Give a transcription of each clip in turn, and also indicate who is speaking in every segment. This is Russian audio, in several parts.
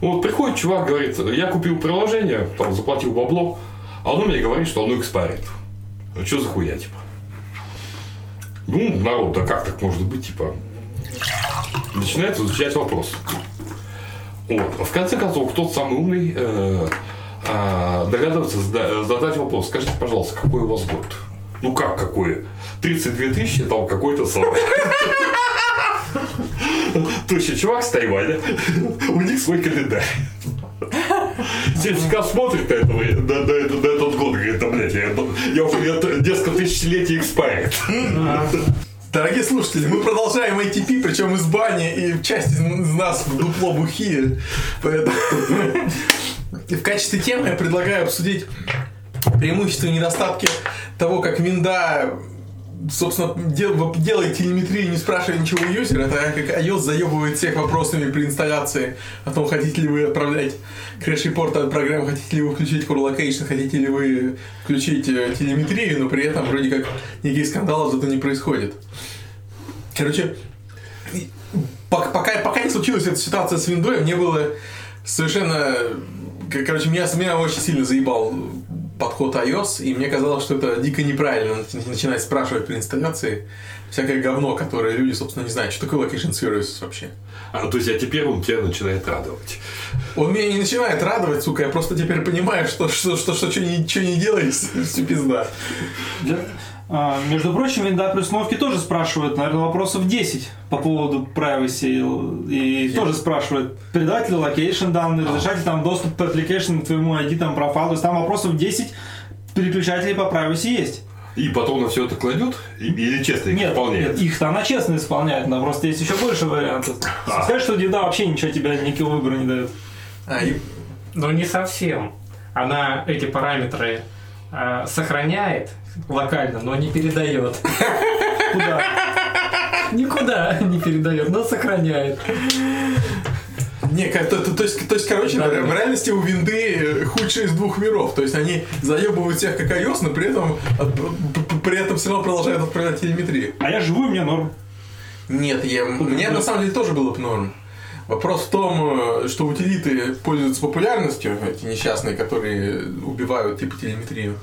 Speaker 1: Вот приходит чувак, говорит, я купил приложение, там, заплатил бабло, а оно мне говорит, что оно экспарит. Ну, что за хуя, типа? Ну, народ, да как так может быть, типа? Начинает изучать вопрос. Вот. А В конце концов, кто самый умный э, э, догадывается зада- задать вопрос. Скажите, пожалуйста, какой у вас год? Ну как какой? 32 тысячи, там какой-то самый. Точно, чувак с Тайваня, у них свой календарь. Сельчика смотрит на, этого, на, на этот- на этот год, говорит, да, блядь, я, я уже я- несколько тысячелетий экспайрит.
Speaker 2: Дорогие слушатели, мы продолжаем ATP, причем из бани, и часть из, из нас в дупло бухие. Поэтому в качестве темы я предлагаю обсудить преимущества и недостатки того, как винда собственно, дел- делает телеметрию, не спрашивая ничего у юзера, тогда как iOS заебывает всех вопросами при инсталляции о том, хотите ли вы отправлять крэш-репорты от программ, хотите ли вы включить Core Location, хотите ли вы включить э, телеметрию, но при этом вроде как никаких скандалов зато не происходит. Короче, и пок- пока, пока не случилась эта ситуация с виндой, мне было совершенно... к- Короче, меня, меня очень сильно заебал подход iOS, и мне казалось, что это дико неправильно нач- начинать спрашивать при инсталляции всякое говно, которое люди, собственно, не знают, что такое location services вообще.
Speaker 1: А, то есть, а теперь он тебя начинает радовать.
Speaker 2: Он меня не начинает радовать, сука, я просто теперь понимаю, что что, что, что, что, не, чё не делаешь, всю пизда.
Speaker 3: Да. А, между прочим, винда плюс новки тоже спрашивают, наверное, вопросов 10 по поводу privacy. И тоже спрашивают, передавать ли локейшн данные, разрешать ли там доступ к application к твоему ID, там, профайлу. То есть там вопросов 10 переключателей по privacy есть.
Speaker 1: И потом на все это кладет? И- Или честно их
Speaker 3: Нет,
Speaker 1: выполняет?
Speaker 3: нет, их-то она честно исполняет, но просто есть еще больше вариантов. Сказать, что еда вообще ничего тебе никакого выбора не дает.
Speaker 2: А, и-
Speaker 4: Но не совсем. Она эти параметры э, сохраняет локально, но не передает.
Speaker 3: Куда?
Speaker 4: Никуда не передает, но сохраняет.
Speaker 2: Не, ко- то, то- то есть, то есть, короче,
Speaker 4: Да,
Speaker 2: в, ре-
Speaker 4: да.
Speaker 2: в реальности у винды э, худшие из двух миров. То есть они заебывают всех как iOS, но при этом, от- п- п- при этом все равно продолжают отправлять телеметрии.
Speaker 3: А я живу, и мне норм.
Speaker 2: Нет, я, мне на самом деле тоже было бы норм. Вопрос в том, э, что утилиты пользуются популярностью, эти несчастные, которые убивают типа телеметрию.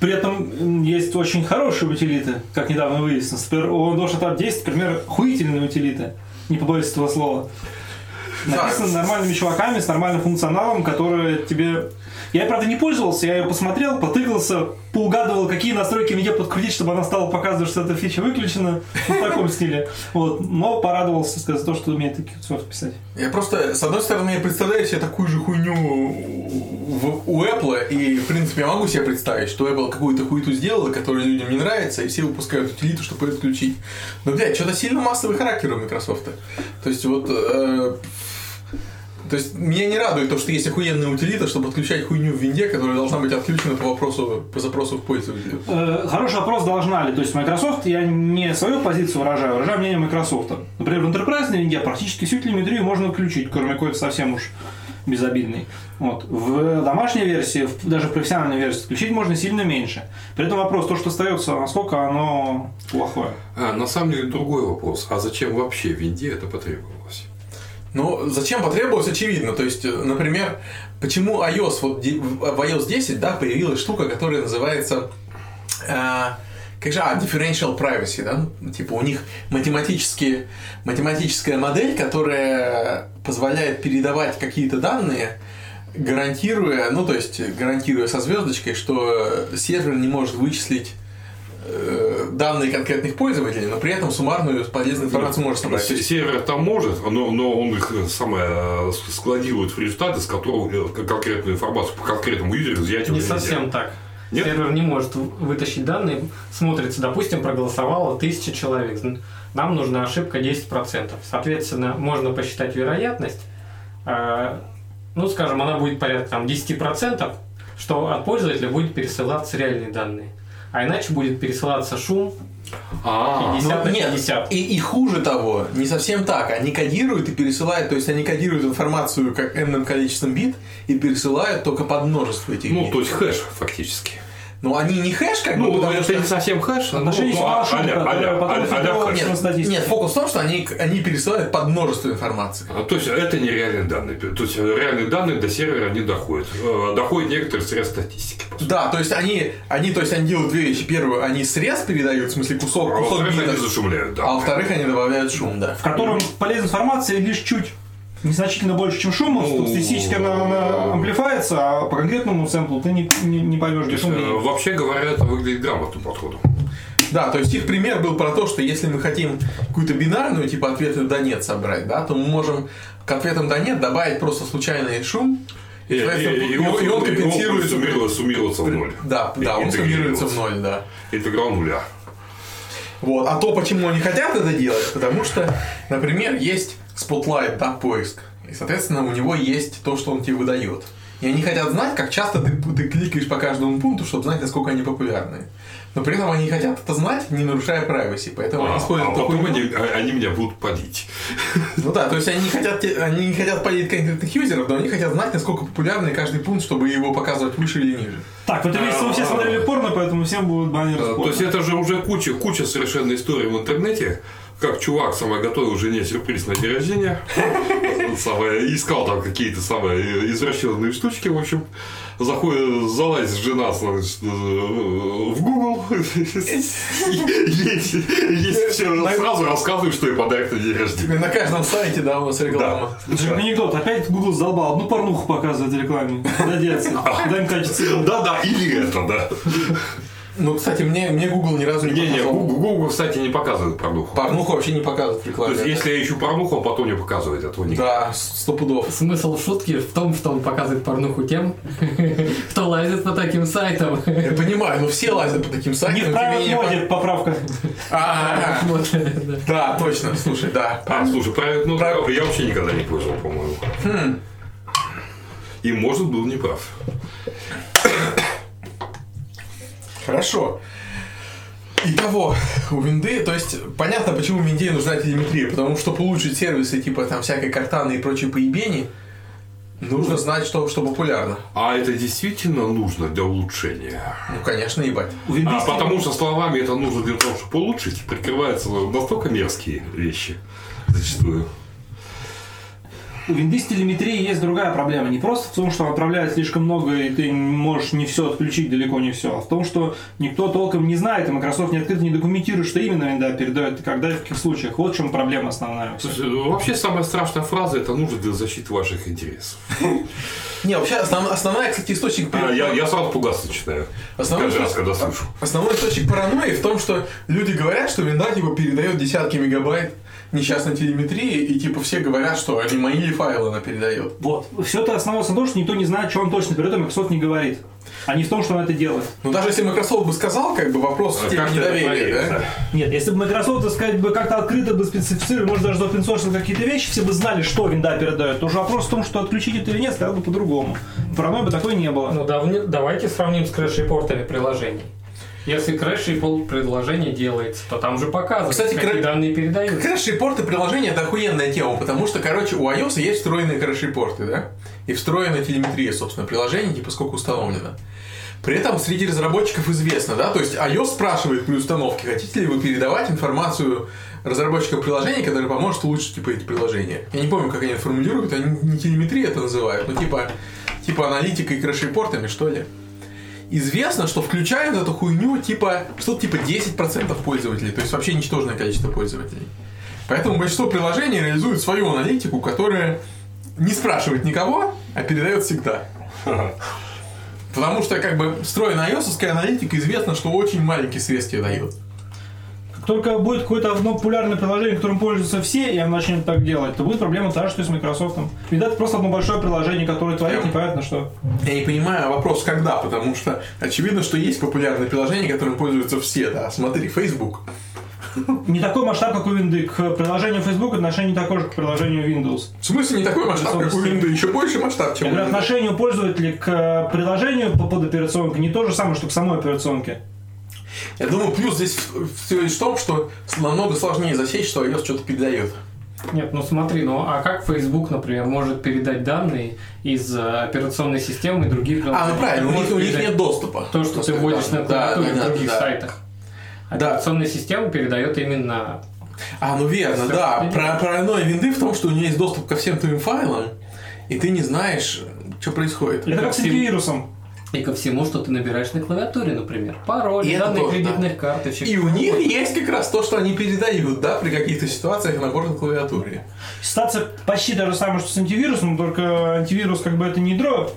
Speaker 3: При этом м, есть очень хорошие утилиты, как недавно выяснилось. Например, у Windows Tab 10, например, хуительные утилиты. Не побоюсь этого слова. Написано
Speaker 2: Да.
Speaker 3: нормальными чуваками, с нормальным функционалом, которые тебе... Я, правда, не пользовался, я ее посмотрел, потыкался, поугадывал, какие настройки везде подкрутить, чтобы она стала показывать, что эта фича выключена в таком стиле. Вот. Но порадовался сказать то, что умеет такие софт писать.
Speaker 2: Я просто, с одной стороны, я представляю себе такую же хуйню в- у Apple, и, в принципе, я могу себе представить, что Apple какую-то хуету сделала, которая людям не нравится, и все выпускают утилиту, чтобы ее отключить. Но, блядь, что-то сильно массовый характер у Microsoft. То есть, вот... э, то есть, меня не радует то, что есть охуенная утилита, чтобы отключать хуйню в винде, которая должна быть отключена по вопросу, по запросу в пользователя.
Speaker 3: Э, Хороший вопрос, должна ли. То есть Microsoft, я не свою позицию выражаю, а выражаю мнение Microsoft. Например, в Enterprise на винде практически всю телеметрию можно включить, кроме какой-то совсем уж безобидной. Вот. В домашней версии, в- даже в профессиональной версии, включить можно сильно меньше. При этом вопрос, то, что остается, насколько оно плохое.
Speaker 1: А, на самом деле другой вопрос. А зачем вообще винде это потребовалось?
Speaker 2: Ну, зачем потребовалось, очевидно. То есть, э, например, почему iOS, вот де- в в iOS 10, да, появилась штука, которая называется э, как же, а, differential privacy, да? Ну, Типа у них математические, математическая модель, которая позволяет передавать какие-то данные, гарантируя, ну, то есть гарантируя со звездочкой, что э, сервер не может вычислить э, данные конкретных пользователей, но при этом суммарную полезную информацию может собрать. То
Speaker 1: С-
Speaker 2: есть
Speaker 1: Сервер там может, но, но он их э, самое э, с- складирует в результаты, из которого э, к- конкретную информацию по конкретному юзеру взять
Speaker 4: Не
Speaker 1: уже нельзя.
Speaker 4: совсем так.
Speaker 1: Нет?
Speaker 4: Сервер не может в- вытащить данные. Смотрится, допустим, проголосовало 1000 человек. Зн- Нам нужна ошибка 10%. Соответственно, можно посчитать вероятность. э, Ну, скажем, она будет порядка там, 10%, что от пользователя будет пересылаться реальные данные. А иначе будет пересылаться шум
Speaker 1: А,
Speaker 4: 50 на
Speaker 2: Ну, нет,
Speaker 4: 50.
Speaker 2: И, и хуже того, не совсем так. Они кодируют и пересылают, то есть они кодируют информацию как n количеством бит и пересылают только под множество этих
Speaker 1: ну
Speaker 2: бит.
Speaker 1: то есть хэш фактически.
Speaker 2: Но они не хэш, как бы,
Speaker 1: Ну,
Speaker 2: потому
Speaker 1: это
Speaker 2: что... Ну,
Speaker 1: не совсем хэш. но-
Speaker 3: Отношение
Speaker 1: ну,
Speaker 3: сюда
Speaker 1: а-
Speaker 3: ошибка,
Speaker 1: а-ля-
Speaker 3: которая
Speaker 1: а-ля-
Speaker 3: потом
Speaker 1: а-ля- а-ля
Speaker 3: привела к
Speaker 1: хэш.
Speaker 3: на
Speaker 2: Нет,
Speaker 3: статистике.
Speaker 2: нет, фокус в том, что они, они пересылают под множество информации.
Speaker 1: А, То есть это нереальные данные. То есть реальные данные до сервера не доходят. Э, Доходят некоторые средства статистики. по сути.
Speaker 2: Да, то есть они, они, то есть они делают две вещи. Первую, они срез передают, в смысле
Speaker 1: А
Speaker 2: кусок, кусок
Speaker 1: Во-вторых, они
Speaker 2: битов.
Speaker 1: зашумляют,
Speaker 2: А
Speaker 1: да.
Speaker 2: во-вторых, они добавляют шум, да.
Speaker 3: в котором полезной информации лишь чуть незначительно больше, чем шум, он
Speaker 1: Ну,
Speaker 3: статистически она, она амплифается, а по конкретному сэмплу ты не, не, не поймешь,
Speaker 1: То
Speaker 3: где
Speaker 1: есть,
Speaker 3: шум. где
Speaker 1: э,
Speaker 3: нет.
Speaker 1: Вообще говоря, это выглядит грамотным подходом.
Speaker 2: Да, то есть их пример был про то, что если мы хотим какую-то бинарную, типа ответы да нет собрать, да, то мы можем к ответам да нет добавить просто случайный шум.
Speaker 1: И,
Speaker 2: соответственно,
Speaker 1: и- и
Speaker 2: он- и он компенсирует-
Speaker 1: суммируется, суммируется в ноль.
Speaker 2: Да,
Speaker 1: И
Speaker 2: да, он суммируется
Speaker 1: интегрируется.
Speaker 2: в ноль, да.
Speaker 1: Интеграл нуля.
Speaker 2: Вот. А то, почему они хотят это делать, потому что, например, есть Spotlight, да, поиск. И, соответственно, у него есть то, что он тебе выдает. И они хотят знать, как часто ты, ты кликаешь по каждому пункту, чтобы знать, насколько они популярны. Но при этом они хотят это знать, не нарушая privacy. Поэтому
Speaker 1: А,
Speaker 2: они используют
Speaker 1: а
Speaker 2: такую
Speaker 1: потом
Speaker 2: хуйню.
Speaker 1: они, а- они меня будут палить.
Speaker 2: Ну да, то есть они не хотят, те- они не хотят полить конкретных юзеров, но они хотят знать, насколько популярный каждый пункт, чтобы его показывать выше или ниже.
Speaker 3: Так, в этом месяце мы все смотрели порно, поэтому всем будут баннеры с
Speaker 1: Э, То есть
Speaker 3: порно.
Speaker 1: это же уже куча, куча совершенно историй в интернете, как чувак самое готовил жене сюрприз на день рождения, самое, искал там какие-то самые э, извращенные штучки, в общем, заходит, залазит жена значит, э, в Google, есть, есть всё, сразу рассказываю, что ей подарок на день рождения.
Speaker 2: Тебе на каждом сайте, да, у нас реклама.
Speaker 3: Это же анекдот. Опять Google задолбал. Одну порнуху показывает в рекламе. Куда деться? Куда им качество?
Speaker 1: Да-да, или это, да.
Speaker 2: Ну, кстати, мне, мне Google ни разу не,
Speaker 1: Не-не,
Speaker 2: показал.
Speaker 1: Google, Google, кстати, не показывает порнуху.
Speaker 2: Порнуху вообще не показывают в
Speaker 1: То
Speaker 2: рекламе.
Speaker 1: есть, если я ищу порнуху, он потом не показывает а этого никак.
Speaker 2: Да, с- сто пудов.
Speaker 4: Смысл шутки в том, что он показывает порнуху тем, кто лазит по таким сайтам.
Speaker 2: Я понимаю, но все лазят по таким
Speaker 3: Не
Speaker 2: сайтам.
Speaker 3: в
Speaker 2: тебе
Speaker 3: правильном
Speaker 2: не по-
Speaker 3: моде поправка.
Speaker 2: А,
Speaker 4: Вот, да.
Speaker 2: Да, точно, слушай, да.
Speaker 1: А, слушай, правильно, ну,
Speaker 2: Прав-
Speaker 1: я вообще никогда не пользовал, по-моему.
Speaker 2: Хм.
Speaker 1: И, может, был неправ.
Speaker 2: Хорошо. Итого, у винды, то есть понятно, почему винде нужна телеметрия, потому что получить сервисы типа там всякой картаны и прочей поебени, нужно знать, что, что популярно.
Speaker 1: А это действительно нужно для улучшения?
Speaker 2: Ну, конечно, ебать.
Speaker 3: У Винды
Speaker 1: А
Speaker 3: есть-
Speaker 1: потому что словами это нужно для того, чтобы улучшить, прикрываются настолько мерзкие вещи зачастую.
Speaker 3: У винды с телеметрией есть другая проблема. Не просто в том, что он отправляет слишком много, и ты можешь не все отключить, далеко не все, а в том, что никто толком не знает, и Microsoft не открыто не документирует, что именно винда передает, и когда и в каких случаях. Вот в чем проблема основная.
Speaker 1: Слушай, ну, вообще самая страшная фраза это нужно для защиты ваших интересов.
Speaker 2: Не, вообще основ- основная, кстати, источник...
Speaker 1: А, я, я сразу пугаться начинаю.
Speaker 2: Основной,
Speaker 1: Каждый раз,
Speaker 2: источник,
Speaker 1: когда слышу.
Speaker 2: основной источник паранойи в том, что люди говорят, что винда типа передает десятки мегабайт несчастной телеметрии, и типа все говорят, что они мои ли файлы она передает.
Speaker 3: Вот. Все это основалось на том, что никто не знает, что он точно передает, а Microsoft не говорит. А не в том, что он это делает.
Speaker 2: Но Ну, даже если Microsoft бы сказал, как бы вопрос в теме
Speaker 1: А Как ты это
Speaker 2: недоверия,
Speaker 1: проверишь,
Speaker 2: да?
Speaker 1: да?
Speaker 3: Нет, если бы Microsoft, так сказать, бы как-то открыто бы специфицировали, может, даже open source какие-то вещи, все бы знали, что винда передает. Уже вопрос в том, что отключить это или нет, стоял бы по-другому. Паранойи бы такой не было.
Speaker 4: Ну давне- давайте сравним с крэш-репортами приложений. Если крэш-репорт приложение делается, то там же показывают,
Speaker 2: Кстати,
Speaker 4: какие
Speaker 2: крэ-
Speaker 4: данные передаются.
Speaker 2: Крэш-репорты приложения это охуенная тема, потому что, короче, у iOS есть встроенные крэш-репорты, да? И встроенная телеметрия, собственно, приложение, типа сколько установлено. При этом среди разработчиков известно, да, то есть iOS спрашивает при установке, хотите ли вы передавать информацию разработчикам приложений, которая поможет улучшить, типа, эти приложения. Я не помню, как они это формулируют, они не телеметрия это называют, но типа, типа аналитикой и крэш-репортами, что ли. Известно, что включают эту хуйню, типа, что-то типа 10% пользователей, то есть вообще ничтожное количество пользователей. Поэтому большинство приложений реализует свою аналитику, которая не спрашивает никого, а передает всегда. Потому что, как бы, встроенная ios аналитика известно, что очень маленький срез тебе дает.
Speaker 3: Как только будет какое-то одно популярное приложение, которым пользуются все, и оно начнет так делать, то будет проблема та же, что и с Microsoft. Видать, это просто одно большое приложение, которое творит
Speaker 2: Эм.
Speaker 3: непонятно что.
Speaker 2: Я не понимаю а вопрос, когда, потому что очевидно, что есть популярные приложения, которым пользуются все, да. Смотри, Facebook.
Speaker 3: Не такой масштаб, как у Винды. К приложению Facebook отношение такое же, как к приложению Windows.
Speaker 2: В смысле не такой масштаб, как у Windows, еще больше масштаб,
Speaker 3: Я
Speaker 2: чем у
Speaker 3: говорю,
Speaker 2: Windows.
Speaker 3: отношение у пользователя к э, приложению по- под операционкой не то же самое, что к самой операционке.
Speaker 2: Я думаю, плюс здесь все лишь в том, что намного сложнее засечь, что iOS что-то передает.
Speaker 4: Нет, ну смотри, ну а как Facebook, например, может передать данные из э, операционной системы и других
Speaker 2: А, ну
Speaker 4: приложений?
Speaker 2: правильно, у них,
Speaker 4: Может
Speaker 2: у них
Speaker 4: передать
Speaker 2: нет доступа.
Speaker 4: То, что ты
Speaker 2: Просто
Speaker 4: вводишь
Speaker 2: да,
Speaker 4: на клавиатуре
Speaker 2: да,
Speaker 4: в
Speaker 2: да,
Speaker 4: других
Speaker 2: да.
Speaker 4: сайтах.
Speaker 2: Да.
Speaker 4: Операционная система передает именно...
Speaker 2: А, ну верно,
Speaker 4: Всё,
Speaker 2: да.
Speaker 4: видимо.
Speaker 2: Про, паранойя винды в том, что у нее есть доступ ко всем твоим файлам, и ты не знаешь, что происходит.
Speaker 3: Это
Speaker 4: Это
Speaker 3: как с
Speaker 4: всем-
Speaker 3: вирусом.
Speaker 4: И ко всему, что ты набираешь на клавиатуре, например. Пароли,
Speaker 2: И это
Speaker 4: данные
Speaker 2: тоже,
Speaker 4: кредитных карточек.
Speaker 2: И у них есть как раз то, что они передают, да, при каких-то ситуациях набор на клавиатуре.
Speaker 3: Ситуация почти та же самая, что с антивирусом, только антивирус как бы это не ядро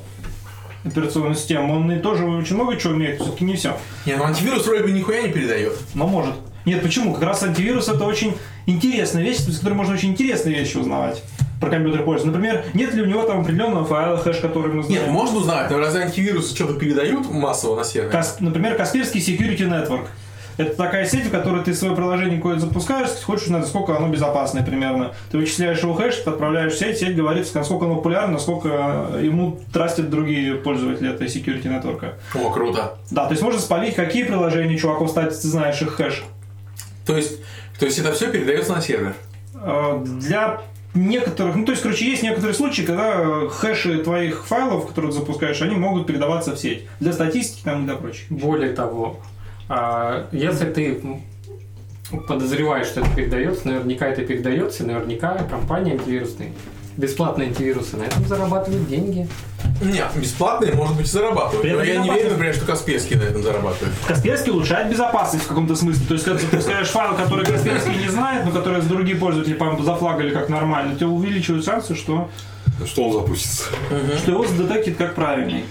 Speaker 3: операционной системы, он и тоже очень много чего умеет, все-таки не все.
Speaker 2: Не, ну антивирус вроде бы нихуя не передает.
Speaker 3: Но может. Нет, почему? Как раз антивирус это очень интересная вещь, с которой можно очень интересные вещи узнавать про компьютер пользы. Например, нет ли у него там определенного файла хэш, который мы знаем.
Speaker 2: Нет, можно узнать, но разве антивирусы что-то передают массово на сервер?
Speaker 3: Кас- например, Касперский Security Network. Это такая сеть, в которой ты свое приложение какое-то запускаешь, хочешь узнать, сколько оно безопасное примерно. Ты вычисляешь его хэш, ты отправляешь в сеть, сеть говорит, насколько оно популярно, насколько э, ему трастят другие пользователи этой security нетворка.
Speaker 2: О, круто.
Speaker 3: Да, то есть можно спалить, какие приложения чуваков ставят, ты знаешь их хэш.
Speaker 2: То есть, то есть это все передается на сервер.
Speaker 3: Э, Для некоторых, ну то есть, короче, есть некоторые случаи, когда э, хэши твоих файлов, которые ты запускаешь, они могут передаваться в сеть. Для статистики там и для прочих.
Speaker 4: Более того, а, если ты м, подозреваешь, что это передается, наверняка это передается, и наверняка компания антивирусные, бесплатные антивирусы на этом зарабатывают деньги.
Speaker 2: Не, бесплатные, может быть, и зарабатывают.
Speaker 3: При
Speaker 2: Но
Speaker 3: этом
Speaker 2: я не
Speaker 3: безопасно.
Speaker 2: верю, например, что Касперский на этом зарабатывает.
Speaker 3: Касперский улучшает безопасность в каком-то смысле. То есть, когда ты запускаешь файл, который Касперский не знает, но который другие пользователи, по-моему, зафлагали как нормально, тебе увеличивают шансы, что,
Speaker 1: Что он запустится?
Speaker 3: что его задетектит как правильный.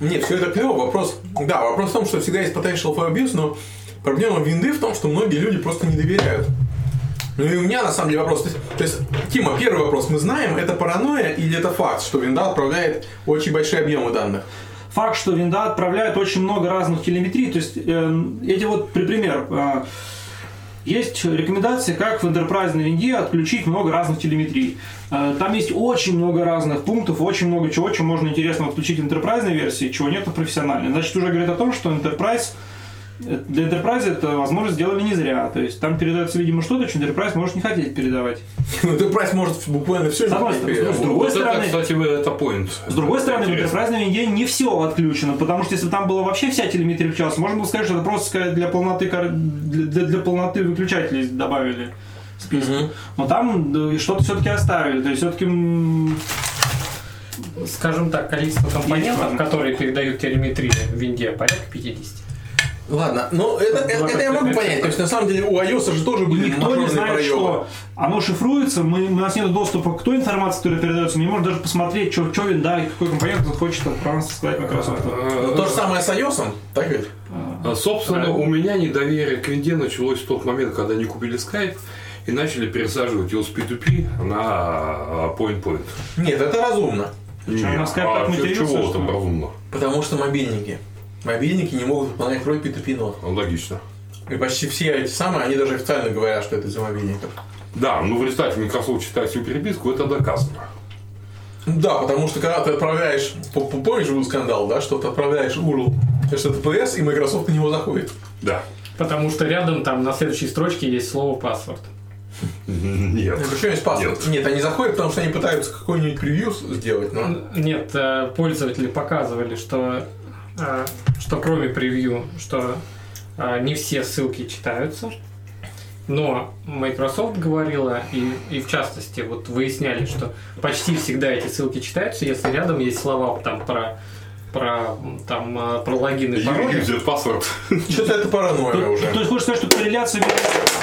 Speaker 2: Нет, все это клево. Вопрос, да, вопрос в том, что всегда есть potential for abuse, но проблема винды в том, что многие люди просто не доверяют. Ну и у меня на самом деле вопрос. То есть, то есть, Тима, первый вопрос. Мы знаем, это паранойя или это факт, что винда отправляет очень большие объемы данных?
Speaker 3: факт, что винда отправляет очень много разных телеметрий. То есть э, эти вот, при- пример, э, есть рекомендации, как в enterprise на винде отключить много разных телеметрий. Э, там есть очень много разных пунктов, очень много чего, чего можно интересно отключить в enterprise версии, чего нет в профессиональной. Значит, уже говорит о том, что enterprise э, для Enterprise это, возможно, сделали не зря. То есть там передается, видимо, что-то, что Enterprise может не хотеть передавать.
Speaker 2: Ну, ты прайс может буквально все.
Speaker 3: С одной стороны, с другой
Speaker 1: Вот
Speaker 3: стороны-
Speaker 1: это, кстати, это point.
Speaker 3: С другой стороны, в
Speaker 1: Интересно.
Speaker 3: интерфейсной винде не все отключено, потому что если бы там была вообще вся телеметрия в час, можно было сказать, что это просто сказать, для полноты, кар- для, для- для полноты выключателей добавили в список. Но там да, что-то все-таки оставили. То есть все-таки
Speaker 4: Скажем так, количество компонентов,
Speaker 3: Есть.
Speaker 4: которые передают телеметрию в Винде, порядка 50.
Speaker 2: Ладно, но это, это- это я могу понять. То есть, на самом деле, у iOS же тоже были
Speaker 3: никто не
Speaker 2: мажорные
Speaker 3: знает,
Speaker 2: проёбы.
Speaker 3: что оно шифруется, мы, у нас нет доступа к той информации, которая передается, мы не можем даже посмотреть, что, винда и какой компонент тут хочет про нас сказать Microsoft.
Speaker 2: Ну, то же
Speaker 1: Э,
Speaker 2: самое с iOS, так ведь?
Speaker 1: а, Собственно, у меня недоверие к винде началось в тот момент, когда они купили Skype и начали пересаживать его с P2P на а, point-point.
Speaker 2: Нет, это разумно.
Speaker 3: Причём
Speaker 1: Не,
Speaker 3: на Skype так
Speaker 1: а чё-
Speaker 3: матерился,
Speaker 1: чего
Speaker 3: что-
Speaker 1: там разумно?
Speaker 2: Потому что мобильники. Мобильники не могут выполнять роль P2P нот.
Speaker 1: Логично.
Speaker 2: И почти все эти самые, они даже официально говорят, что это из-за мобильников.
Speaker 1: Да, ну в результате Microsoft читает всю переписку, это доказано.
Speaker 2: Ну Да, потому что когда ты отправляешь, по- по- помнишь, был скандал, да, что ты отправляешь URL HTTPS, и Microsoft на него заходит.
Speaker 1: Да.
Speaker 4: Потому что рядом там на следующей строчке есть слово паспорт.
Speaker 1: Нет.
Speaker 2: Причем есть паспорт. Нет. они заходят, потому что они пытаются какой-нибудь превью сделать, но...
Speaker 4: Н- Нет, э, пользователи показывали, что, э, что кроме превью, что э, не все ссылки читаются. Но Microsoft говорила, и, и в частности, вот выясняли, что почти всегда эти ссылки читаются, если рядом есть слова там про про м, там э, про логин и пароли.
Speaker 1: Юзер паспорт.
Speaker 2: Что-то это паранойя
Speaker 3: То,
Speaker 2: уже.
Speaker 3: то есть хочешь сказать, что корреляция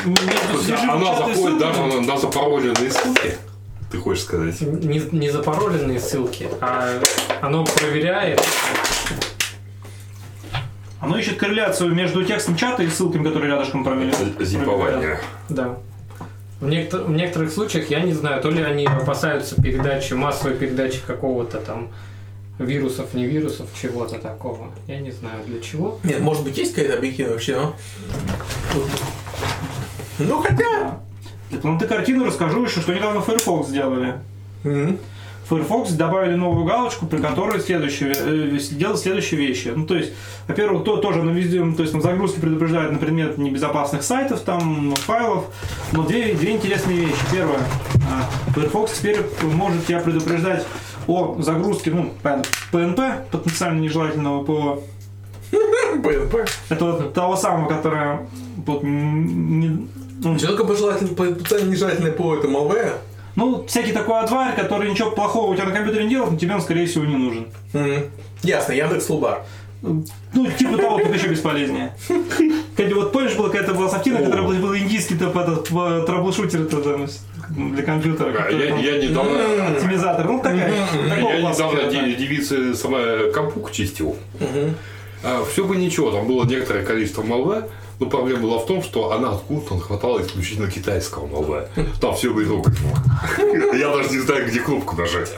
Speaker 3: между- между содержимым
Speaker 1: Она
Speaker 3: чата и
Speaker 1: заходит
Speaker 3: ссылками-
Speaker 1: даже на, на запароленные ссылки. Ты хочешь сказать?
Speaker 4: не, не запароленные ссылки, а оно проверяет.
Speaker 3: Оно ищет корреляцию между текстом чата и ссылками, которые рядышком провели.
Speaker 1: Зипование.
Speaker 4: Да. В, некотор- в некоторых случаях, я не знаю, то ли они опасаются передачи, массовой передачи какого-то там вирусов, не вирусов, чего-то такого. Я не знаю для чего.
Speaker 2: Нет, может быть, есть какая-то объективная вообще, но... Ну, хотя...
Speaker 3: ну Для полноты картины расскажу еще, что недавно Firefox сделали.
Speaker 2: Мгм.
Speaker 3: Firefox добавили новую галочку, при которой следующее, э, делают следующие вещи. Ну, то есть, во-первых, то тоже на везде, ну, то есть на загрузке предупреждают на предмет небезопасных сайтов, там, файлов. Но две, две интересные вещи. Первое, а, Firefox теперь может тебя предупреждать о загрузке, ну, понятно, PNP, потенциально нежелательного ПО,
Speaker 2: ПНП.
Speaker 3: это вот того самого, которое вот, м, не- ну,
Speaker 2: Что такое пожелательное, потенциально нежелательное ПО? Это malware?
Speaker 3: ну, всякий такой адварь, который ничего плохого у тебя на компьютере не делает, но тебе он, скорее всего, не нужен.
Speaker 2: Мгм. Ясно, Яндекс Лубар.
Speaker 3: Ну, типа того, только еще бесполезнее. Кстати, вот помнишь, была какая-то была софтина, которая был, был индийский топ, этот, в- траблшутер это, там, с- ну, для компьютера.
Speaker 1: А,
Speaker 3: который
Speaker 1: Я,
Speaker 3: там
Speaker 1: я недавно,
Speaker 2: М.
Speaker 3: Оптимизатор. Ну, такая. такого
Speaker 1: я
Speaker 3: класса
Speaker 1: недавно де-
Speaker 3: херня.
Speaker 1: девице сама компук чистил.
Speaker 2: Мгм.
Speaker 1: все бы ничего, там было некоторое количество malware, но проблема была в том, что она откуда-то хватала исключительно китайского malware. Там все было как Я даже не знаю, где кнопку нажать.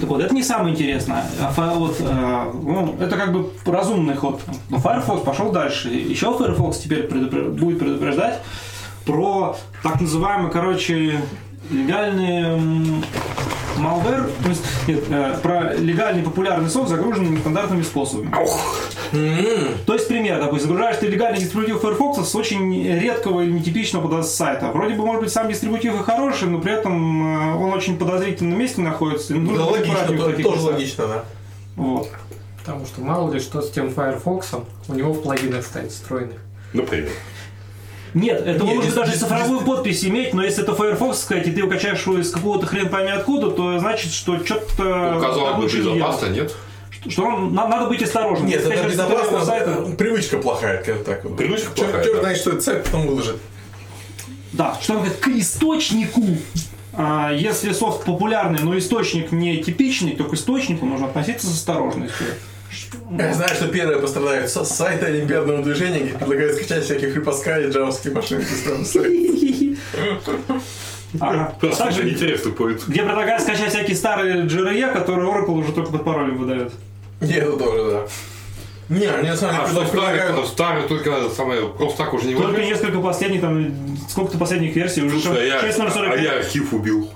Speaker 3: Так вот, это не самое интересное. А фа- вот, э, ну, это как бы разумный ход. Но Firefox пошел дальше. Еще Firefox теперь предупре- будет предупреждать про так называемые, короче, легальные м, malware, то есть, нет, э, про легальный популярный софт, загруженный нестандартными способами.
Speaker 2: Мгм.
Speaker 3: То есть, пример, допустим, загружаешь ты легальный дистрибутив Firefox с очень редкого или нетипичного подо- сайта. Вроде бы, может быть, сам дистрибутив и хороший, но при этом э, он очень подозрительном месте находится. и
Speaker 1: Ну,
Speaker 3: нужно
Speaker 2: Да
Speaker 3: быть
Speaker 2: логично,
Speaker 3: аккуратнее в
Speaker 2: то-
Speaker 3: таких
Speaker 2: тоже
Speaker 3: местах.
Speaker 2: логично, да.
Speaker 3: Вот.
Speaker 4: Потому что мало ли что с тем Firefox, у него в плагинах стоит встроенных.
Speaker 1: Например.
Speaker 3: Нет, это
Speaker 2: Нет,
Speaker 3: может
Speaker 2: дис-
Speaker 3: даже
Speaker 2: дис-
Speaker 3: цифровую
Speaker 2: дис-
Speaker 3: подпись иметь, но если это Firefox, сказать, и ты его качаешь его из какого-то хрен пойми откуда, то значит, что что-то...
Speaker 1: Ну,
Speaker 3: а
Speaker 1: казалось бы, безопасно, нет?
Speaker 3: Что он- на- надо быть осторожным.
Speaker 2: Нет,
Speaker 3: Если
Speaker 2: это
Speaker 3: качаешь с цифрового
Speaker 2: безопасно,
Speaker 3: сайта-
Speaker 2: это привычка плохая, как так вот.
Speaker 1: Привычка
Speaker 2: Чёрт-
Speaker 1: плохая,
Speaker 2: чёрт
Speaker 1: да.
Speaker 2: знает, что этот сайт потом выложит.
Speaker 3: Да, что он говорит, к источнику. А, если софт популярный, но источник не типичный, то к источнику нужно относиться с осторожностью.
Speaker 2: Я знаю, что первые пострадают с с сайта олимпиадного движения, где предлагают скачать всяких и джавовские машинки с того сайта.
Speaker 3: Ага.
Speaker 1: Также
Speaker 3: Также,
Speaker 1: интересный поинт.
Speaker 3: где предлагают скачать всякие старые JRE, которые Oracle уже только под паролем выдает.
Speaker 2: Не, это тоже, да. Не, мне на самом
Speaker 1: А
Speaker 2: деле
Speaker 1: что
Speaker 2: предлагают-
Speaker 1: старый, старый только самое, просто так уже не
Speaker 3: Только
Speaker 1: возьмешь.
Speaker 3: несколько последних, там, сколько-то последних версий, уже
Speaker 1: Слушай, а я-
Speaker 3: 6.045.
Speaker 1: а я архив убил.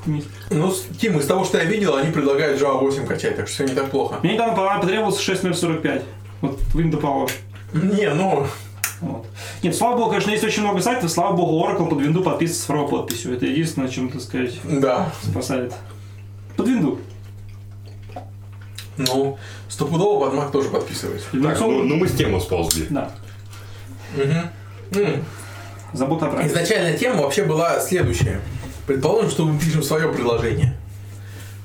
Speaker 2: Ну, с- Тим, из того, что я видел, они предлагают Java 8 качать, так что все не так плохо.
Speaker 3: Мне недавно по- потребовался 6045. Вот Windows Power.
Speaker 2: Не, ну,
Speaker 3: Вот. Нет, слава богу, конечно, есть очень много сайтов, слава богу, Oracle под винду подписывается с правой подписью. Это единственное, чем, так сказать,
Speaker 2: да.
Speaker 3: спасает. Под винду.
Speaker 2: Ну, стопудово под Mac тоже подписывается.
Speaker 1: Так,
Speaker 3: Люксом-
Speaker 1: ну, ну мы с темы сползли.
Speaker 3: Да.
Speaker 2: Угу.
Speaker 3: Забота о праве.
Speaker 2: Изначально тема вообще была следующая. Предположим, что мы пишем свое предложение.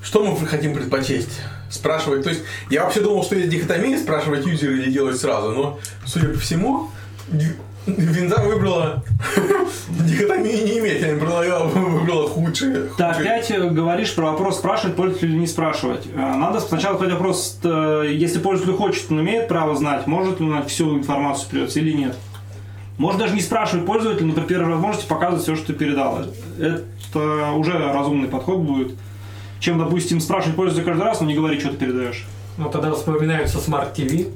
Speaker 2: Что мы хотим предпочесть? Спрашивать, то есть я вообще думал, что есть дихотомия, спрашивать юзера или делать сразу, но, судя по всему, ди- винда выбрала дихотомию не иметь, а она предлагала- выбрала худшее.
Speaker 3: Ты
Speaker 2: худшее.
Speaker 3: опять э, говоришь про вопрос, спрашивать пользователя или не спрашивать. Э, Надо сначала задать вопрос, э, если пользователь хочет, он имеет право знать, может ли он знать всю информацию вперед или нет. Может даже не спрашивать пользователя, но при первой возможности показывать все, что ты передал. Это уже разумный подход будет. Чем, допустим, спрашивать пользователя каждый раз, но не говорить, что ты передаешь.
Speaker 4: Но Ну, тогда вспоминаются Smart TV,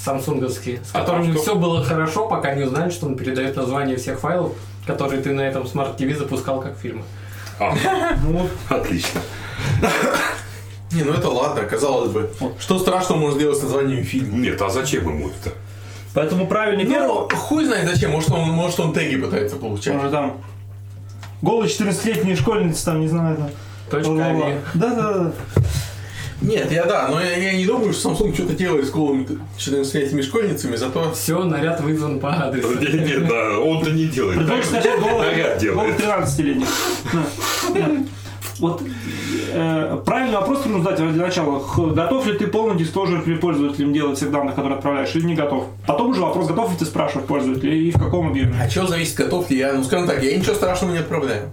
Speaker 4: самсунговские, с
Speaker 1: А там
Speaker 4: которыми
Speaker 1: что?
Speaker 4: все было хорошо, пока не узнали, что он передает название всех файлов, которые ты на этом Smart TV запускал как фильмы.
Speaker 1: А,
Speaker 3: Ну, вот,
Speaker 1: отлично.
Speaker 2: Не, ну это ладно, казалось бы. Что страшного можно сделать с названием фильма?
Speaker 1: Нет, а зачем ему это?
Speaker 3: поэтому правильный первый.
Speaker 2: Ну, хуй знает зачем, может он, может он теги пытается получать.
Speaker 3: Он же там голый 14-летний школьница, там, не знаю, там.
Speaker 4: Точка
Speaker 1: Ну,
Speaker 3: бла-бла-бла.
Speaker 4: .avi.
Speaker 3: Да-да-да.
Speaker 2: Нет, я да, но я, я не думаю, что Samsung что-то делает с голыми 14-летними школьницами, зато...
Speaker 4: Все, наряд вызван по адресу.
Speaker 1: Нет, нет, да, он-то не делает.
Speaker 3: Предлагаешь скачать голову,
Speaker 1: Наряд делает.
Speaker 3: 13-летних. Вот э, правильный вопрос нужно задать для начала. Х- Готов ли ты полный дисклозер при пользователям делать всех данных, которые отправляешь, или не готов? Потом уже вопрос, готов ли ты спрашивать пользователя и в каком объеме.
Speaker 2: А чего зависит от готовки? Я, ну скажем так, я ничего страшного не отправляю.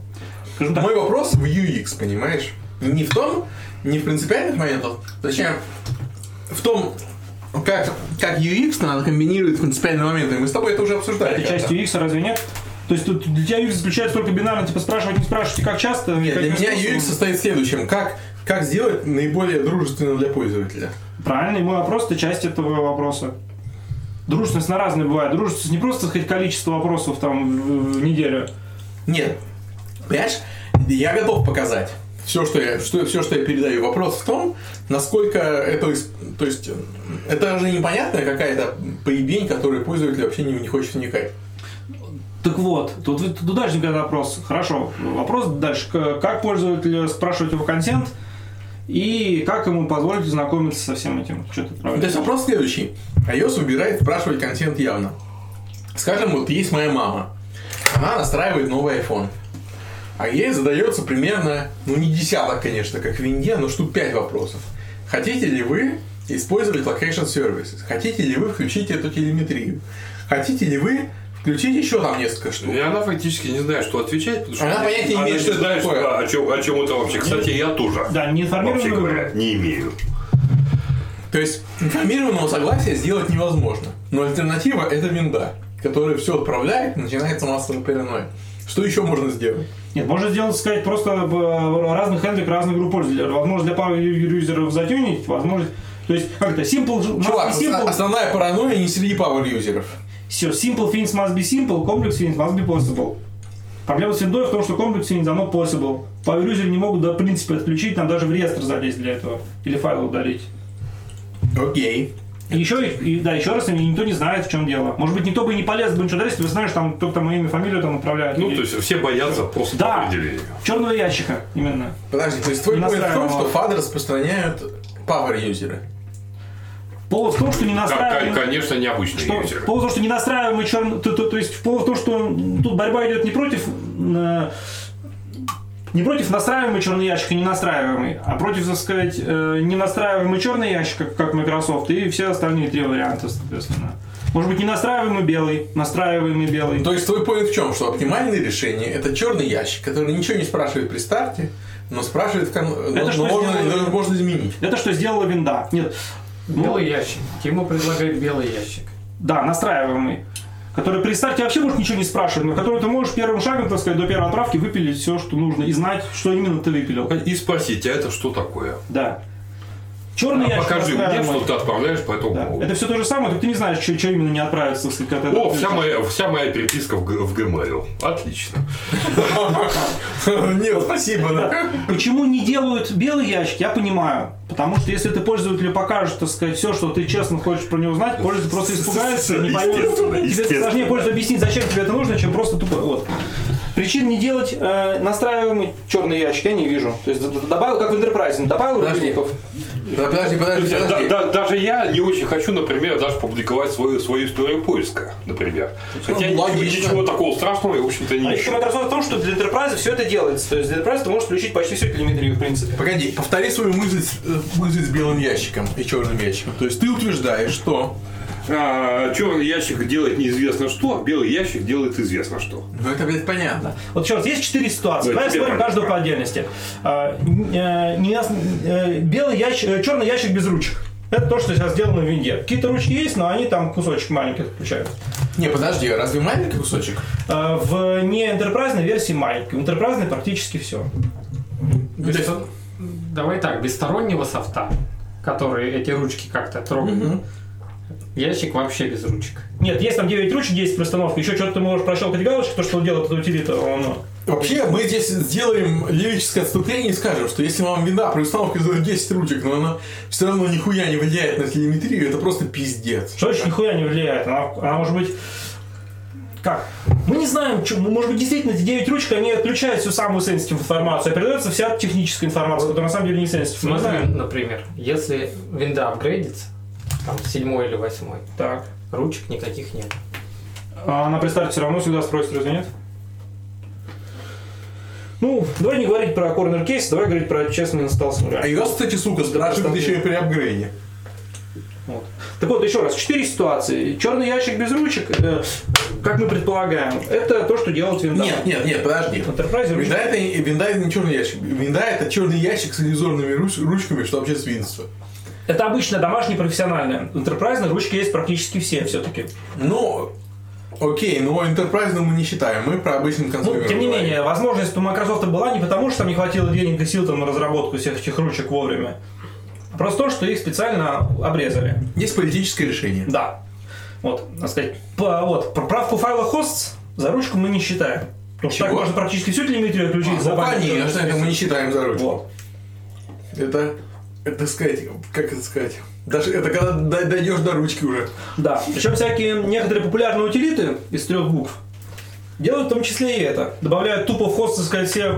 Speaker 3: Скажем так,
Speaker 2: Мой вопрос в UX, понимаешь? Не в том, не в принципиальных моментах, точнее, в том, как, как UX надо комбинировать с принципиальными моментами. Мы с тобой это уже обсуждали.
Speaker 3: это
Speaker 2: как-то.
Speaker 3: часть UX, разве нет? То есть тут для тебя UX заключается только бинарно, типа спрашивать, не спрашивать, и как часто. и
Speaker 2: Нет, для меня
Speaker 3: каким способом.
Speaker 2: UX состоит в следующем. Как, как сделать наиболее дружественно для пользователя?
Speaker 3: Правильно, и мой вопрос это часть этого вопроса. Дружественность на разные бывает. Дружественность не просто сказать, количество вопросов там в, в неделю.
Speaker 2: Нет. Понимаешь, я готов показать. В Все, что я, что, все, что я передаю. Вопрос в том, насколько это... ис- То есть, э, это же непонятная какая-то поебень, которую пользователь вообще не, не хочет вникать.
Speaker 3: Так вот, тут, тут- туда же никогда вопрос. Хорошо, вопрос дальше. К- Как пользователю спрашивать его консент и как ему позволить знакомиться со всем этим? Что ты
Speaker 2: Ну,
Speaker 3: правильно
Speaker 2: То есть
Speaker 3: сказал.
Speaker 2: вопрос следующий. iOS выбирает спрашивать контент явно. Скажем, вот есть моя мама. Она настраивает новый iPhone. А ей задается примерно, ну не десяток, конечно, как в Винде, но штук 5 вопросов. Хотите ли вы использовать Location Services? Хотите ли вы включить эту телеметрию? Хотите ли вы включить еще там несколько штук?
Speaker 1: И она фактически не знает, что отвечать, потому что
Speaker 2: Она понятия не имеет, что это
Speaker 1: знает,
Speaker 2: такое.
Speaker 1: да, о, чем, о чем это вообще. Кстати, я тоже,
Speaker 3: Да, не
Speaker 1: вообще говоря,
Speaker 3: информированный
Speaker 1: не имею.
Speaker 2: То есть информированного согласия сделать невозможно. Но альтернатива это винда, которая все отправляет, начинается массовая паранойя. Что еще можно сделать?
Speaker 3: Нет, можно сделать, сказать, просто э, разных хендлик разных групп пользователей. Возможно, для пары ю- юзеров затюнить, возможно... То есть, как это, simple... must be
Speaker 2: Чувак, а, ос-
Speaker 3: simple.
Speaker 2: основная паранойя не среди power юзеров.
Speaker 3: Все, simple things must be simple, complex things must be possible. Проблема с виндой в том, что комплекс не дано possible. Поверюзеры не могут, да, в принципе, отключить, там даже в реестр залезть для этого. Или файл удалить.
Speaker 2: Окей.
Speaker 3: И еще, и- и- да, еще раз, и никто не знает, в чем дело. Может быть, никто бы и не полез бы ничего если вы знаешь, там кто-то там имя, фамилию там управляет.
Speaker 1: Ну, то есть все боятся просто
Speaker 3: Да.
Speaker 1: по определению.
Speaker 3: Черного ящика, именно.
Speaker 2: Подожди, то есть твой
Speaker 3: Не
Speaker 2: point в том,
Speaker 3: настраивала.
Speaker 2: что фады распространяют power юзеры.
Speaker 3: Повод в том, что не
Speaker 1: Кон- кон-
Speaker 3: настраиваем...
Speaker 1: Конечно, необычные
Speaker 3: Что,
Speaker 1: юзеры.
Speaker 3: повод в том, что не настраиваем черный... То, то- то есть повод в том, что м, тут борьба идет не против... э, не против настраиваемый черный ящик и не настраиваемый, а против, так сказать, э, не настраиваемый черный ящик, как, как Microsoft, и все остальные три варианта, соответственно. Может быть, не настраиваемый белый, настраиваемый белый.
Speaker 2: То есть твой point в чем? Что оптимальное решение это черный ящик, который ничего не спрашивает при старте, но спрашивает в кон... но-
Speaker 3: что
Speaker 2: но можно,
Speaker 3: сделали?
Speaker 2: но можно изменить.
Speaker 3: Это что сделала винда. Нет, Ну,
Speaker 4: Белый ящик. Тима предлагает белый ящик.
Speaker 3: Да, настраиваемый. Который при старте вообще может ничего не спрашивать, но который ты можешь первым шагом, так сказать, до первой отправки выпилить все, что нужно, и знать, что именно ты выпилил.
Speaker 1: И спросить, а это что такое?
Speaker 3: Да. Черный
Speaker 1: А
Speaker 3: ящик
Speaker 1: покажи мне,
Speaker 3: настраиваемый.
Speaker 1: что ты отправляешь по этому
Speaker 3: Да.
Speaker 1: поводу.
Speaker 3: Это все то же самое, только ты не знаешь, что, что именно не отправится, так сказать, когда ты
Speaker 1: О,
Speaker 3: отключишь.
Speaker 1: вся моя, вся моя переписка в, Г- в Gmail. Отлично.
Speaker 2: Нет, спасибо. но-
Speaker 3: Почему не делают белый ящик, я понимаю. Потому что если ты пользователю покажешь, так сказать, все, что ты честно хочешь про него знать, пользователь просто испугается, не поймет.
Speaker 1: Естественно,
Speaker 3: Тебе
Speaker 1: естественно.
Speaker 3: сложнее пользователю объяснить, зачем тебе это нужно, чем просто тупо. Вот. Причин не делать э, настраиваемый черный ящик я не вижу. То есть д- д- добавил, как в Enterprise, добавил
Speaker 2: Подожди.
Speaker 3: рубильников.
Speaker 2: Да, Подожди, подожди,
Speaker 1: Да-
Speaker 2: подожди.
Speaker 1: да- даже я не очень хочу, например, даже публиковать свою, свою историю поиска, например. Хотя ничего-
Speaker 2: логично.
Speaker 1: ничего такого страшного я, в общем-то,
Speaker 3: А
Speaker 1: не
Speaker 3: еще
Speaker 1: ищу.
Speaker 3: Microsoft в том, что для Enterprise все это делается. То есть для Enterprise ты можешь включить почти всю телеметрию, в принципе.
Speaker 2: Погоди, повтори свою мысль, с- э, мысль с белым ящиком и черным ящиком. То есть ты утверждаешь, что...
Speaker 1: А, черный ящик делает неизвестно что, белый ящик делает известно что.
Speaker 2: Ну это, блядь, понятно.
Speaker 3: Вот черт, есть четыре ситуации.
Speaker 1: Ну,
Speaker 3: Давай
Speaker 1: тебе
Speaker 3: смотрим
Speaker 1: правильно,
Speaker 3: каждую по отдельности. А, н- э, неясно- э, Белый ящик, черный ящик без ручек. Это то, что сейчас сделано в винде. Какие-то ручки есть, но они там кусочек маленький отключают.
Speaker 2: Не, подожди, а разве маленький кусочек?
Speaker 3: А, В не энтерпрайзной версии маленький. В энтерпрайзной практически все.
Speaker 4: Без- Давай так, без стороннего софта, который эти ручки как-то трогает.
Speaker 2: Мгм.
Speaker 4: Ящик вообще без ручек.
Speaker 3: Нет, есть там 9 ручек, 10 пристановок. Еще что-то ты можешь прощелкать галочку, то, что делает эта утилита. он- ну,
Speaker 2: Вообще, мы здесь сделаем лирическое отступление и скажем, что если вам вина при установке за 10 ручек, но она все равно нихуя не влияет на телеметрию, это просто пиздец.
Speaker 3: Что значит нихуя не влияет? Она, она может быть... Как? Мы не знаем, чё- ну, может быть, действительно, эти 9 ручек, они отключают всю самую сенситивную информацию, а передается вся техническая информация, которая на самом деле не Ну, сенситивна. Мы
Speaker 4: Смотри,
Speaker 3: знаем.
Speaker 4: например, если винда апгрейдится, там седьмой или восьмой,
Speaker 3: Так.
Speaker 4: ручек никаких нет.
Speaker 3: А она представьте, все равно всегда спросит, разве нет? Ну, давай не говорить про corner кейс, давай говорить про честный инсталл с нуля.
Speaker 2: А iOS, кстати, сука, спрашивает еще и при апгрейде.
Speaker 3: Вот. Так вот, еще раз, четыре ситуации. Черный ящик без ручек, э, как мы предполагаем, это то, что делает Винда.
Speaker 2: Нет, нет, нет, подожди.
Speaker 3: В Enterprise ручки
Speaker 2: Винда это, винда это не черный ящик. Винда это черный ящик с иллюзорными руч- ручками, что вообще свинство.
Speaker 3: Это обычная домашняя профессиональная. Enterprise ручки есть практически все все-таки.
Speaker 2: Ну, окей, но Enterprise мы не считаем, мы про обычный консумер.
Speaker 3: Ну, тем не менее, возможность у Microsoft была не потому, что там не хватило денег и сил там, на разработку всех этих ручек вовремя. а Просто то, что их специально обрезали.
Speaker 2: Есть политическое решение.
Speaker 3: Да. Вот, так сказать, по- вот, про правку файла hosts за ручку мы не считаем. Потому что
Speaker 2: Чего?
Speaker 3: так можно практически всю телеметрию отключить за
Speaker 2: ну,
Speaker 3: память.
Speaker 2: конечно, это мы не считаем за ручку.
Speaker 3: Вот.
Speaker 2: Это, это сказать, как это сказать? Даже это когда дай- дойдешь до ручки уже.
Speaker 3: Да. Причем всякие некоторые популярные утилиты из трех букв делают в том числе и это. Добавляют тупо в хост, так сказать, все, э,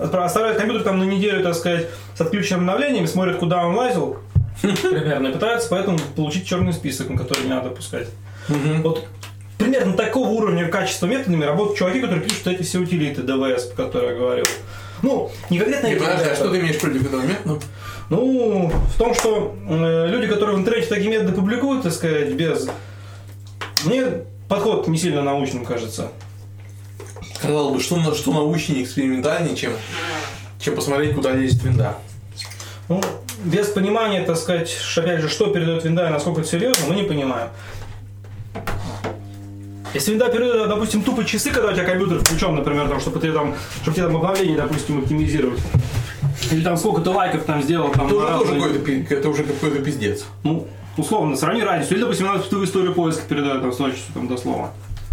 Speaker 3: отправ- оставляют компьютер там на неделю, так сказать, с отключенными обновлениями, смотрят, куда он лазил, примерно, и пытаются поэтому получить черный список, на который не надо пускать. Вот примерно такого уровня качества методами работают чуваки, которые пишут эти все утилиты ДВС, про которые я говорил. Ну, не конкретно
Speaker 2: Не,
Speaker 3: эти,
Speaker 2: подожди, а
Speaker 3: ребята.
Speaker 2: что ты имеешь против этого метода?
Speaker 3: Ну, в том, что э, люди, которые в интернете такие методы публикуют, так сказать, без... Мне подход не сильно научным кажется.
Speaker 2: Казалось бы, что, на- что научнее, экспериментальнее, чем, чем посмотреть, куда лезет винда.
Speaker 3: Ну, без понимания, так сказать, ш- опять же, что передает винда и насколько это серьезно, мы не понимаем. Если винда передает, допустим, тупо часы, когда у тебя компьютер включен, например, там, чтобы ты там, чтобы тебе там обновление, допустим, оптимизировать. Или там сколько ты лайков там сделал, там
Speaker 2: Это уже,
Speaker 3: на
Speaker 2: тоже
Speaker 3: разные-
Speaker 2: какой-то, пи- это уже какой-то пиздец.
Speaker 3: Ну, условно, сравни разницу. Или, допустим, она в историю поиска передает там с точностью там, до слова.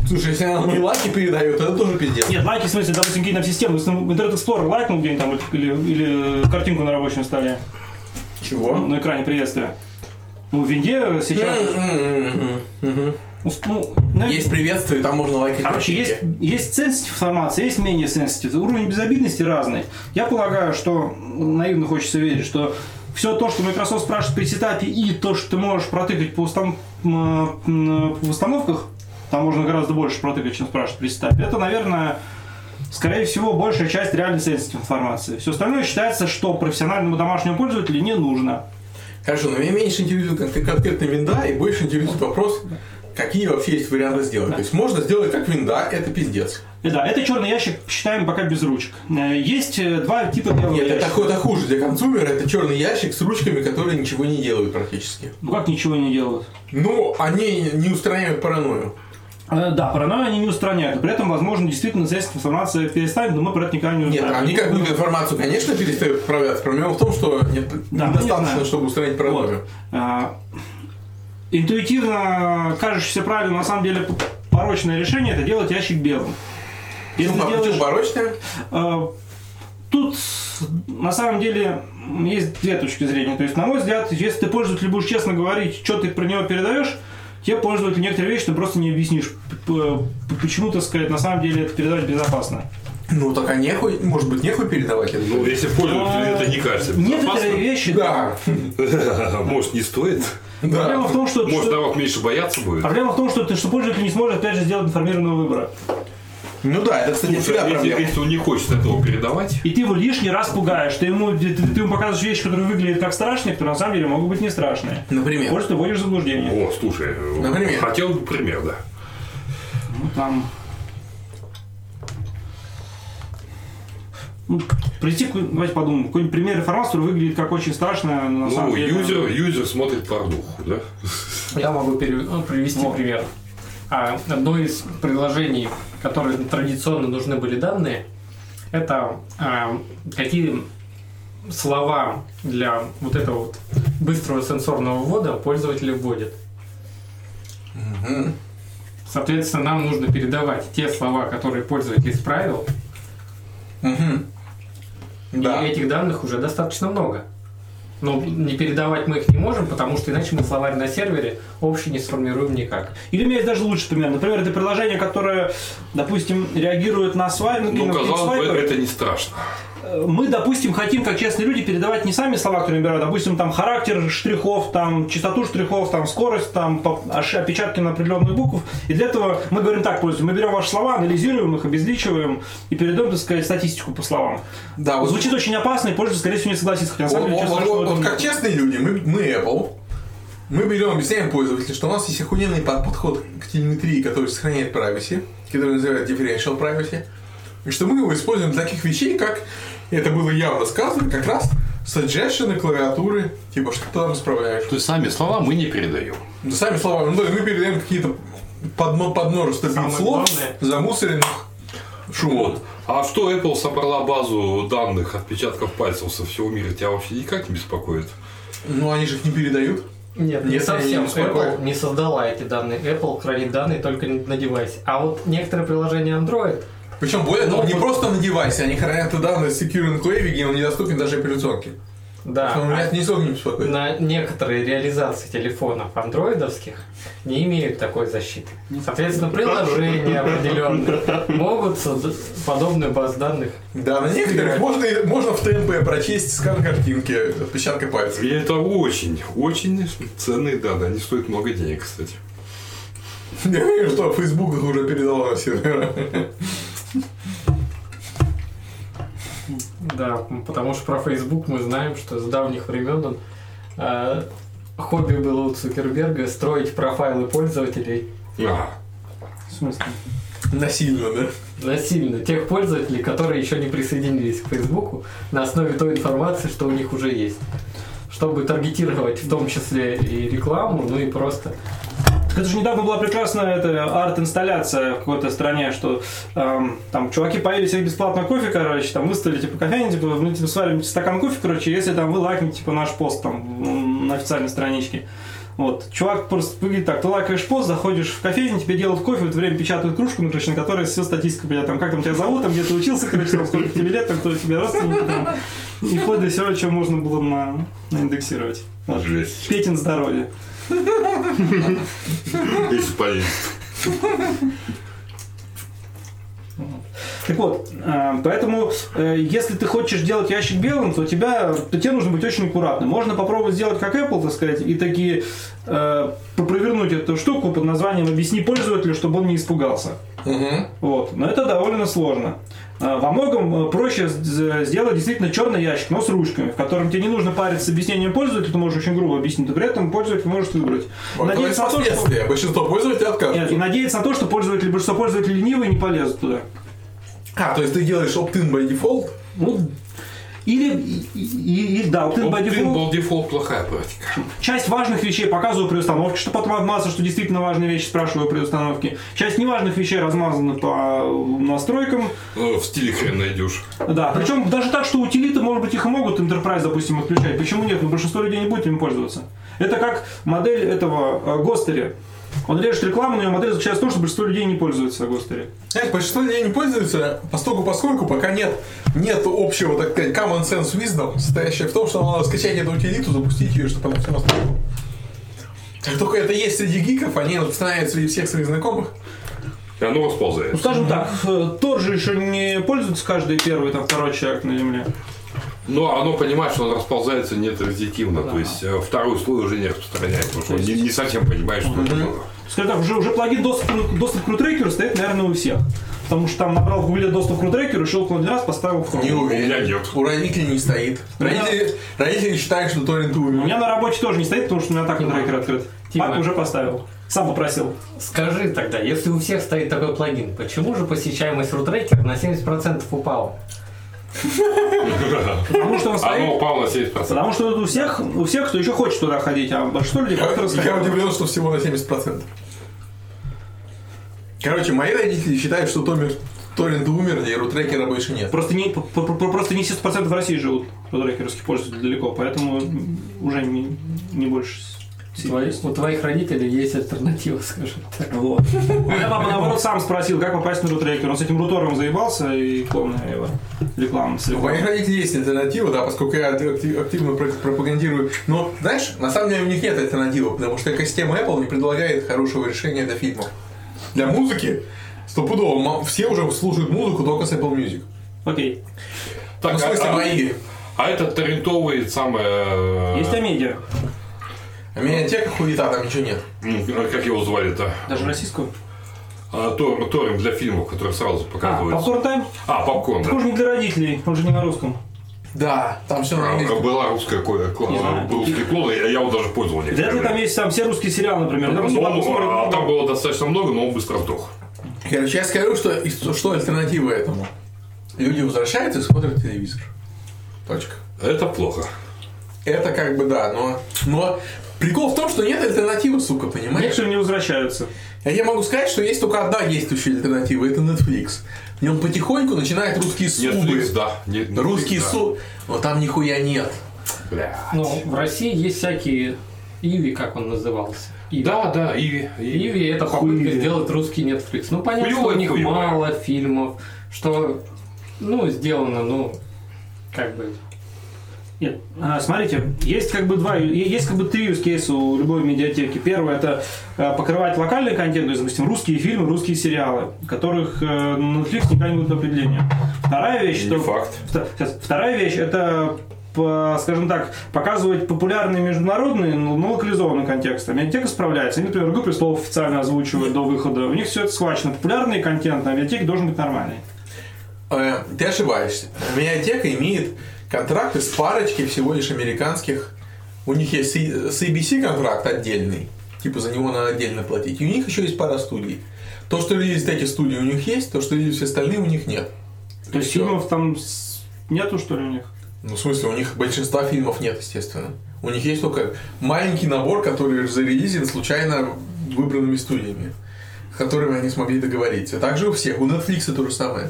Speaker 2: Слушай, если она мне лаки передает, это тоже пиздец.
Speaker 3: Нет, лайки, в смысле, допустим, какие-то системы. Если Internet Explorer лайкнул где-нибудь там или, или картинку на рабочем столе,
Speaker 2: Чего?
Speaker 3: на экране приветствия. Ну, в Винде сейчас...
Speaker 2: М-м-м-м. Мгм.
Speaker 3: ус- ну, на-
Speaker 2: Есть приветствие, там можно лайкать.
Speaker 3: Короче,
Speaker 2: картинки.
Speaker 3: есть, есть sensitive информация, есть менее sensitive. Уровень безобидности разный. Я полагаю, что м, наивно хочется верить, что все то, что Microsoft спрашивает при сетапе, и то, что ты можешь протыкать по, устан- м, м, в установках, там можно гораздо больше протыкать, чем спрашивать при сетапе. Это, наверное, скорее всего, большая часть реально sensitive информации. Все остальное считается, что профессиональному домашнему пользователю не нужно.
Speaker 2: Хорошо, но меня меньше интересует кон- конкретно винда, и больше интересует вопрос, какие вообще есть варианты сделать. То есть можно сделать как винда, это пиздец.
Speaker 3: И Э, да, это черный ящик, считаем пока без ручек. Э, Есть э, два типа белого
Speaker 2: Нет, это
Speaker 3: ящика.
Speaker 2: хо- это хуже для консумера, это черный ящик с ручками, которые ничего не делают практически.
Speaker 3: Ну как ничего не делают?
Speaker 2: Но они не устраняют паранойю.
Speaker 3: Э, Да, паранойю они не устраняют. При этом, возможно, действительно средств информация перестанет, но мы про это никогда не
Speaker 2: Нет,
Speaker 3: узнаем.
Speaker 2: они какую-то информацию, конечно, перестают отправлять. Проблема в том, что нет,
Speaker 3: Да, мы не
Speaker 2: недостаточно,
Speaker 3: знаем.
Speaker 2: чтобы устранить паранойю.
Speaker 3: А, Интуитивно кажущееся правильным, на самом деле порочное решение это делать ящик белым. Если
Speaker 2: Почему,
Speaker 3: делаешь-
Speaker 2: почему порочное?
Speaker 3: Э, Тут на самом деле есть две точки зрения. То есть, на мой взгляд, если ты пользователю будешь честно говорить, что ты про него передаешь, тебе пользователю некоторые вещи ты просто не объяснишь, п- п- почему, так сказать, на самом деле это передавать безопасно.
Speaker 2: Ну так а нехуй, может быть, нехуй передавать это.
Speaker 1: Ну, если
Speaker 3: А,
Speaker 1: пользователю это не кажется
Speaker 3: Некоторые
Speaker 1: безопасным,
Speaker 3: вещи...
Speaker 2: Да,
Speaker 1: может, не стоит.
Speaker 3: Проблема
Speaker 2: да.
Speaker 3: в том, что...
Speaker 1: Может,
Speaker 3: что- А
Speaker 1: народ меньше бояться будет.
Speaker 3: Проблема в том, что, ты, что пользователь не сможет, опять же, сделать информированного выбора.
Speaker 2: Ну да, это, кстати,
Speaker 1: а Если,
Speaker 2: всегда проблема.
Speaker 1: если он не хочет этого передавать,
Speaker 3: И ты его лишний раз пугаешь. Ты ему, ты, ты ему показываешь вещи, которые выглядят как страшные, которые на самом деле могут быть не страшные.
Speaker 2: Например.
Speaker 3: Может, ты вводишь в заблуждение.
Speaker 1: о, слушай, э,
Speaker 2: Например?
Speaker 1: хотел бы пример, да.
Speaker 3: Ну, там... Ну, прийти, к- давайте подумаем, какой-нибудь пример информации, который выглядит как очень страшно, но на самом
Speaker 1: Ну,
Speaker 3: деле...
Speaker 1: юзер, юзер смотрит порнуху, да?
Speaker 4: Я могу пере- ну, привести
Speaker 3: Вот.
Speaker 4: пример. А, одно из приложений, которые традиционно нужны были данные, это а, какие слова для вот этого вот быстрого сенсорного ввода пользователь вводит.
Speaker 2: Мгм.
Speaker 4: Соответственно, нам нужно передавать те слова, которые пользователь исправил,
Speaker 2: Мгм. Да.
Speaker 4: и этих данных уже достаточно много. Но не передавать мы их не можем, потому что иначе мы словарь на сервере общий не сформируем никак.
Speaker 3: Или у меня есть даже лучший пример. Например, это приложение, которое, допустим, реагирует на свайп.
Speaker 1: Ну,
Speaker 3: на
Speaker 1: казалось бы,
Speaker 3: кликсвайпы.
Speaker 1: это не страшно.
Speaker 3: мы, допустим, хотим, как честные люди, передавать не сами слова, которые набирают, а, допустим, там характер штрихов, там частоту штрихов, там скорость, там по- ош- опечатки на определенных букв. И для этого мы говорим так, пользователь, мы берем ваши слова, анализируем их, обезличиваем и передаем, так сказать, статистику по словам.
Speaker 2: Да, А вот
Speaker 3: Звучит очень опасно, и пользователь, скорее всего, не согласится. Хотя, на
Speaker 2: Вот,
Speaker 3: самом деле,
Speaker 2: вот- вот-
Speaker 3: честно говоря, что в
Speaker 2: вот
Speaker 3: этом
Speaker 2: как
Speaker 3: нет.
Speaker 2: честные люди, мы, мы Apple, мы берем, объясняем пользователю, что у нас есть охуенный под- подход к телеметрии, который сохраняет privacy, который называют differential privacy, и что мы его используем для таких вещей, как, и это было явно сказано, как раз suggestion клавиатуры, типа, что ты там исправляешь.
Speaker 1: То есть сами слова мы не передаем.
Speaker 2: Да Сами слова, ну, да, мы передаем какие-то подно, подмножество
Speaker 4: Самое
Speaker 2: слов,
Speaker 4: главное-
Speaker 2: замусоренных шумом.
Speaker 1: Вот. А что Apple собрала базу данных отпечатков пальцев со всего мира, тебя вообще никак не беспокоит?
Speaker 2: Ну, они же их не передают.
Speaker 4: Нет, не
Speaker 2: Если
Speaker 4: совсем.
Speaker 2: они не успокоят.
Speaker 4: Apple не создала эти данные. Apple хранит данные только на девайсе. А вот некоторые приложения Android
Speaker 2: Причем более того,
Speaker 4: Ну,
Speaker 2: не
Speaker 4: вот-
Speaker 2: просто на девайсе, они хранят и данные с Secure Enclave, где он недоступен даже операционке.
Speaker 4: Да.
Speaker 2: Поэтому меня это нисколько не
Speaker 4: а
Speaker 2: беспокоит.
Speaker 4: на некоторые реализации телефонов андроидовских не имеют такой защиты. Соответственно, приложения определенные могут создать подобную баз данных.
Speaker 2: Да, на некоторых можно, и- можно в ТМП прочесть скан картинки отпечаткой пальцев.
Speaker 1: И это очень, очень ценные данные. Они стоят много денег, кстати.
Speaker 2: Что, Facebook их уже передала на сервера.
Speaker 4: Да, потому что про Facebook мы знаем, что с давних времен он, э, хобби было у Цукерберга строить профайлы пользователей
Speaker 1: А,
Speaker 3: В смысле?
Speaker 2: Насильно, да?
Speaker 4: насильно тех пользователей, которые еще не присоединились к Фейсбуку на основе той информации, что у них уже есть. Чтобы таргетировать в том числе и рекламу, ну и просто
Speaker 3: Так это же недавно была прекрасная эта арт-инсталляция в какой-то стране, что эм, там чуваки поели себе бесплатно кофе, короче, там выставили типа кофейню, типа, мы типа сварим стакан кофе, короче, если там вы лайкните типа наш пост там м, на официальной страничке. Вот. Чувак просто выглядит так, ты лайкаешь пост, заходишь в кофейню, тебе делают кофе, в это время печатают кружку, ну, короче, на которой все статистика, бля, там, как там тебя зовут, там, где ты учился, короче, там, сколько тебе лет, там, кто у тебя родственник, там, и вплоть до всего, чем можно было на, наиндексировать. Вот.
Speaker 1: жесть.
Speaker 3: Петин здоровье.
Speaker 1: Если поедет.
Speaker 3: Так вот, э, поэтому, э, если ты хочешь делать ящик белым, то, тебя, то тебе нужно быть очень аккуратным. Можно попробовать сделать как Apple, так сказать, и такие э, провернуть эту штуку под названием «Объясни пользователю, чтобы он не испугался».
Speaker 2: Угу.
Speaker 3: Вот. Но это довольно сложно. Э, Во многом э, проще с- з- сделать действительно черный ящик, но с ручками, в котором тебе не нужно париться с объяснением пользователя, ты можешь очень грубо объяснить, но при этом пользователь может выбрать.
Speaker 2: Надеюсь,
Speaker 3: Надеяться на то, что...
Speaker 2: последствия. Большинство пользователей откажут.
Speaker 3: Нет, и надеяться на то, что пользователи, большинство пользователей ленивые и не полезут туда.
Speaker 2: А, то есть ты делаешь opt-in by default?
Speaker 3: Ну, или, и- и- и- да, вот
Speaker 1: Opt-in
Speaker 3: by default.
Speaker 1: был дефолт плохая практика.
Speaker 3: Часть важных вещей показываю при установке, что потом обмазаться, что действительно важные вещи спрашиваю при установке. Часть неважных вещей размазана по э, настройкам.
Speaker 1: Э, В стиле хрен найдешь.
Speaker 3: Да, причем даже так, что утилиты, может быть, их и могут Enterprise, допустим, отключать. Почему нет? Но большинство людей не будет им пользоваться. Это как модель этого э, Гостери. Он режет рекламу, но ее модель заключается в том, что большинство людей не пользуются Гостери.
Speaker 2: Знаешь, Э, большинство людей не пользуются, поскольку, поскольку пока нет, нет общего, так сказать, common sense wisdom, состоящего в том, что надо скачать эту утилиту, запустить ее, чтобы она все настроила. Как только это есть среди гиков, они распространяют среди всех своих знакомых.
Speaker 1: И оно
Speaker 3: Ну,
Speaker 1: расползается.
Speaker 3: скажем так, э, Тор же еще не пользуется каждый первый, там, второй человек на Земле.
Speaker 1: Но оно понимает, что оно расползается нетранзитивно. То есть э, второй слой уже не распространяет. Потому что он не, не совсем понимает, что это было.
Speaker 3: Скажем так, уже, уже плагин доступ, доступ к рутрекеру стоит, наверное, у всех. Потому что там набрал в гугле доступ к рутрекеру, щелкнул один раз, поставил в хром.
Speaker 2: Не
Speaker 1: У меня
Speaker 2: уверен.
Speaker 1: нет.
Speaker 2: У родителей не стоит. Родители, родители считают, что торренты
Speaker 3: У
Speaker 2: умер.
Speaker 3: меня на работе тоже не стоит, потому что у меня так рутрекер открыт.
Speaker 4: Тима.
Speaker 3: Папа уже поставил. Сам попросил.
Speaker 4: Скажи тогда, если у всех стоит такой плагин, почему же посещаемость рутрекера на 70% упала?
Speaker 3: Потому что он
Speaker 1: Оно
Speaker 3: стоит.
Speaker 1: упало на 70%.
Speaker 3: Потому что у всех, у всех, кто еще хочет туда ходить, а большинство людей
Speaker 2: Я,
Speaker 3: просто
Speaker 2: я
Speaker 3: рассказывают.
Speaker 2: удивлен, что всего на 70%. Короче, мои родители считают, что Томер Торренты умерли, и рутрекера больше нет.
Speaker 3: Просто не, по- по- по- просто не 70% в России живут рутрекеровских пользователей далеко, поэтому м, уже не, не больше.
Speaker 4: У твоих- у твоих родителей есть альтернатива, скажем так.
Speaker 3: Вот. У меня папа, наоборот, сам спросил, как попасть на рутрекер. Он с этим рутором заебался и клонная его реклама с
Speaker 2: У
Speaker 3: рекламой.
Speaker 2: моих родителей есть альтернатива, да, поскольку я актив- активно про- пропагандирую. Но, знаешь, на самом деле у них нет альтернативы, потому что экосистема Apple не предлагает хорошего решения для фильмов. Для музыки стопудово ма- все уже слушают музыку только с Apple Music.
Speaker 3: Окей.
Speaker 2: Ну,
Speaker 1: Так,
Speaker 2: в смысле,
Speaker 1: а,
Speaker 2: мои.
Speaker 1: а это торрентовый самое...
Speaker 3: Есть Амедиа.
Speaker 2: А медиатека хуета, там ничего нет.
Speaker 1: М, Ну, Как его звали-то?
Speaker 3: Даже российскую.
Speaker 1: А, тор- Торрент для фильмов, который сразу
Speaker 3: А,
Speaker 1: показывается.
Speaker 3: Попкорн Тайм?
Speaker 1: А, попкорн, да.
Speaker 3: Тоже не для родителей, он же не на русском.
Speaker 2: Да, там все на
Speaker 1: А,
Speaker 2: английском.
Speaker 1: Была русская кое- клон,
Speaker 3: Не знаю.
Speaker 1: был русский клон, я я его даже пользовал
Speaker 3: Для этого там есть там все русские сериалы, например.
Speaker 1: Но
Speaker 3: Допустим,
Speaker 1: он-
Speaker 3: «Папа скоро
Speaker 1: а,
Speaker 3: дома».
Speaker 1: там было достаточно много, но он быстро сдох.
Speaker 2: Короче, я скажу, что, и что- что альтернатива этому. Люди возвращаются и смотрят телевизор. Точка.
Speaker 1: Это плохо.
Speaker 2: Это как бы да, но, но прикол в том, что нет альтернативы, сука, понимаешь?
Speaker 3: Некоторые не возвращаются.
Speaker 2: А Я могу сказать, что есть только одна действующая альтернатива, это Netflix. В нем потихоньку начинают русские суды.
Speaker 1: Netflix, да. Не- Netflix,
Speaker 2: Русские
Speaker 1: да.
Speaker 2: суды. Но там нихуя нет.
Speaker 1: Бля.
Speaker 4: Ну, в России есть всякие Иви, как он назывался. Иви.
Speaker 1: Да, да, Иви. Иви.
Speaker 4: Иви это попытка
Speaker 3: Хуеви.
Speaker 4: сделать русский Netflix. Ну понятно, что у
Speaker 1: Хуёвая
Speaker 4: них
Speaker 1: хуевая.
Speaker 4: мало фильмов, что, ну, сделано, ну, как бы,
Speaker 3: Нет, а, смотрите, есть как бы два, е- есть как бы три use кейса у любой медиатеки. Первое это э, покрывать локальный контент, то есть, допустим, русские фильмы, русские сериалы, которых э, на Netflix никогда не будет определения. Вторая вещь,
Speaker 1: Не
Speaker 3: что
Speaker 1: факт.
Speaker 3: Вта- сейчас, вторая вещь это по- скажем так, показывать популярные международные, но но локализованные контексты. Медиатека справляется. Они, например, «Игру престолов» официально озвучивают до выхода. У них все это схвачено. Популярный контент на медиатеке должен быть нормальный.
Speaker 2: Э, Ты ошибаешься. Медиатека имеет контракты с парочкой всего лишь американских. У них есть C- с ABC контракт отдельный. Типа за него надо отдельно платить. И у них еще есть пара студий. То, что релиз эти студии у них есть, то, что релиз все остальные у них нет.
Speaker 3: То есть
Speaker 2: Всё.
Speaker 3: фильмов там с- нету, что ли, у них?
Speaker 2: Ну, в смысле, у них большинства фильмов нет, естественно. У них есть только маленький набор, который зарелизен случайно выбранными студиями, с которыми они смогли договориться. Также у всех. У Netflix то же самое.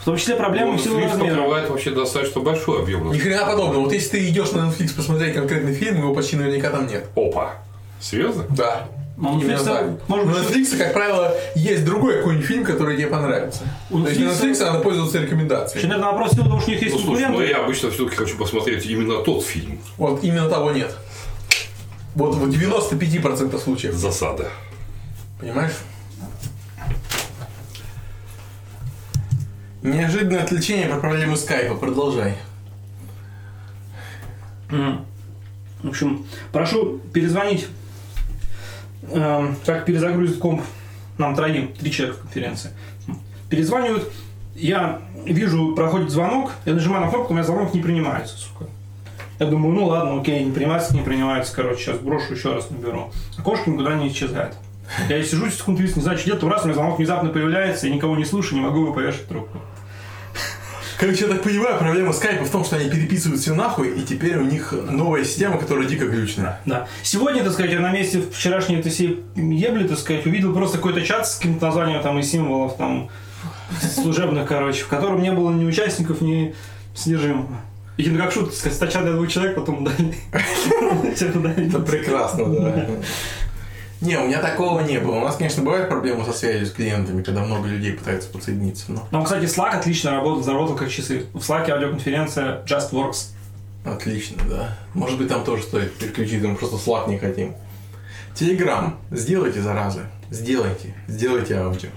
Speaker 3: В том числе проблема в
Speaker 1: Он
Speaker 3: силу
Speaker 1: Netflix
Speaker 3: размера. Ну,
Speaker 1: покрывает вообще достаточно большой объем.
Speaker 2: Ни хрена подобного. Вот если ты идешь на Netflix посмотреть конкретный фильм, его почти наверняка там нет.
Speaker 1: Опа. Серьезно?
Speaker 2: Да.
Speaker 3: Но у
Speaker 2: Именно
Speaker 3: Netflix,
Speaker 2: так.
Speaker 3: может
Speaker 2: У
Speaker 3: быть,
Speaker 1: Ну,
Speaker 2: Netflix, как правило, есть другой какой-нибудь фильм, который тебе понравится.
Speaker 3: У
Speaker 2: То есть на
Speaker 3: Netflix-
Speaker 2: Netflix надо пользоваться рекомендацией.
Speaker 3: Еще, наверное, вопрос в силу того, что у них есть
Speaker 1: Ну, слушай, ну
Speaker 3: конкуренты.
Speaker 1: я обычно все-таки хочу посмотреть именно тот фильм.
Speaker 2: Вот именно того нет. Вот в 95% случаев.
Speaker 1: Засада.
Speaker 2: Понимаешь? Неожиданное отвлечение про проблемы скайпа. Продолжай.
Speaker 3: Мгм. В общем, прошу перезвонить, эм, как перезагрузит комп нам троим, три человека в конференции. Перезванивают, я вижу, проходит звонок, я нажимаю на кнопку, у меня звонок не принимается, сука. Я думаю, ну ладно, окей, не принимается, не принимается, короче, сейчас брошу, еще раз наберу. Окошко никуда не исчезает. Я сижу секунд 30, не знаю, что делать, раз у меня звонок внезапно появляется, я никого не слышу, не могу его повешать трубку.
Speaker 2: Короче, я так понимаю, проблема скайпа в том, что они переписывают все нахуй, и теперь у них новая система, которая дико глючная.
Speaker 3: Да. Сегодня, так сказать, я на месте вчерашней этой всей ебли, так сказать, увидел просто какой-то чат с каким-то названием там и символов там служебных, короче, в котором не было ни участников, ни содержимого. И ну, как шутка, так сказать, сначала для двух человек, потом удалили. Всех удалили.
Speaker 2: Это прекрасно, да. Не, у меня такого не было. У нас, конечно, бывают проблемы со связью с клиентами, когда много людей пытаются подсоединиться, но
Speaker 3: Ну, кстати, Slack отлично работал, заработал как часы. В Slack аудиоконференция Just Works.
Speaker 2: отлично, да. Может быть, там тоже стоит переключить, мы просто Slack не хотим. Телеграм, сделайте, заразы. Сделайте. Сделайте аудио.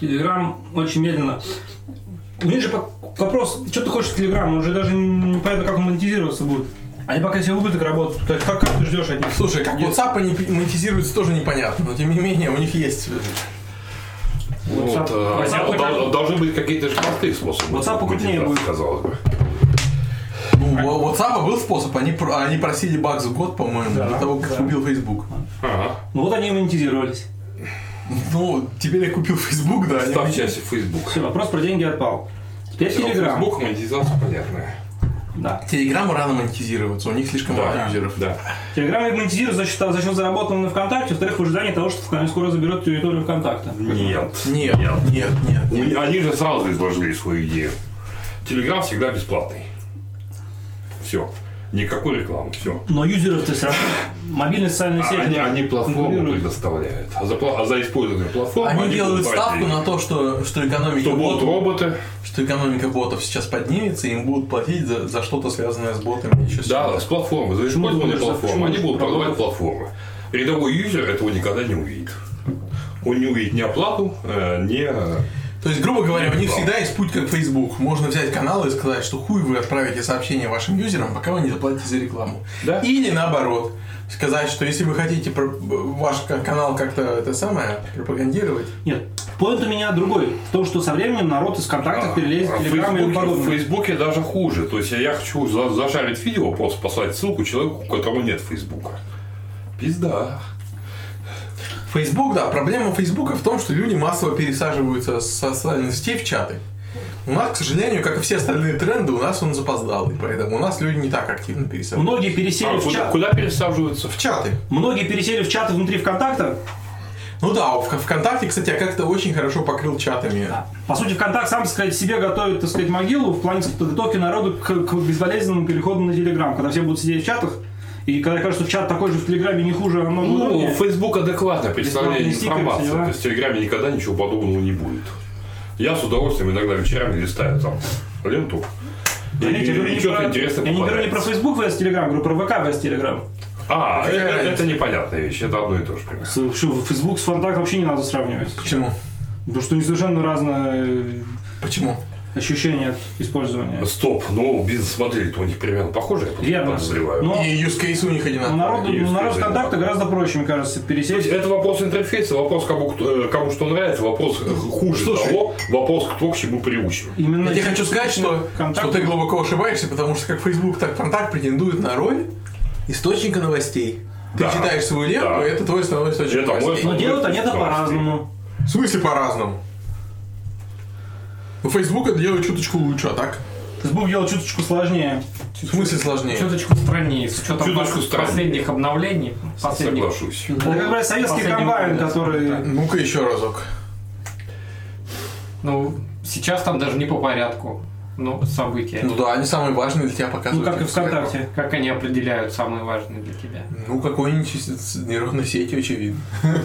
Speaker 3: Telegram очень медленно. У них же по- вопрос, что ты хочешь от Telegram, уже даже непонятно, как он монетизироваться будет. Они пока себе убыток работают. То есть как, как ты ждешь от них?
Speaker 2: Слушай, как
Speaker 3: Нет.
Speaker 2: WhatsApp они пи- монетизируются, тоже непонятно, но тем не менее у них есть. э,
Speaker 1: Вот,
Speaker 4: WhatsApp-
Speaker 3: э,
Speaker 1: а,
Speaker 4: WhatsApp
Speaker 1: дол-
Speaker 4: покажет.
Speaker 1: должны быть какие-то же простые способы.
Speaker 3: WhatsApp покрупнее
Speaker 1: Будет,
Speaker 3: будет.
Speaker 1: Казалось бы.
Speaker 2: ну, У у WhatsApp был способ, они, пр- они просили бакс в год, по-моему,
Speaker 3: Да,
Speaker 2: до того, как
Speaker 3: да.
Speaker 2: купил Facebook.
Speaker 1: Ага.
Speaker 3: Ну вот они и монетизировались.
Speaker 2: Ну, теперь я купил Facebook, да. они-
Speaker 1: Став частью Facebook.
Speaker 3: Все, вопрос про деньги отпал. Теперь Telegram.
Speaker 1: Facebook монетизация понятная.
Speaker 3: Да.
Speaker 2: Телеграмму рано монетизироваться, у них слишком мало юзеров.
Speaker 1: да.
Speaker 3: Telegram их монетизирует за счет, за счет заработанного на ВКонтакте, во-вторых, в ожидании того, что ВКонтакте скоро заберет территорию ВКонтакта.
Speaker 1: Нет.
Speaker 2: Нет, нет, нет, нет.
Speaker 1: Они они же сразу изложили свою идею. Телеграм всегда бесплатный. Все. Никакой рекламы. Все.
Speaker 3: Но юзеров ты все равно. Мобильные социальные сети.
Speaker 1: А, Они, они платформу
Speaker 3: конкурируют.
Speaker 1: предоставляют. А за, пла- а за использованную платформу
Speaker 2: Они делают
Speaker 1: покупают
Speaker 2: ставку
Speaker 1: деньги.
Speaker 2: на то, что, что экономика
Speaker 1: Что будут
Speaker 2: бот-
Speaker 1: роботы.
Speaker 2: что экономика ботов сейчас поднимется, и им будут платить за, за что-то связанное с ботами еще с
Speaker 1: Да,
Speaker 2: чем-то.
Speaker 1: с платформы. За
Speaker 3: Почему
Speaker 1: использование
Speaker 3: думаешь, за- почему
Speaker 1: платформы. Они
Speaker 3: же
Speaker 1: будут
Speaker 3: про
Speaker 1: продавать платформы. Рядовой юзер этого никогда не увидит. Он не увидит ни оплату, э, ни... э,
Speaker 2: То есть, грубо говоря, у них
Speaker 1: Да.
Speaker 2: всегда есть путь как Facebook. Можно взять канал и сказать, что хуй вы отправите сообщение вашим юзерам, пока вы не заплатите за рекламу.
Speaker 1: Да.
Speaker 2: Или наоборот, сказать, что если вы хотите про- ваш к- канал как-то это самое пропагандировать,
Speaker 3: Нет. Поинт у меня другой. В том, что со временем народ из контактов перелезет
Speaker 1: а
Speaker 3: в
Speaker 1: в,
Speaker 3: Telegram и
Speaker 1: Фейсбуке, в
Speaker 3: подобное.
Speaker 1: Фейсбуке даже хуже. То есть я хочу за- зажарить видео, просто послать ссылку человеку, у которого нет Фейсбука. Пизда.
Speaker 2: Facebook, да, проблема Фейсбука в том, что люди массово пересаживаются с социальных сетей в чаты. У нас, к сожалению, как и все остальные тренды, у нас он запоздал, и поэтому у нас люди не так активно пересаживаются.
Speaker 3: Многие пересели
Speaker 1: А
Speaker 3: в
Speaker 1: куда,
Speaker 3: чат.
Speaker 1: куда пересаживаются?
Speaker 2: В чаты.
Speaker 3: Многие пересели в чаты внутри ВКонтакта.
Speaker 2: Ну да, в- ВКонтакте, кстати, я как-то очень хорошо покрыл чатами.
Speaker 3: По сути, ВКонтакт сам, так сказать, себе готовит, так сказать, могилу в плане подготовки народу к, к безболезненному переходу на Телеграм, когда все будут сидеть в чатах, и когда кажется, что чат такой же в Телеграме не хуже, а намного
Speaker 1: Ну,
Speaker 3: удобнее.
Speaker 1: Фейсбук адекватно
Speaker 3: Бесплатные
Speaker 1: представляет
Speaker 3: стикеры, все
Speaker 1: информацию.
Speaker 3: дела.
Speaker 1: То есть в Телеграме никогда ничего подобного не будет. Я с удовольствием иногда вечерами листаю там ленту. И,
Speaker 3: Знаете, я говорю не
Speaker 1: что-то
Speaker 3: А про-
Speaker 1: интересное
Speaker 3: Я не говорю не про
Speaker 1: попадается.
Speaker 3: Facebook vs Telegram, говорю про ВК vs Telegram.
Speaker 1: А, это,
Speaker 2: Какая
Speaker 1: это
Speaker 2: разница?
Speaker 1: непонятная вещь, это одно и то же. примерно.
Speaker 3: С- что, Facebook с Фонтак вообще не надо сравнивать.
Speaker 2: Почему?
Speaker 3: Потому что у них совершенно разное э,
Speaker 2: Почему?
Speaker 3: ощущение от использования.
Speaker 1: Стоп, ну бизнес-модель у них примерно похожая, я
Speaker 3: Верно.
Speaker 1: подозреваю.
Speaker 3: Но
Speaker 2: И use case у них
Speaker 3: у
Speaker 2: одинаковый.
Speaker 3: народу,
Speaker 1: есть,
Speaker 3: у Ну, народ
Speaker 1: есть,
Speaker 3: контакта
Speaker 1: да.
Speaker 3: гораздо проще, мне кажется,
Speaker 1: То есть
Speaker 3: пересесть.
Speaker 1: это вопрос интерфейса, вопрос кому, кто- э, кому что нравится, вопрос э, хуже
Speaker 2: Слушай.
Speaker 1: того, вопрос кто к чему приучен.
Speaker 3: Именно
Speaker 2: Я тебе хочу сказать, что,
Speaker 3: контакт-
Speaker 2: что ты глубоко ошибаешься, потому что как Facebook, так ВКонтакт претендует на роль источника новостей. Ты
Speaker 1: Да.
Speaker 2: читаешь свою ленту,
Speaker 1: Да.
Speaker 2: и это твой основной источник
Speaker 1: Это мой
Speaker 2: новостей.
Speaker 3: Но
Speaker 1: основной.
Speaker 3: делают они это
Speaker 1: Новости.
Speaker 3: по-разному.
Speaker 2: В смысле по-разному? У Facebook это делает чуточку лучше, а так?
Speaker 3: Facebook делал чуточку сложнее.
Speaker 2: В смысле сложнее?
Speaker 4: Чуточку страннее, с учетом
Speaker 1: Чуточку
Speaker 4: пос-
Speaker 1: страннее.
Speaker 4: последних обновлений, последних...
Speaker 1: Соглашусь.
Speaker 3: Это Ну, как бы советский
Speaker 4: последнего
Speaker 3: комбайн,
Speaker 4: года.
Speaker 3: который...
Speaker 2: Ну-ка еще разок.
Speaker 4: Ну, сейчас там даже не по порядку ну, события.
Speaker 2: Ну да, они самые важные для тебя
Speaker 3: Ну,
Speaker 2: показывают.
Speaker 3: как и ВКонтакте.
Speaker 4: Как они определяют самые важные для тебя?
Speaker 2: Ну, какой-нибудь из нейронной сети, очевидно.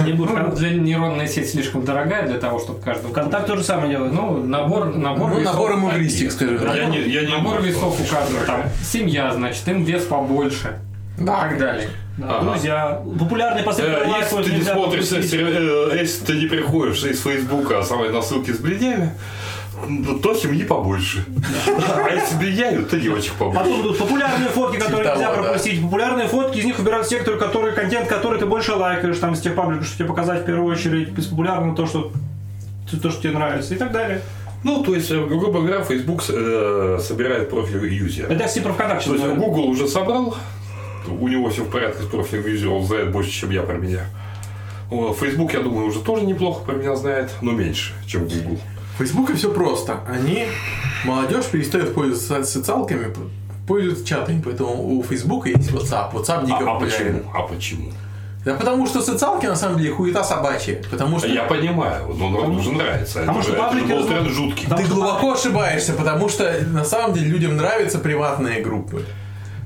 Speaker 3: Не буду
Speaker 4: Ну,
Speaker 3: вкон-
Speaker 4: для нейронная сеть слишком дорогая для того, чтобы каждый...
Speaker 3: ВКонтакт то же самое делает.
Speaker 4: Ну, набор...
Speaker 3: А
Speaker 4: Набор,
Speaker 2: Ну,
Speaker 4: весов.
Speaker 2: набором эвристик, скажи.
Speaker 1: Я не- я не
Speaker 4: набор
Speaker 1: могу
Speaker 4: весов у
Speaker 1: сказать,
Speaker 4: каждого.
Speaker 1: что
Speaker 4: Там семья, значит, им вес побольше. и так далее.
Speaker 3: Да,
Speaker 1: ага.
Speaker 3: друзья. Популярный
Speaker 1: Э,
Speaker 3: последний лайк
Speaker 1: Если
Speaker 3: тоже
Speaker 1: ты не
Speaker 3: нельзя
Speaker 1: смотришь,
Speaker 3: пропустить.
Speaker 1: сери- э, если ты не приходишь из Фейсбука самой на ссылке с бледнями, то семьи побольше. А если бледняют, то девочек побольше.
Speaker 3: Потом идут популярные фотки, которые
Speaker 2: Типа
Speaker 3: нельзя
Speaker 2: того, да.
Speaker 3: пропустить. Популярные фотки, из них выбирают те, которые, которые- контент, который ты больше лайкаешь, там, с тех пабликов, что тебе показать в первую очередь, из популярного то, что то, что тебе нравится и так далее.
Speaker 1: Ну, то есть, э, грубо говоря, Facebook э, собирает профиль юзера.
Speaker 3: Это я все про ВКонтакте
Speaker 1: То есть э,
Speaker 3: говорю.
Speaker 1: Google уже собрал, у него все в порядке с профилем юзера, он знает больше, чем я про меня. О, Facebook, я думаю, уже тоже неплохо про меня знает, но меньше, чем Google.
Speaker 2: В Фейсбуке все просто. Они, молодежь перестает пользоваться со- социалками, п- пользуются чатами. Поэтому у Фейсбука есть WhatsApp. WhatsApp дико
Speaker 1: А, а
Speaker 2: популярен.
Speaker 1: почему? А почему?
Speaker 2: Да потому что социалки на самом деле хуета собачья. Потому что
Speaker 1: Я понимаю, но народу уже нравится.
Speaker 3: потому
Speaker 1: это
Speaker 3: что
Speaker 1: же- это же
Speaker 3: паблики
Speaker 1: был
Speaker 3: разно-
Speaker 1: тренд жуткий.
Speaker 3: Да.
Speaker 2: ты
Speaker 3: потому что-
Speaker 2: глубоко ошибаешься, потому что на самом деле людям нравятся приватные группы.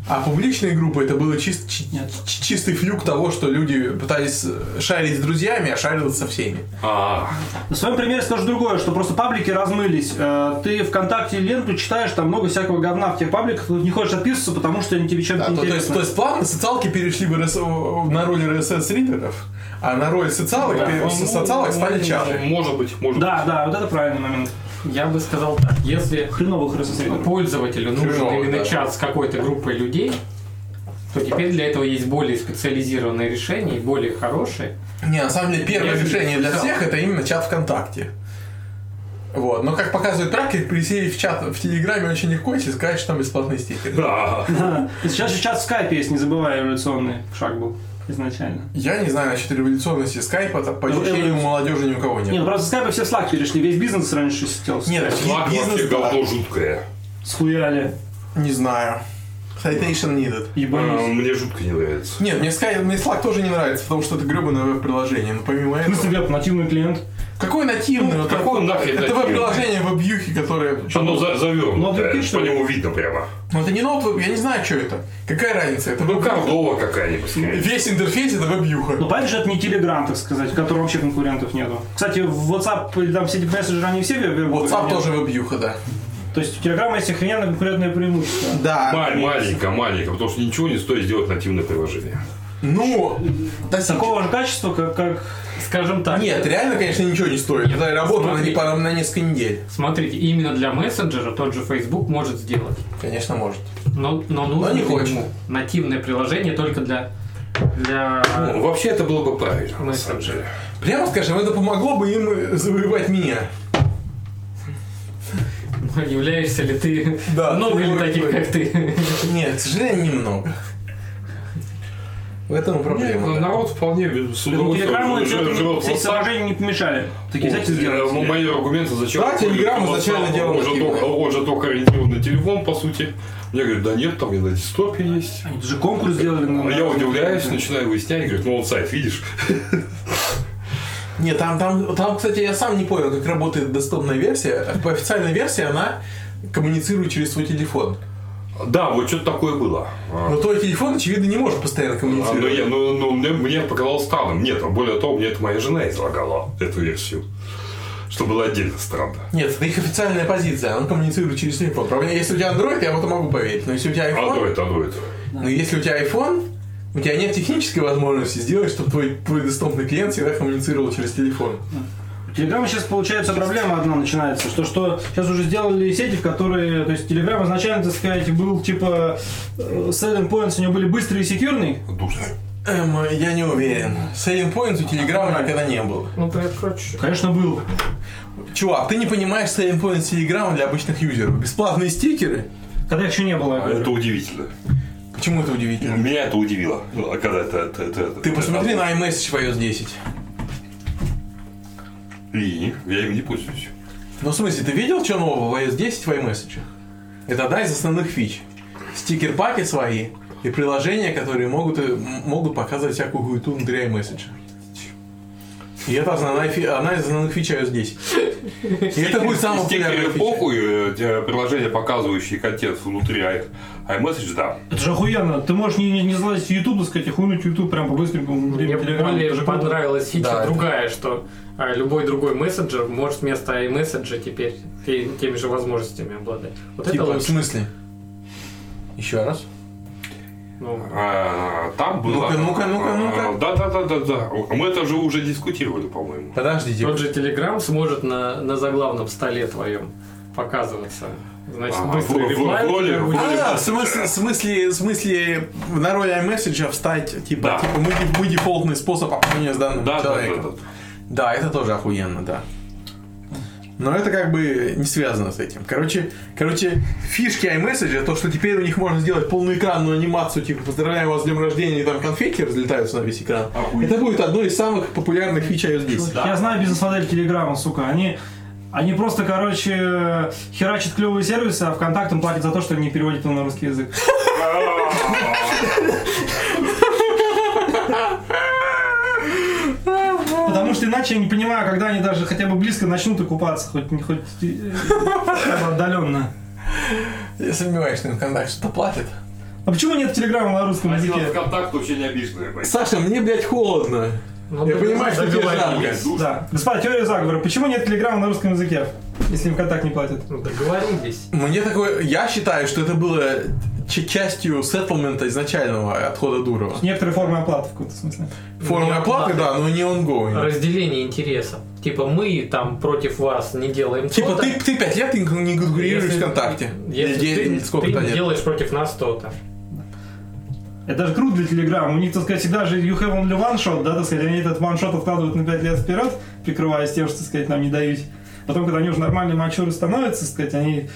Speaker 2: А публичные группы это было чис- чи-
Speaker 3: Нет.
Speaker 2: чи- чистый флюк того, что люди пытались э, шарить с друзьями, а шарилось со всеми.
Speaker 1: А,
Speaker 3: На своем примере скажу другое, что просто паблики размылись. Э, Ты ВКонтакте ленту читаешь, там много всякого говна в тех пабликах, ты не хочешь отписываться, потому что они тебе чем-то
Speaker 2: Да, А то, то есть,
Speaker 3: интересны.
Speaker 2: то есть плавно социалки перешли бы рас- на роль RSS-ридеров, а на роль социалок,
Speaker 4: Да,
Speaker 2: пере-
Speaker 4: он-
Speaker 2: со- социалок стали
Speaker 3: Ну,
Speaker 4: он-
Speaker 2: чаты.
Speaker 1: может быть, может
Speaker 3: Да, да, вот это правильный момент.
Speaker 4: Я бы сказал так. Если
Speaker 3: Хреновых РССР.
Speaker 4: пользователю нужен
Speaker 2: Хреново,
Speaker 4: именно
Speaker 2: да.
Speaker 4: чат с какой-то группой людей, то теперь для этого есть более специализированные решения, и более хорошие.
Speaker 2: Не, на самом деле первое
Speaker 4: Если
Speaker 2: решение для
Speaker 4: социалка.
Speaker 2: всех это именно чат ВКонтакте. Вот. Но как показывает практика, присеять в чат в Телеграме очень легко, если скажешь, что там бесплатные стикеры.
Speaker 1: быть. Да.
Speaker 3: Сейчас же чат в скайпе есть, не забывай, революционный шаг был изначально.
Speaker 2: Я не знаю насчет революционности скайпа, это по
Speaker 3: Ну,
Speaker 2: ощущению у
Speaker 3: эволю-
Speaker 2: молодежи ни у кого
Speaker 3: Не,
Speaker 2: нет.
Speaker 3: ну просто в скайпе все в слаг перешли, весь бизнес раньше сидел. в
Speaker 2: Нет,
Speaker 3: Slack.
Speaker 1: Флаг вообще
Speaker 2: бизнес, да.
Speaker 1: говно жуткое.
Speaker 3: Схуяли,
Speaker 2: Не знаю. Citation needed.
Speaker 1: Э,
Speaker 3: ебанись.
Speaker 1: Мне жутко не нравится.
Speaker 2: Нет, мне, Sky, мне Slack тоже не нравится, потому что это гребаное веб-приложение, но помимо
Speaker 3: В смысле,
Speaker 2: этого...
Speaker 3: Глеб, нативный клиент.
Speaker 2: Какой нативный? вот
Speaker 1: Какое нахрен
Speaker 2: Это
Speaker 1: нативное?
Speaker 2: веб-приложение веб-юхи, которое...
Speaker 1: Оно за-
Speaker 3: Ну,
Speaker 1: завернутое,
Speaker 3: ты
Speaker 1: по
Speaker 3: что ли?
Speaker 1: нему видно прямо.
Speaker 2: Ну это не ноутвеб, я не знаю, что это. Какая разница? Это
Speaker 1: Ну,
Speaker 2: веб-
Speaker 1: кордова какая-нибудь. скорее.
Speaker 2: Весь интерфейс это
Speaker 3: Ну,
Speaker 2: веб-юха.
Speaker 3: понятно, что это не Telegram, так сказать, в котором вообще конкурентов нету. Кстати, в WhatsApp или там все эти мессенджеры, они все веб-
Speaker 2: WhatsApp
Speaker 3: нет.
Speaker 2: тоже веб-юха, да.
Speaker 3: То есть у Telegram есть охрененно конкурентное преимущество.
Speaker 2: Да.
Speaker 1: Маль- Маленько, маленько, потому что ничего не стоит сделать нативное приложение.
Speaker 2: Ну, да
Speaker 3: Такого же качества, как, как
Speaker 4: Скажем так.
Speaker 2: Нет, реально, конечно, ничего не стоит. Я работал
Speaker 4: смотри.
Speaker 2: не по- на несколько недель.
Speaker 4: Смотрите, именно для мессенджера тот же Facebook может сделать.
Speaker 2: Конечно, может.
Speaker 4: Но, но нужно
Speaker 2: не
Speaker 4: ли
Speaker 2: хочет.
Speaker 4: ему нативное приложение только для... для...
Speaker 1: Ну, вообще это было бы правильно, на
Speaker 4: Мы-
Speaker 1: самом деле.
Speaker 2: Прямо скажем, это помогло бы им э, завоевать меня.
Speaker 4: Являешься ли ты...
Speaker 2: Ну. Да,
Speaker 4: Много
Speaker 2: ты
Speaker 4: ли
Speaker 2: мой
Speaker 4: таких,
Speaker 2: друг.
Speaker 4: как ты?
Speaker 2: Нет, к сожалению, немного. В этом и
Speaker 1: Ну,
Speaker 2: проблема. да.
Speaker 1: Народ вполне с
Speaker 3: Телеграмму
Speaker 1: удовольствием
Speaker 3: эти
Speaker 1: жрет
Speaker 3: все эти
Speaker 1: WhatsApp.
Speaker 3: соображения не помешали. Такие, знаете,
Speaker 1: Вот, э, ну,
Speaker 3: сделать.
Speaker 1: Мои аргументы, зачем?
Speaker 2: Да, Telegram изначально
Speaker 1: WhatsApp,
Speaker 2: делал
Speaker 1: Он же,
Speaker 2: такие,
Speaker 1: только,
Speaker 2: да.
Speaker 1: он же только ориентирован на телефон, по сути. Мне говорят, да нет, там и на дистопе есть.
Speaker 3: Они же конкурс сделали.
Speaker 1: А
Speaker 3: ну,
Speaker 1: я удивляюсь,
Speaker 3: да.
Speaker 1: начинаю выяснять, говорят, ну вот сайт, видишь?
Speaker 2: Нет, там, там, там, кстати, я сам не понял, как работает доступная версия. По официальной версии она коммуницирует через свой телефон.
Speaker 1: Да, вот что-то такое было. А.
Speaker 2: Но твой телефон, очевидно, не может постоянно
Speaker 1: А, ну,
Speaker 2: коммуницировать.
Speaker 1: я, ну, ну, мне, мне показалось странным. Нет, а более того, мне это моя жена излагала эту версию. что было отдельно странно.
Speaker 2: Нет, это их официальная позиция, он коммуницирует через телефон. Правда, если у тебя Android, я в это могу поверить, но если
Speaker 1: А,
Speaker 2: у тебя iPhone,
Speaker 1: Android, Android.
Speaker 2: но если у тебя iPhone, у тебя нет технической возможности сделать, чтобы твой, твой десктопный клиент всегда коммуницировал через телефон.
Speaker 3: У Телеграма сейчас получается проблема одна начинается, что что сейчас уже сделали сети, в которые, то есть Телеграм изначально, так сказать, был типа э, selling points у него были быстрые и секьюрные.
Speaker 1: Душно.
Speaker 2: Эм, я не уверен. Selling Point у Телеграма никогда не было.
Speaker 4: Ну, короче.
Speaker 3: Конечно, был.
Speaker 2: Чувак, ты не понимаешь Selling Point Телеграма для обычных юзеров. Бесплатные стикеры?
Speaker 3: Когда еще не
Speaker 2: А,
Speaker 3: было.
Speaker 1: А Это удивительно.
Speaker 2: Почему это удивительно?
Speaker 1: Меня это удивило. Ну, а Когда это, это, это, это-
Speaker 2: Ты посмотри на iMessage в iOS 10.
Speaker 1: а, И я им не пользуюсь.
Speaker 2: Ну, в смысле, ты видел, что нового в iOS 10 в iMessage? Это одна из основных фич. Стикер-паки свои и приложения, которые могут, э, м- могут показывать всякую хуету внутри iMessage. И это основная фи- одна из основных фич iOS 10. И это будет самая популярная
Speaker 1: Стикеры
Speaker 2: фича.
Speaker 1: похуй, э, те приложения, показывающие контент внутри i- iMessage, да.
Speaker 3: Это же охуенно. Ты можешь не, не, не залазить в YouTube, так сказать, и хуйнуть в YouTube прям по-быстренькому.
Speaker 2: Ну,
Speaker 3: внутри
Speaker 4: Мне
Speaker 3: Телеграма. Это
Speaker 4: более
Speaker 3: же круто.
Speaker 4: понравилась фича
Speaker 2: Да, это-
Speaker 4: другая, что а, любой другой мессенджер может вместо iMessage теперь те- теми же возможностями обладать. Вот это
Speaker 2: Типа, в
Speaker 4: лучше.
Speaker 2: смысле? Еще раз.
Speaker 4: Ну,
Speaker 1: А, Там было...
Speaker 2: Ну-ка, ну-ка, ну-ка, ну-ка.
Speaker 1: А, Да-да-да-да-да. А Мы это же уже дискутировали, по-моему.
Speaker 2: Подождите.
Speaker 4: тот же Telegram сможет на, на заглавном столе твоем показываться. Значит,
Speaker 1: А,
Speaker 4: быстрый
Speaker 1: в- в-
Speaker 4: реплай
Speaker 1: в роли-
Speaker 4: у тебя
Speaker 1: в
Speaker 4: будет.
Speaker 1: роли-
Speaker 2: А, в смысле, в смысле, в смысле, на роль iMessage встать, типа,
Speaker 1: Да.
Speaker 2: типа мы, деф- мы дефолтный способ общения с
Speaker 1: Ну,
Speaker 2: данным человеком.
Speaker 1: Да-да-да.
Speaker 2: Да, это тоже охуенно, да. Но это как бы не связано с этим. Короче, короче, фишки iMessage, то, что теперь у них можно сделать полноэкранную анимацию, типа поздравляю вас с днем рождения, и там конфетти разлетаются на весь экран.
Speaker 1: Охуеть.
Speaker 2: Это будет одной из самых популярных фич iOS 10.
Speaker 3: Я знаю бизнес-модель Телеграма, сука. Они, они просто, короче, херачат клевые сервисы, а ВКонтакте им платят за то, что они переводят его на русский язык. Потому что иначе я не понимаю, когда они даже хотя бы близко начнут окупаться, хоть, хоть э, хотя бы отдаленно.
Speaker 2: Я сомневаюсь, что им контакт что-то платит.
Speaker 3: А почему нет телеграмма на русском
Speaker 1: Один
Speaker 3: языке?
Speaker 1: ВКонтакте А вообще не обиженная, блядь.
Speaker 2: Саша, мне, блядь, холодно.
Speaker 4: Ну,
Speaker 2: Я
Speaker 4: да,
Speaker 2: понимаю, что тебе
Speaker 4: договорились.
Speaker 2: жарко.
Speaker 3: Да. Господа, теория заговора. Почему нет телеграмма на русском языке, если им контакт не платят?
Speaker 4: Ну, Договорились.
Speaker 2: Мне такое... Я считаю, что это было ч- частью сеттлмента изначального отхода Дурова.
Speaker 3: Некоторые формы оплаты в каком-то смысле.
Speaker 2: Форма
Speaker 4: Не
Speaker 2: оплаты,
Speaker 4: оплаты.
Speaker 2: да, но не ongoing.
Speaker 4: Разделение интереса. Типа мы там против вас не делаем
Speaker 2: Типа
Speaker 4: то-то.
Speaker 2: ты, ты пять лет не не конкурируешь
Speaker 4: Ну, Если-
Speaker 2: ВКонтакте.
Speaker 4: Если
Speaker 2: Или
Speaker 4: ты,
Speaker 2: де- сколько
Speaker 4: ты
Speaker 2: то
Speaker 4: не
Speaker 2: лет?
Speaker 4: делаешь против нас то-то.
Speaker 3: Это даже круто для Телеграма. У них, так сказать, всегда же you have only one shot, да, так сказать, они этот one-shot откладывают на 5 лет вперед, прикрываясь тем, что, так сказать, нам не дают. Потом, когда они уже нормальные мачуры становятся, так сказать, они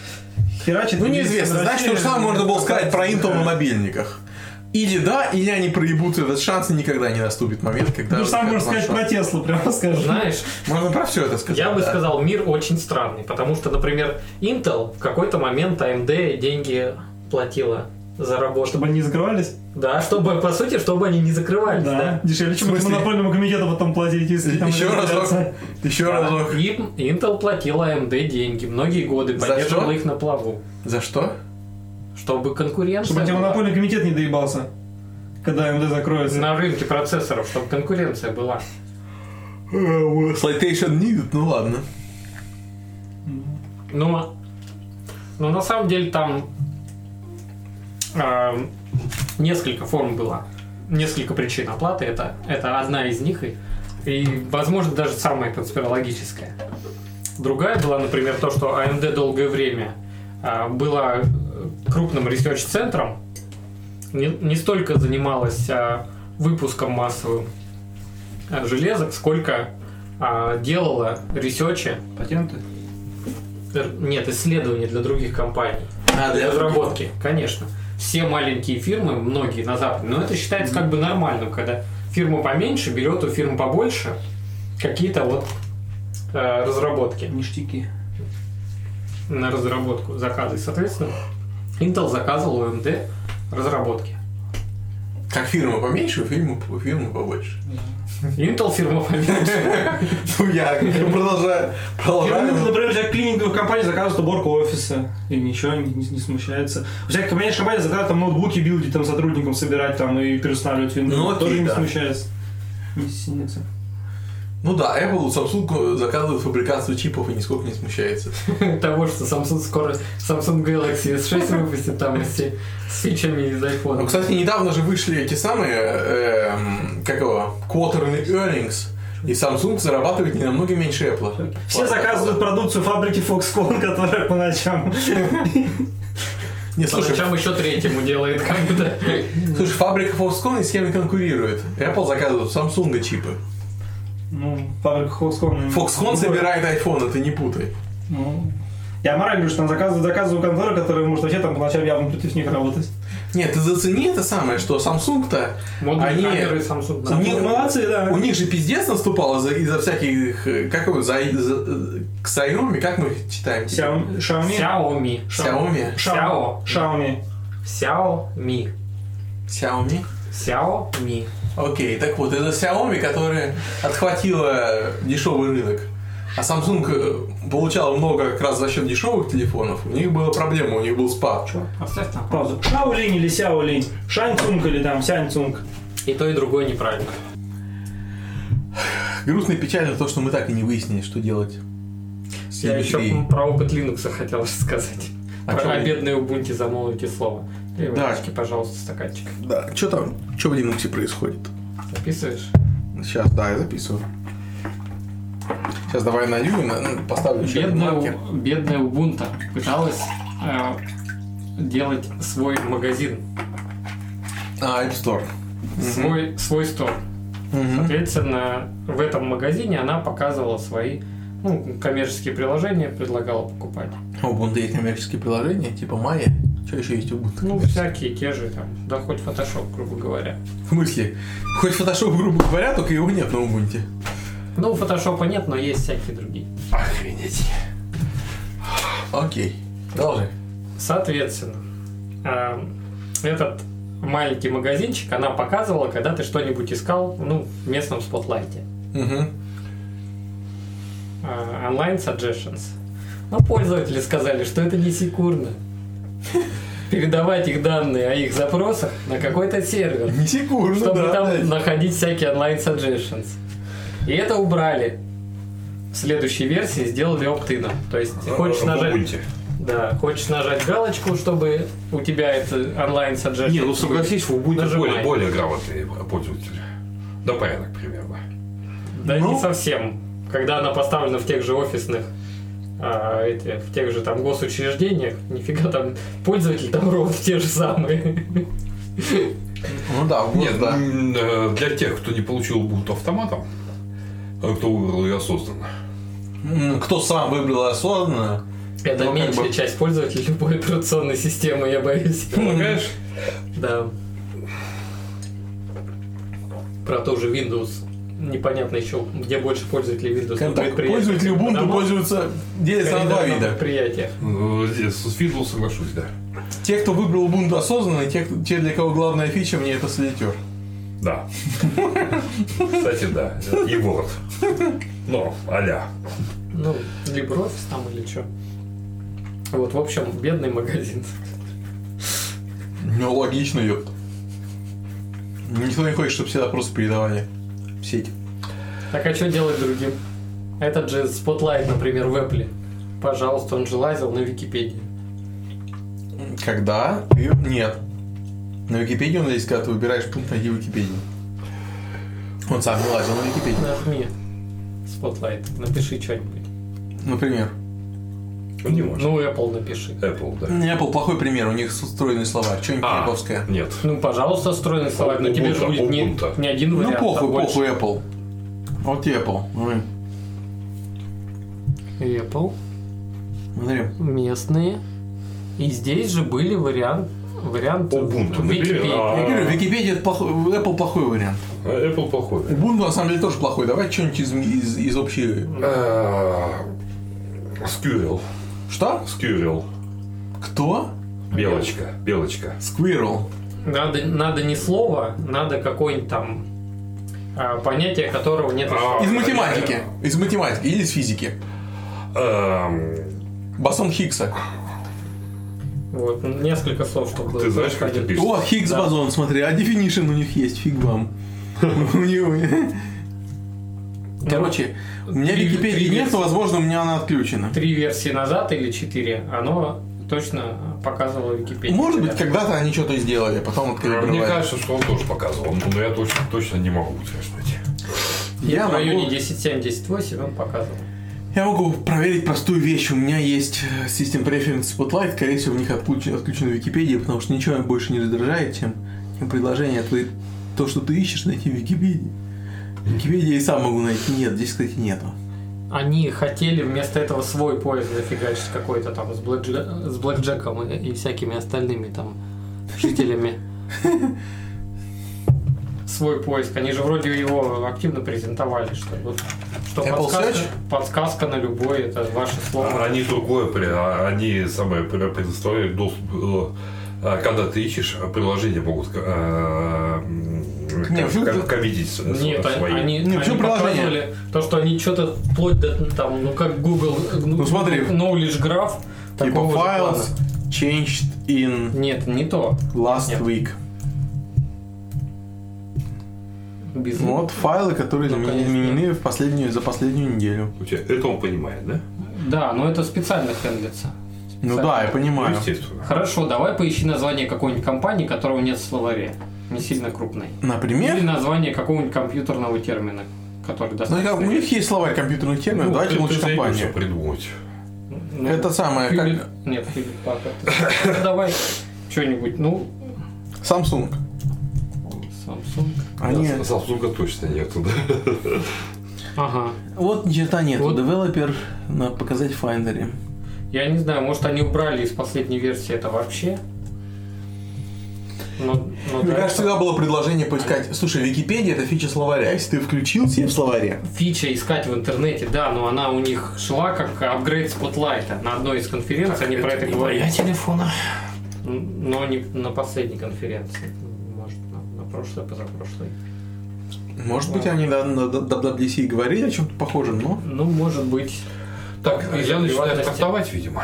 Speaker 3: херачат.
Speaker 2: Ну
Speaker 3: и
Speaker 2: неизвестно.
Speaker 3: вместе
Speaker 2: Знаешь, то же
Speaker 3: наращивают,
Speaker 2: самое можно было сказать про Intel на
Speaker 3: Да.
Speaker 2: мобильниках. Или да, или они проебут этот шанс, и никогда не наступит момент, когда...
Speaker 4: Ну,
Speaker 3: То же самое
Speaker 2: когда
Speaker 3: можно сказать про
Speaker 2: планшет.
Speaker 3: Теслу, прямо скажу.
Speaker 4: Знаешь,
Speaker 2: Можно про все это сказать.
Speaker 4: я бы
Speaker 2: да.
Speaker 4: сказал, мир очень странный, потому что, например, Intel в какой-то момент AMD деньги платила за работу.
Speaker 3: Чтобы они не закрывались?
Speaker 4: Да, чтобы, по сути, чтобы они не закрывались, да.
Speaker 3: Дешевле, чем
Speaker 2: В смысле?
Speaker 3: монопольному комитету потом платить, если там...
Speaker 2: Еще разок.
Speaker 3: разорвется.
Speaker 2: Еще разок.
Speaker 4: А Им- Intel платила AMD деньги многие годы,
Speaker 2: За
Speaker 4: поддерживала
Speaker 2: что?
Speaker 4: их на плаву,
Speaker 2: За что?
Speaker 4: чтобы конкуренция
Speaker 3: Чтобы тебе
Speaker 4: была.
Speaker 3: монопольный комитет не доебался, когда МД закроется.
Speaker 4: на рынке процессоров, чтобы конкуренция была. Э,
Speaker 2: Citation needed, ну ладно.
Speaker 4: Но, но Ну, а? на самом деле там эм, несколько форм было, несколько причин оплаты. Это, это одна из них и, и, возможно, даже самая конспирологическая. Другая была, например, то, что AMD долгое время э, была э, крупным ресерч-центром, не, не столько занималась э, выпуском массовым э, железок, сколько э, делала ресерчи
Speaker 3: Патенты?
Speaker 4: Р- Э, Нет, исследования для других компаний.
Speaker 2: А,
Speaker 4: Для
Speaker 2: для
Speaker 4: разработки, конечно. Все маленькие фирмы, многие на Западе, но это считается как бы нормальным, когда фирма поменьше берет у фирм побольше какие-то вот э, разработки
Speaker 3: Ништяки.
Speaker 4: на разработку заказы. И, Соответственно, Intel заказывал у AMD разработки.
Speaker 2: Как фирма поменьше, фирма, фирма побольше.
Speaker 4: Intel фирма поменьше.
Speaker 2: Ну я продолжаю.
Speaker 3: Фирмы,
Speaker 2: Продолжаю.
Speaker 3: например, взять клининговых компаний заказывают уборку офиса, и ничего не, не- не смущается. У всяких компаний, компаний заказывают там ноутбуки билдить, там сотрудникам собирать там и переустанавливать Windows,
Speaker 2: Ну, окей,
Speaker 3: тоже не
Speaker 2: да.
Speaker 3: смущается. Не стесняется.
Speaker 2: Ну да, Apple Samsung заказывает фабрикацию чипов и нисколько не смущается.
Speaker 4: Того, что Samsung скоро Samsung Galaxy S6 выпустит там эти с фичами из iPhone.
Speaker 2: Ну, кстати, недавно же вышли эти самые, эм, как его, quarterly earnings, и Samsung зарабатывает не намного меньше Apple.
Speaker 3: Все заказывают продукцию фабрики Foxconn, которая по ночам.
Speaker 2: Не,
Speaker 4: По
Speaker 2: слушай,
Speaker 4: ночам еще третьему делает как-то.
Speaker 2: слушай, фабрика Foxconn ни с кем не конкурирует. Apple заказывает у Samsung чипы.
Speaker 3: Ну, фабрика Foxconn.
Speaker 2: Foxconn собирает iPhone, ты не путай.
Speaker 3: Ну, Я морально говорю, что там заказываю, заказываю контору, которая может вообще там по ночам явно против них работать.
Speaker 2: Нет, ты зацени это самое, что Samsung-то,
Speaker 4: Модные
Speaker 2: Они-
Speaker 4: камеры Samsung.
Speaker 2: У них-
Speaker 3: Ну, молодцы, да.
Speaker 2: у них же пиздец наступал из-за, из-за всяких, э, как его, за, за- к Xiaomi, как мы их читаем?
Speaker 3: Xiaomi. Xiaomi.
Speaker 4: Xiaomi.
Speaker 2: Xiaomi.
Speaker 4: Xiao.
Speaker 3: Xiaomi.
Speaker 4: Xiaomi.
Speaker 2: Xiaomi.
Speaker 4: Xiaomi.
Speaker 2: Окей, так вот, это Xiaomi, которая отхватила дешевый рынок. А Samsung э, получал много как раз за счет дешевых телефонов. У них была проблема, у них был спад.
Speaker 4: Оставь там.
Speaker 3: Паузу. Шаолинь или Сяолинь? Шаньцунг или там Сяньцунг?
Speaker 4: И то, и другое неправильно.
Speaker 2: Грустно и печально то, что мы так и не выяснили, что делать. с
Speaker 4: Я
Speaker 2: EV3.
Speaker 4: еще про опыт Linux хотел сказать.
Speaker 2: А чё
Speaker 4: про
Speaker 2: вы-
Speaker 4: обедные Ubuntu замолвите слово. И
Speaker 2: Да.
Speaker 4: водички, пожалуйста, стаканчик.
Speaker 2: Да, что там? Что в Linux происходит?
Speaker 4: Записываешь?
Speaker 2: Сейчас, да, я записываю. Сейчас давай на Юлю на- ну, поставлю еще один
Speaker 4: Бедная,
Speaker 2: маркер.
Speaker 4: У- бедная Ubuntu пыталась э, делать свой магазин,
Speaker 2: А, App Store.
Speaker 4: свой, свой стор.
Speaker 2: Мгм.
Speaker 4: Соответственно, в этом магазине она показывала свои ну, коммерческие приложения, предлагала покупать.
Speaker 2: У Ubuntu есть коммерческие приложения, типа Maya. Что еще есть у Ubuntu?
Speaker 4: Ну, всякие те же, там, да хоть Photoshop, грубо говоря.
Speaker 2: В смысле? Хоть фотошоп, грубо говоря, только его нет на Ubuntu.
Speaker 4: Ну, Photoshop нет, но есть всякие другие.
Speaker 2: Охренеть. Окей. Должи.
Speaker 4: Соответственно, эм, этот маленький магазинчик она показывала, когда ты что-нибудь искал ну, в местном спотлайте.
Speaker 2: Угу.
Speaker 4: Э, Онлайн suggestions. Но пользователи сказали, что это не секундно. Передавать их данные о их запросах на какой-то сервер,
Speaker 2: Не
Speaker 1: Ну
Speaker 2: секунду,
Speaker 4: чтобы
Speaker 2: ну да.
Speaker 4: там
Speaker 2: да.
Speaker 4: находить всякие онлайн suggestions. И это убрали. В следующей версии сделали оптином. То есть хочешь нажать
Speaker 1: Побудьте.
Speaker 4: Да, хочешь нажать галочку, чтобы у тебя это онлайн саджет.
Speaker 1: Не, ну согласись, вы будете
Speaker 4: Нажимай.
Speaker 1: более, более грамотные пользователи. Да порядок примерно.
Speaker 4: Да
Speaker 2: Ну.
Speaker 4: не совсем. Когда она поставлена в тех же офисных, а, эти, в тех же там госучреждениях, нифига там пользователи там ровно те же самые.
Speaker 2: Ну да, вот
Speaker 1: Нет,
Speaker 2: да.
Speaker 1: м, э, для тех, кто не получил бут автоматом, а кто выбрал ее осознанно.
Speaker 2: М, Кто сам выбрал осознанно?
Speaker 4: Это
Speaker 2: Ну, как
Speaker 4: меньшая
Speaker 2: бы.
Speaker 4: часть пользователей любой операционной системы, я боюсь.
Speaker 1: Полагаешь?
Speaker 4: Да. Про ту же Windows. Непонятно еще, где больше пользователей Windows.
Speaker 2: Скажем
Speaker 4: на
Speaker 2: так,
Speaker 4: предприятиях,
Speaker 2: пользователи Ubuntu
Speaker 4: потому-
Speaker 2: пользуются делятся на два
Speaker 4: коридорных
Speaker 2: вида.
Speaker 4: предприятиях.
Speaker 1: Э, здесь С Фидлом соглашусь, да.
Speaker 2: Те, кто выбрал Ubuntu осознанно, и те, кто- те, для кого главная фича, мне это солитер.
Speaker 1: Да. Кстати, да. Э, И вот. Но, аля.
Speaker 4: Ну, либо офис там или что. Вот, в общем, бедный магазин.
Speaker 2: Ну, логично, ёпта. Никто не хочет, чтобы все запросы передавали в сеть.
Speaker 4: Так а что делать другим? Этот же Spotlight, например, в Apple. Пожалуйста, он же лазил на Википедии.
Speaker 2: Когда? ты- Нет. На Википедию он лезет, когда ты выбираешь пункт «Найди Википедию». Он сам не лазил на Википедию.
Speaker 4: Нажми Spotlight, напиши что-нибудь.
Speaker 2: Например.
Speaker 1: Он не может.
Speaker 4: Ну, Apple напиши.
Speaker 1: Apple, да.
Speaker 2: Apple плохой пример, у них устроенные слова. Что-нибудь
Speaker 1: А.
Speaker 2: Apple-овское.
Speaker 1: Нет.
Speaker 4: Ну, пожалуйста, стройный словарь, но тебе же
Speaker 1: Ubuntu,
Speaker 4: будет не,
Speaker 1: Ubuntu.
Speaker 4: не один
Speaker 2: Ну,
Speaker 4: вариант, а
Speaker 2: похуй,
Speaker 4: больше.
Speaker 2: похуй Apple. Вот тебе Apple. Ой,
Speaker 4: Apple,
Speaker 2: Смотри.
Speaker 4: местные. И здесь же были вариант, вариант
Speaker 1: Ubuntu, например,
Speaker 4: Википедии.
Speaker 2: Я говорю,
Speaker 1: а
Speaker 2: Википедия это плохой, Apple плохой вариант.
Speaker 1: Apple плохой. да.
Speaker 2: Ubuntu на самом деле тоже плохой. Давай что-нибудь из, из, из общей...
Speaker 1: Э, Скюрил.
Speaker 2: Что?
Speaker 1: Скюрил.
Speaker 2: Кто?
Speaker 1: Белочка. Белочка.
Speaker 2: Squirrel.
Speaker 4: Надо, надо не слово, надо какое-нибудь там а, понятие, которого нет.
Speaker 1: А.
Speaker 2: Из математики. Из математики или из физики.
Speaker 1: Эм,
Speaker 2: Басон Хиггса.
Speaker 4: Вот, ну, несколько слов, чтобы было
Speaker 1: Ты знаешь, как это
Speaker 4: один.
Speaker 1: пишется?
Speaker 2: О, Хиггс
Speaker 4: Да.
Speaker 2: бозон, смотри, а definition у них есть, фиг вам. У них- Короче, у меня
Speaker 4: три-
Speaker 2: Википедии
Speaker 4: три
Speaker 2: нет, но,
Speaker 4: версии.
Speaker 2: возможно, у меня она отключена.
Speaker 4: Три версии назад или четыре, оно точно показывало Википедию.
Speaker 2: Может быть,
Speaker 4: тогда.
Speaker 2: когда-то они что-то сделали, а
Speaker 4: А,
Speaker 2: потом открыли.
Speaker 1: Мне кажется, что он тоже показывал, Ну, но я точно, точно не могу утверждать.
Speaker 2: я
Speaker 4: в районе
Speaker 2: могу,
Speaker 4: 10.7-10.8 он показывал.
Speaker 2: я могу проверить простую вещь. У меня есть э, System Preference Spotlight, скорее всего, в них отключ- отключена Википедия, потому что ничего меня больше не раздражает, чем чем предложение. Ты, то, что ты ищешь, найти в Википедии. Википедия я и сам могу найти. Нет, здесь, кстати, нету.
Speaker 4: Они хотели вместо этого свой поезд зафигачить какой-то там с, блэкджа- с блэкджеком и, и всякими остальными там жителями. Свой поиск. Они же вроде его активно презентовали, что вот что
Speaker 2: Apple
Speaker 4: подсказка,
Speaker 2: Search?
Speaker 4: подсказка на любой, это ваше
Speaker 1: А
Speaker 4: слово.
Speaker 1: Они другое, при- а они самое пре- предоставляют доступ, э, а, когда ты ищешь, а приложения могут э, м,
Speaker 2: Не,
Speaker 1: как-
Speaker 2: вы-
Speaker 1: как- коммитить с- с-
Speaker 4: Нет,
Speaker 1: свои.
Speaker 2: Не,
Speaker 4: они, они
Speaker 2: всё приложение.
Speaker 4: показывали то, что они что-то вплоть до там, ну как Google,
Speaker 2: Ну, смотри.
Speaker 4: Knowledge Graph,
Speaker 2: Типа
Speaker 4: такого же плана.
Speaker 2: files changed in
Speaker 4: Нет, не то.
Speaker 2: last
Speaker 4: Нет.
Speaker 2: week.
Speaker 4: Без-
Speaker 2: Вот файлы, которые
Speaker 4: Ну,
Speaker 2: изме-
Speaker 4: конечно.
Speaker 2: изменены в последнюю, за последнюю неделю.
Speaker 1: У тебя- это он понимает, да?
Speaker 4: Да, но это специально хендлится.
Speaker 2: Ну
Speaker 4: Специально.
Speaker 2: да, я
Speaker 1: Ну,
Speaker 2: понимаю.
Speaker 1: естественно.
Speaker 4: Хорошо, давай поищи название какой-нибудь компании, которого нет в словаре. Не сильно крупной. Или
Speaker 2: Например,
Speaker 4: название какого-нибудь компьютерного термина, который
Speaker 2: ну,
Speaker 4: достаточно...
Speaker 2: как, у них есть словарь компьютерных терминов,
Speaker 1: Ну,
Speaker 2: давайте
Speaker 1: ты-
Speaker 2: лучше
Speaker 1: ты заебешься
Speaker 2: компанию.
Speaker 1: придумать.
Speaker 4: Ну,
Speaker 2: Это самое,
Speaker 4: Hewlett-
Speaker 2: как
Speaker 4: Нет, Hewlett Packard. Ну, Давай что-нибудь, ну,
Speaker 2: Samsung.
Speaker 4: Samsung.
Speaker 2: Они...
Speaker 1: Да, Samsung точно нету, да?
Speaker 4: Ага.
Speaker 2: Вот ни черта нет.
Speaker 4: Вот.
Speaker 2: Девелопер на показать в Finder'е.
Speaker 4: Я не знаю, может, они убрали из последней версии это вообще? Но, но
Speaker 2: Мне
Speaker 4: до
Speaker 2: кажется,
Speaker 4: этого
Speaker 2: всегда было предложение поискать. Слушай, Википедия это фича словаря. Если ты включил себе в словаре.
Speaker 4: фича искать в интернете, да, но она у них шла как апгрейд спотлайта. На одной из конференций они про это говорили.
Speaker 1: телефона.
Speaker 4: Но не на последней конференции. Может, на, на прошлой, позапрошлой.
Speaker 2: Может быть, они да, на д- д- WWDC говорили о чем-то похожем, но...
Speaker 4: Ну, может быть,
Speaker 1: Так,
Speaker 4: Из-за
Speaker 1: я начинаю
Speaker 4: приватности.
Speaker 1: стартовать, видимо.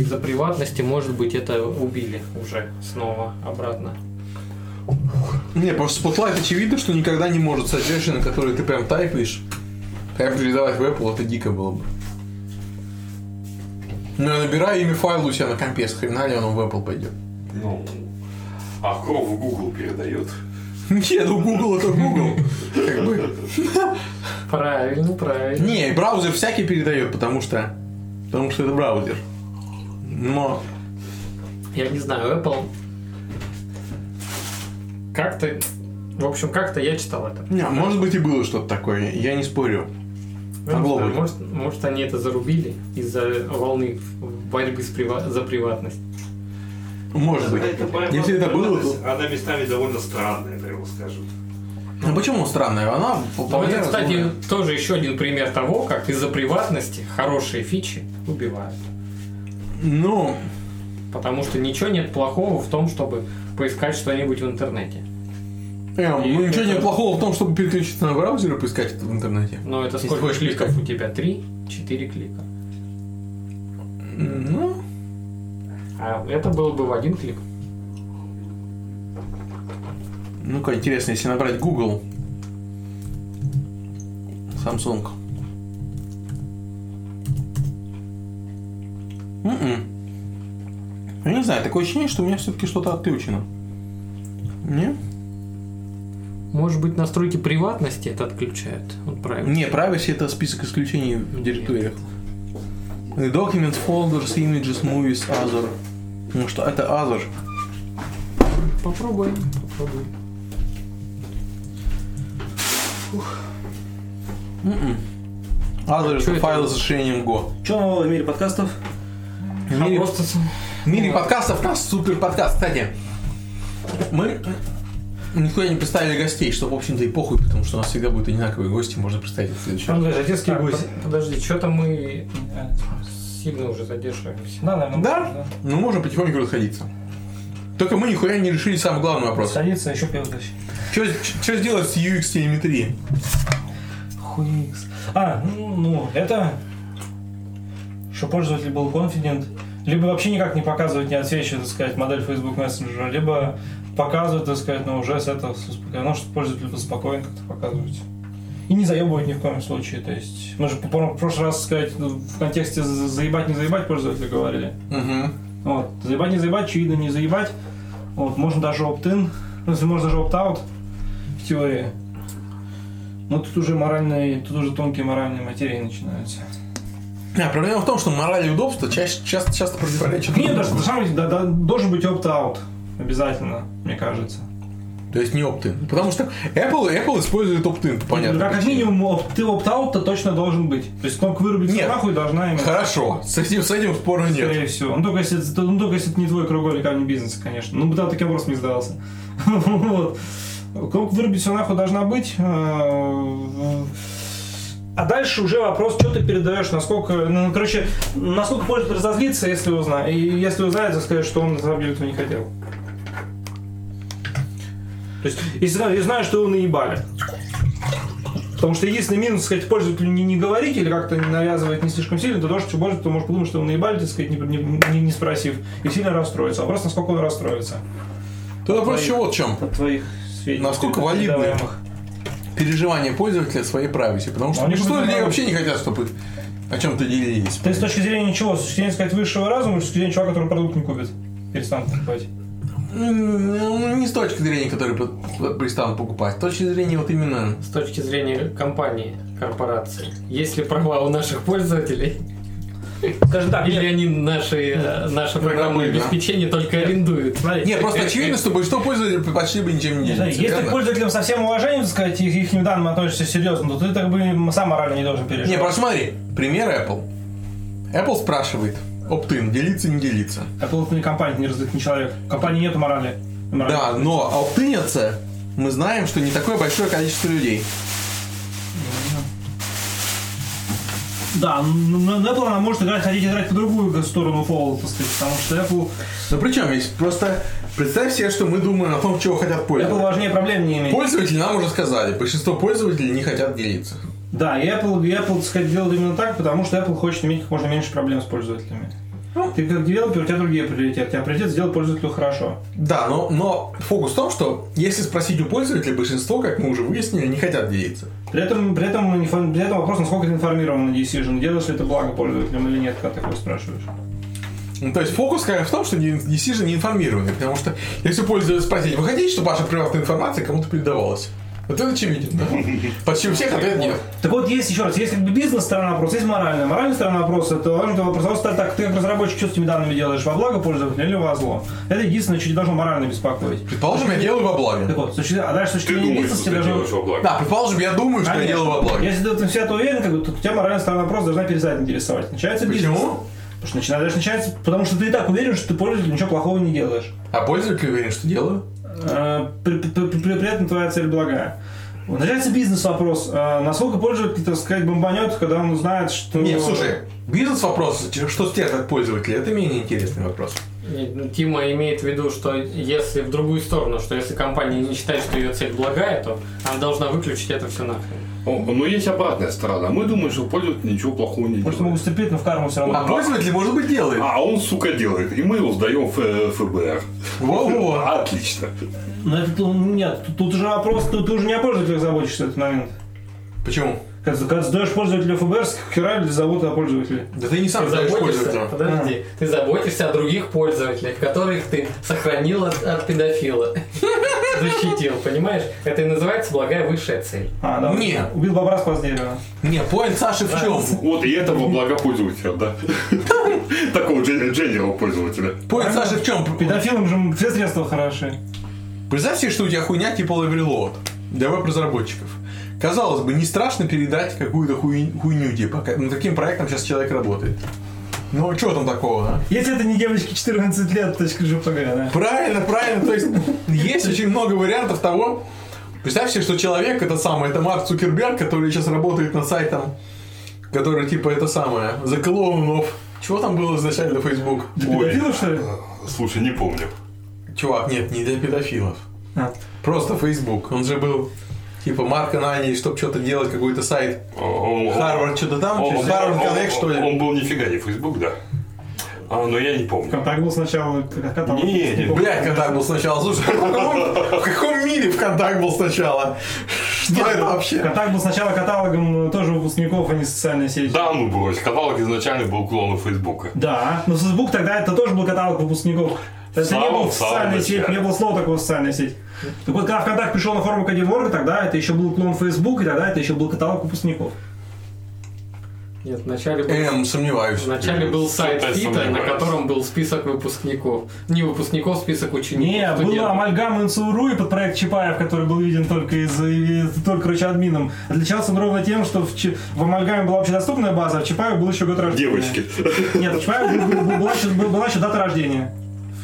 Speaker 4: из-за приватности, может быть, это убили уже снова обратно.
Speaker 2: Не, просто Spotlight очевидно, что никогда не может содержать, на которые ты прям тайпаешь. А Прям передавать в Apple, это дико было бы. Ну, я набираю имя файла у себя на компе, с хрена ли оно в Apple пойдет?
Speaker 1: Ну, а кто в Google передает?
Speaker 2: Нет, у ну, Google это Google. Как бы.
Speaker 4: Правильно, правильно.
Speaker 2: Не, и браузер всякий передает, потому что... Потому что это браузер. Но...
Speaker 4: Я не знаю, Apple... Как-то... В общем, как-то я читал это.
Speaker 2: Не, может быть и было что-то такое, я не спорю.
Speaker 4: Я не
Speaker 2: Могло
Speaker 4: знаю,
Speaker 2: быть.
Speaker 4: Может, может, они это зарубили из-за волны борьбы с прива- за приватность.
Speaker 2: Может быть. Если это было, то...
Speaker 5: Она местами довольно странная, прямо скажем.
Speaker 2: Ну почему он странная? Она
Speaker 4: Но
Speaker 2: вполне
Speaker 4: Ну, это, кстати,
Speaker 2: разумная.
Speaker 4: тоже еще один пример того, как из-за приватности хорошие фичи убивают.
Speaker 2: Ну,
Speaker 4: Потому что ничего нет плохого в том, чтобы поискать что-нибудь в интернете.
Speaker 2: Эм,
Speaker 4: И
Speaker 2: ну ничего
Speaker 4: это-
Speaker 2: нет плохого в том, чтобы переключиться на браузер и поискать это в интернете.
Speaker 4: Но это
Speaker 2: Если
Speaker 4: сколько
Speaker 2: хочешь
Speaker 4: кликов у тебя? Три? Четыре клика.
Speaker 2: Ну,
Speaker 4: А это было бы в один клик.
Speaker 2: ну-ка, ну, интересно, если набрать Google, Samsung. М-м. Я не знаю, такое ощущение, что у меня все-таки что-то отключено. Не?
Speaker 4: Может быть, настройки приватности это отключают. Вот правильно.
Speaker 2: Не, privacy это список исключений в
Speaker 4: Нет.
Speaker 2: директориях. Documents, folders, images, movies, other. Ну что, это other.
Speaker 4: Попробуем, попробуем.
Speaker 2: М-м. Other
Speaker 4: чё
Speaker 2: это
Speaker 4: это?
Speaker 2: файл с расширением Go.
Speaker 3: Что нового в мире подкастов?
Speaker 2: В мире,
Speaker 4: просто с-
Speaker 2: в мире подкастов нас супер подкаст. Кстати, мы никуда не представили гостей, что, в общем-то, и похуй, потому что у нас всегда будут одинаковые гости, можно представить в следующий раз.
Speaker 3: Там даже детские
Speaker 4: Так,
Speaker 3: гости.
Speaker 4: под- подожди, что-то мы сильно уже задерживаемся.
Speaker 3: Да, наверное.
Speaker 2: Да?
Speaker 3: можно,
Speaker 2: Ну, можно потихоньку расходиться. Только мы нихуя не решили самый главный вопрос.
Speaker 3: Садиться, еще пиво тащить.
Speaker 2: Что сделать с UX-телеметрией?
Speaker 3: Хуикс. А, ну, ну, это... Что пользователь был confident. Либо вообще никак не показывает, не отсвечивает, так сказать, модель Facebook Messenger, либо показывает, так сказать, но уже с этого с успоко- Ну, что пользователь был спокоен, как-то показывать. И не заебывать ни в коем случае. То есть мы же по-моему, в прошлый раз сказать ну, в контексте за- заебать, не заебать пользователя говорили.
Speaker 2: Мгм.
Speaker 3: Вот. Заебать, не заебать, очевидно, не заебать. Вот, можно даже opt-in, в смысле, можно даже opt-out в теории. Но тут уже моральные, тут уже тонкие моральные материи начинаются.
Speaker 2: А, проблема в том, что мораль и удобство чаще, часто, часто противоречат.
Speaker 3: Нет, даже, на самом деле, да- да, должен быть opt-out. Обязательно, мне кажется.
Speaker 2: То есть не опты. Потому что Apple, Apple использует опты, понятно.
Speaker 3: Да, как минимум, оп- ты опт-аут-то точно должен быть. То есть кнопка вырубить
Speaker 2: Нет.
Speaker 3: нахуй должна иметь.
Speaker 2: Хорошо, с этим, с этим спора нет.
Speaker 3: Скорее всего. Ну только, если, это- ну, только если это не твой круговой камень бизнеса, конечно. Ну, да, так я просто не сдался. Вот. Кнопка вырубить все нахуй должна быть. а, Э, А дальше уже вопрос, что ты передаешь, насколько, ну, короче, насколько пользователь разозлится, если узнает, и если узнает, то скажет, что он на самом деле этого не хотел. То есть, если знаю, я знаю, что его наебали. Потому что единственный минус, сказать, пользователю не, не говорить или как-то не навязывать не слишком сильно, это то, что пользователь может подумать, что его наебали, так сказать, не, не- не спросив, и сильно расстроится. Вопрос, насколько он расстроится
Speaker 2: Тут вопрос
Speaker 3: Твои-
Speaker 2: еще вот в чем.
Speaker 3: от твоих сведений.
Speaker 2: Насколько валидны?
Speaker 3: передаваемых.
Speaker 2: Переживание пользователя своей прависи. Потому что
Speaker 3: Ну, Они
Speaker 2: большинство
Speaker 3: же
Speaker 2: людей
Speaker 3: понимают.
Speaker 2: вообще не хотят, чтобы о чем-то делились.
Speaker 3: Ты с точки зрения чего? С точки зрения, сказать, высшего разума или с точки зрения чувака, который продукт не купит? Перестанут покупать.
Speaker 2: М, Ну, Не с точки зрения, который п- перестанут покупать, с точки зрения вот именно...
Speaker 4: С точки зрения компании, корпорации, есть ли права у наших пользователей?
Speaker 3: Скажем так,
Speaker 4: Или
Speaker 3: нет. Ну,
Speaker 4: они наши, э, наше программное
Speaker 2: Рабы, да.
Speaker 4: обеспечение только арендуют?
Speaker 3: Смотри,
Speaker 2: Нет, просто очевидно, что большинство пользователей предпочли бы ничем не
Speaker 3: Смотри,
Speaker 2: делиться.
Speaker 3: если
Speaker 2: верно?
Speaker 3: к пользователям со всем уважением, так сказать, и к их данным относишься серьезно, то ты так бы сам морально не должен переживать.
Speaker 2: Не, просто смотри, пример Apple. Apple спрашивает, opt-in, делиться, не делиться.
Speaker 3: Apple это не компания, не развит, не человек. В компании нету морали. Морали.
Speaker 2: Да, но оптынятся мы знаем, что не такое большое количество людей.
Speaker 3: Да, ну, на на Apple она может играть, хотите играть по другую сторону фола, так сказать, потому что Apple,
Speaker 2: Но причем, если просто представь себе, что мы думаем о том, чего хотят
Speaker 3: Apple
Speaker 2: пользователи.
Speaker 3: важнее проблем не имеет.
Speaker 2: Пользователи нам уже сказали, большинство пользователей не хотят делиться.
Speaker 3: Да, и Apple, и Apple, так сказать, делает именно так, потому что Apple хочет иметь как можно меньше проблем с пользователями. Ты как девелопер, у тебя другие приоритеты. У тебя приоритет сделать пользователю хорошо.
Speaker 2: Да, но, но фокус в том, что если спросить у пользователей, большинство, как мы уже выяснили, не хотят делиться.
Speaker 3: При этом, при этом, инфо- при этом вопрос, насколько ты информирован на decision, делаешь ли это благо пользователям или нет, когда ты его спрашиваешь.
Speaker 2: Ну, то есть фокус, конечно, в том, что не- DC же не информированный, потому что если пользователь спросить, вы хотите, чтобы ваша приватная информация кому-то передавалась? Вот это очевиден, да? Почти у всех ответ нет.
Speaker 3: Так вот, есть еще раз, есть как бы бизнес-сторона вопроса, есть моральная. Моральная сторона вопроса, это важный вопрос, просто так, ты как разработчик, что с этими данными делаешь, во благо пользователя или во зло? Это единственное, что тебя должно морально беспокоить.
Speaker 2: Предположим, я делаю во
Speaker 3: Так
Speaker 2: благо.
Speaker 3: вот, с точки- а дальше с точки
Speaker 1: Ты
Speaker 3: зрения
Speaker 1: думаешь,
Speaker 3: бизнеса
Speaker 1: что
Speaker 3: тебе
Speaker 1: ты
Speaker 3: должно-
Speaker 1: делаешь во благо.
Speaker 2: Да, предположим, я думаю, что я
Speaker 3: Конечно.
Speaker 2: делаю во благо.
Speaker 3: Если ты в этом вся уверен, как бы, то у тебя моральная сторона просто должна перестать интересовать. Начинается бизнес.
Speaker 2: Почему?
Speaker 3: Потому что начинает- дальше начинается, потому что ты и так уверен, что ты пользователю ничего плохого не делаешь.
Speaker 2: А пользователь уверен, что делаю?
Speaker 3: Э, При, при- при- при- при этом твоя цель благая. Вот, Начинается бизнес-вопрос. Э, Насколько пользователь, так сказать, бомбанет, когда он узнает, что...
Speaker 2: Нет, слушай, бизнес-вопрос, что с тебя как пользователя, это менее интересный вопрос.
Speaker 4: Нет, ну, Тима имеет в виду, что если в другую сторону, что если компания не считает, что ее цель благая, то она должна выключить это все нахрен.
Speaker 1: О, Но есть обратная сторона. Мы думаем, что пользователь ничего плохого не
Speaker 3: Может,
Speaker 1: делает.
Speaker 3: могут стерпеть, но в карму все
Speaker 2: А
Speaker 3: равно.
Speaker 2: пользователь, может быть, делает.
Speaker 1: А он, сука, делает. И мы его сдаем в э, ФБР.
Speaker 2: Во-во.
Speaker 1: Отлично.
Speaker 3: Но это тут- нет, тут, тут уже вопрос, тут ты уже не о пользователях заботишься в этот момент.
Speaker 2: Почему?
Speaker 3: Когда, когда сдаешь пользователю ФБР, с хера ли забота о пользователе?
Speaker 2: Да ты не сам
Speaker 4: ты
Speaker 2: знаешь
Speaker 4: заботишься,
Speaker 2: пользователя.
Speaker 4: подожди, ты заботишься о других пользователях, которых ты сохранил от, от педофила. Защитил, понимаешь? Это и называется благая высшая цель.
Speaker 3: А, да.
Speaker 2: Нет.
Speaker 3: Убил бобра, спас дерево.
Speaker 2: Не, поинт Саши в чем?
Speaker 1: Вот, и это во благо пользователя, да. Такого дженерал пользователя.
Speaker 2: Поинт Саши в чем?
Speaker 3: Педофилам же все средства хороши.
Speaker 2: Представь себе, что у тебя хуйня типа лаверлоад для веб-разработчиков. Казалось бы, не страшно передать какую-то хуй- хуйню, типа, как- над каким проектом сейчас человек работает. Ну, что там такого, да?
Speaker 3: Если это не девочки 14 лет, точка ЖПГ, да.
Speaker 2: Правильно, правильно, то есть есть очень много вариантов того. Представь себе, что человек, это самое, это Марк Цукерберг, который сейчас работает над сайтом, который типа это самое, за клоунов. Чего там было изначально Facebook?
Speaker 3: Педофилов, что ли?
Speaker 1: Слушай, не помню.
Speaker 2: Чувак, нет, не для педофилов.
Speaker 3: А.
Speaker 2: Просто Facebook. Он же был типа Марка Нани, чтобы что-то делать, какой-то сайт.
Speaker 1: Он- он-
Speaker 2: Харвард что-то там,
Speaker 1: он-
Speaker 2: что
Speaker 1: он-
Speaker 2: Харвард
Speaker 1: он-
Speaker 2: Коннект, что ли?
Speaker 1: Он был нифига не Facebook, да. А, Но я не помню.
Speaker 3: Контакт был э, сначала как- как там?
Speaker 1: Не, не,
Speaker 2: а Блять, контакт был сначала. Слушай, в каком- в каком мире ВКонтакт был сначала? Что это вообще?
Speaker 3: Каталог был сначала каталогом э, тоже выпускников, а не социальной сети.
Speaker 1: Да ну брось, каталог изначально был клоном Фейсбука.
Speaker 3: Да, но Facebook тогда это тоже был каталог выпускников. То есть это не
Speaker 1: Самом-
Speaker 3: был социальная
Speaker 1: самом
Speaker 3: сеть,
Speaker 1: начале.
Speaker 3: не было слова такого социальная сеть. Так вот, когда ВКонтакте пришел на форум Академорга, тогда это еще был клон Facebook, и тогда это еще был каталог выпускников.
Speaker 4: Нет, вначале
Speaker 3: Э,
Speaker 4: был,
Speaker 2: Эм, сомневаюсь.
Speaker 4: вначале был
Speaker 1: что-то
Speaker 4: сайт Фита, на
Speaker 1: сомневаюсь.
Speaker 4: котором был список выпускников. Не выпускников, список учеников.
Speaker 3: Не,
Speaker 4: студентов.
Speaker 3: была амальгама НСУРУ и под проект Чапаев, который был виден только из и- и- только, короче, админом. Отличался он ровно тем, что в, Ч- в амальгаме была общедоступная база, а в Чапаеве был еще год рождения.
Speaker 1: Девочки.
Speaker 3: Нет, в Чапаеве был- был- была, еще- был- была еще дата рождения,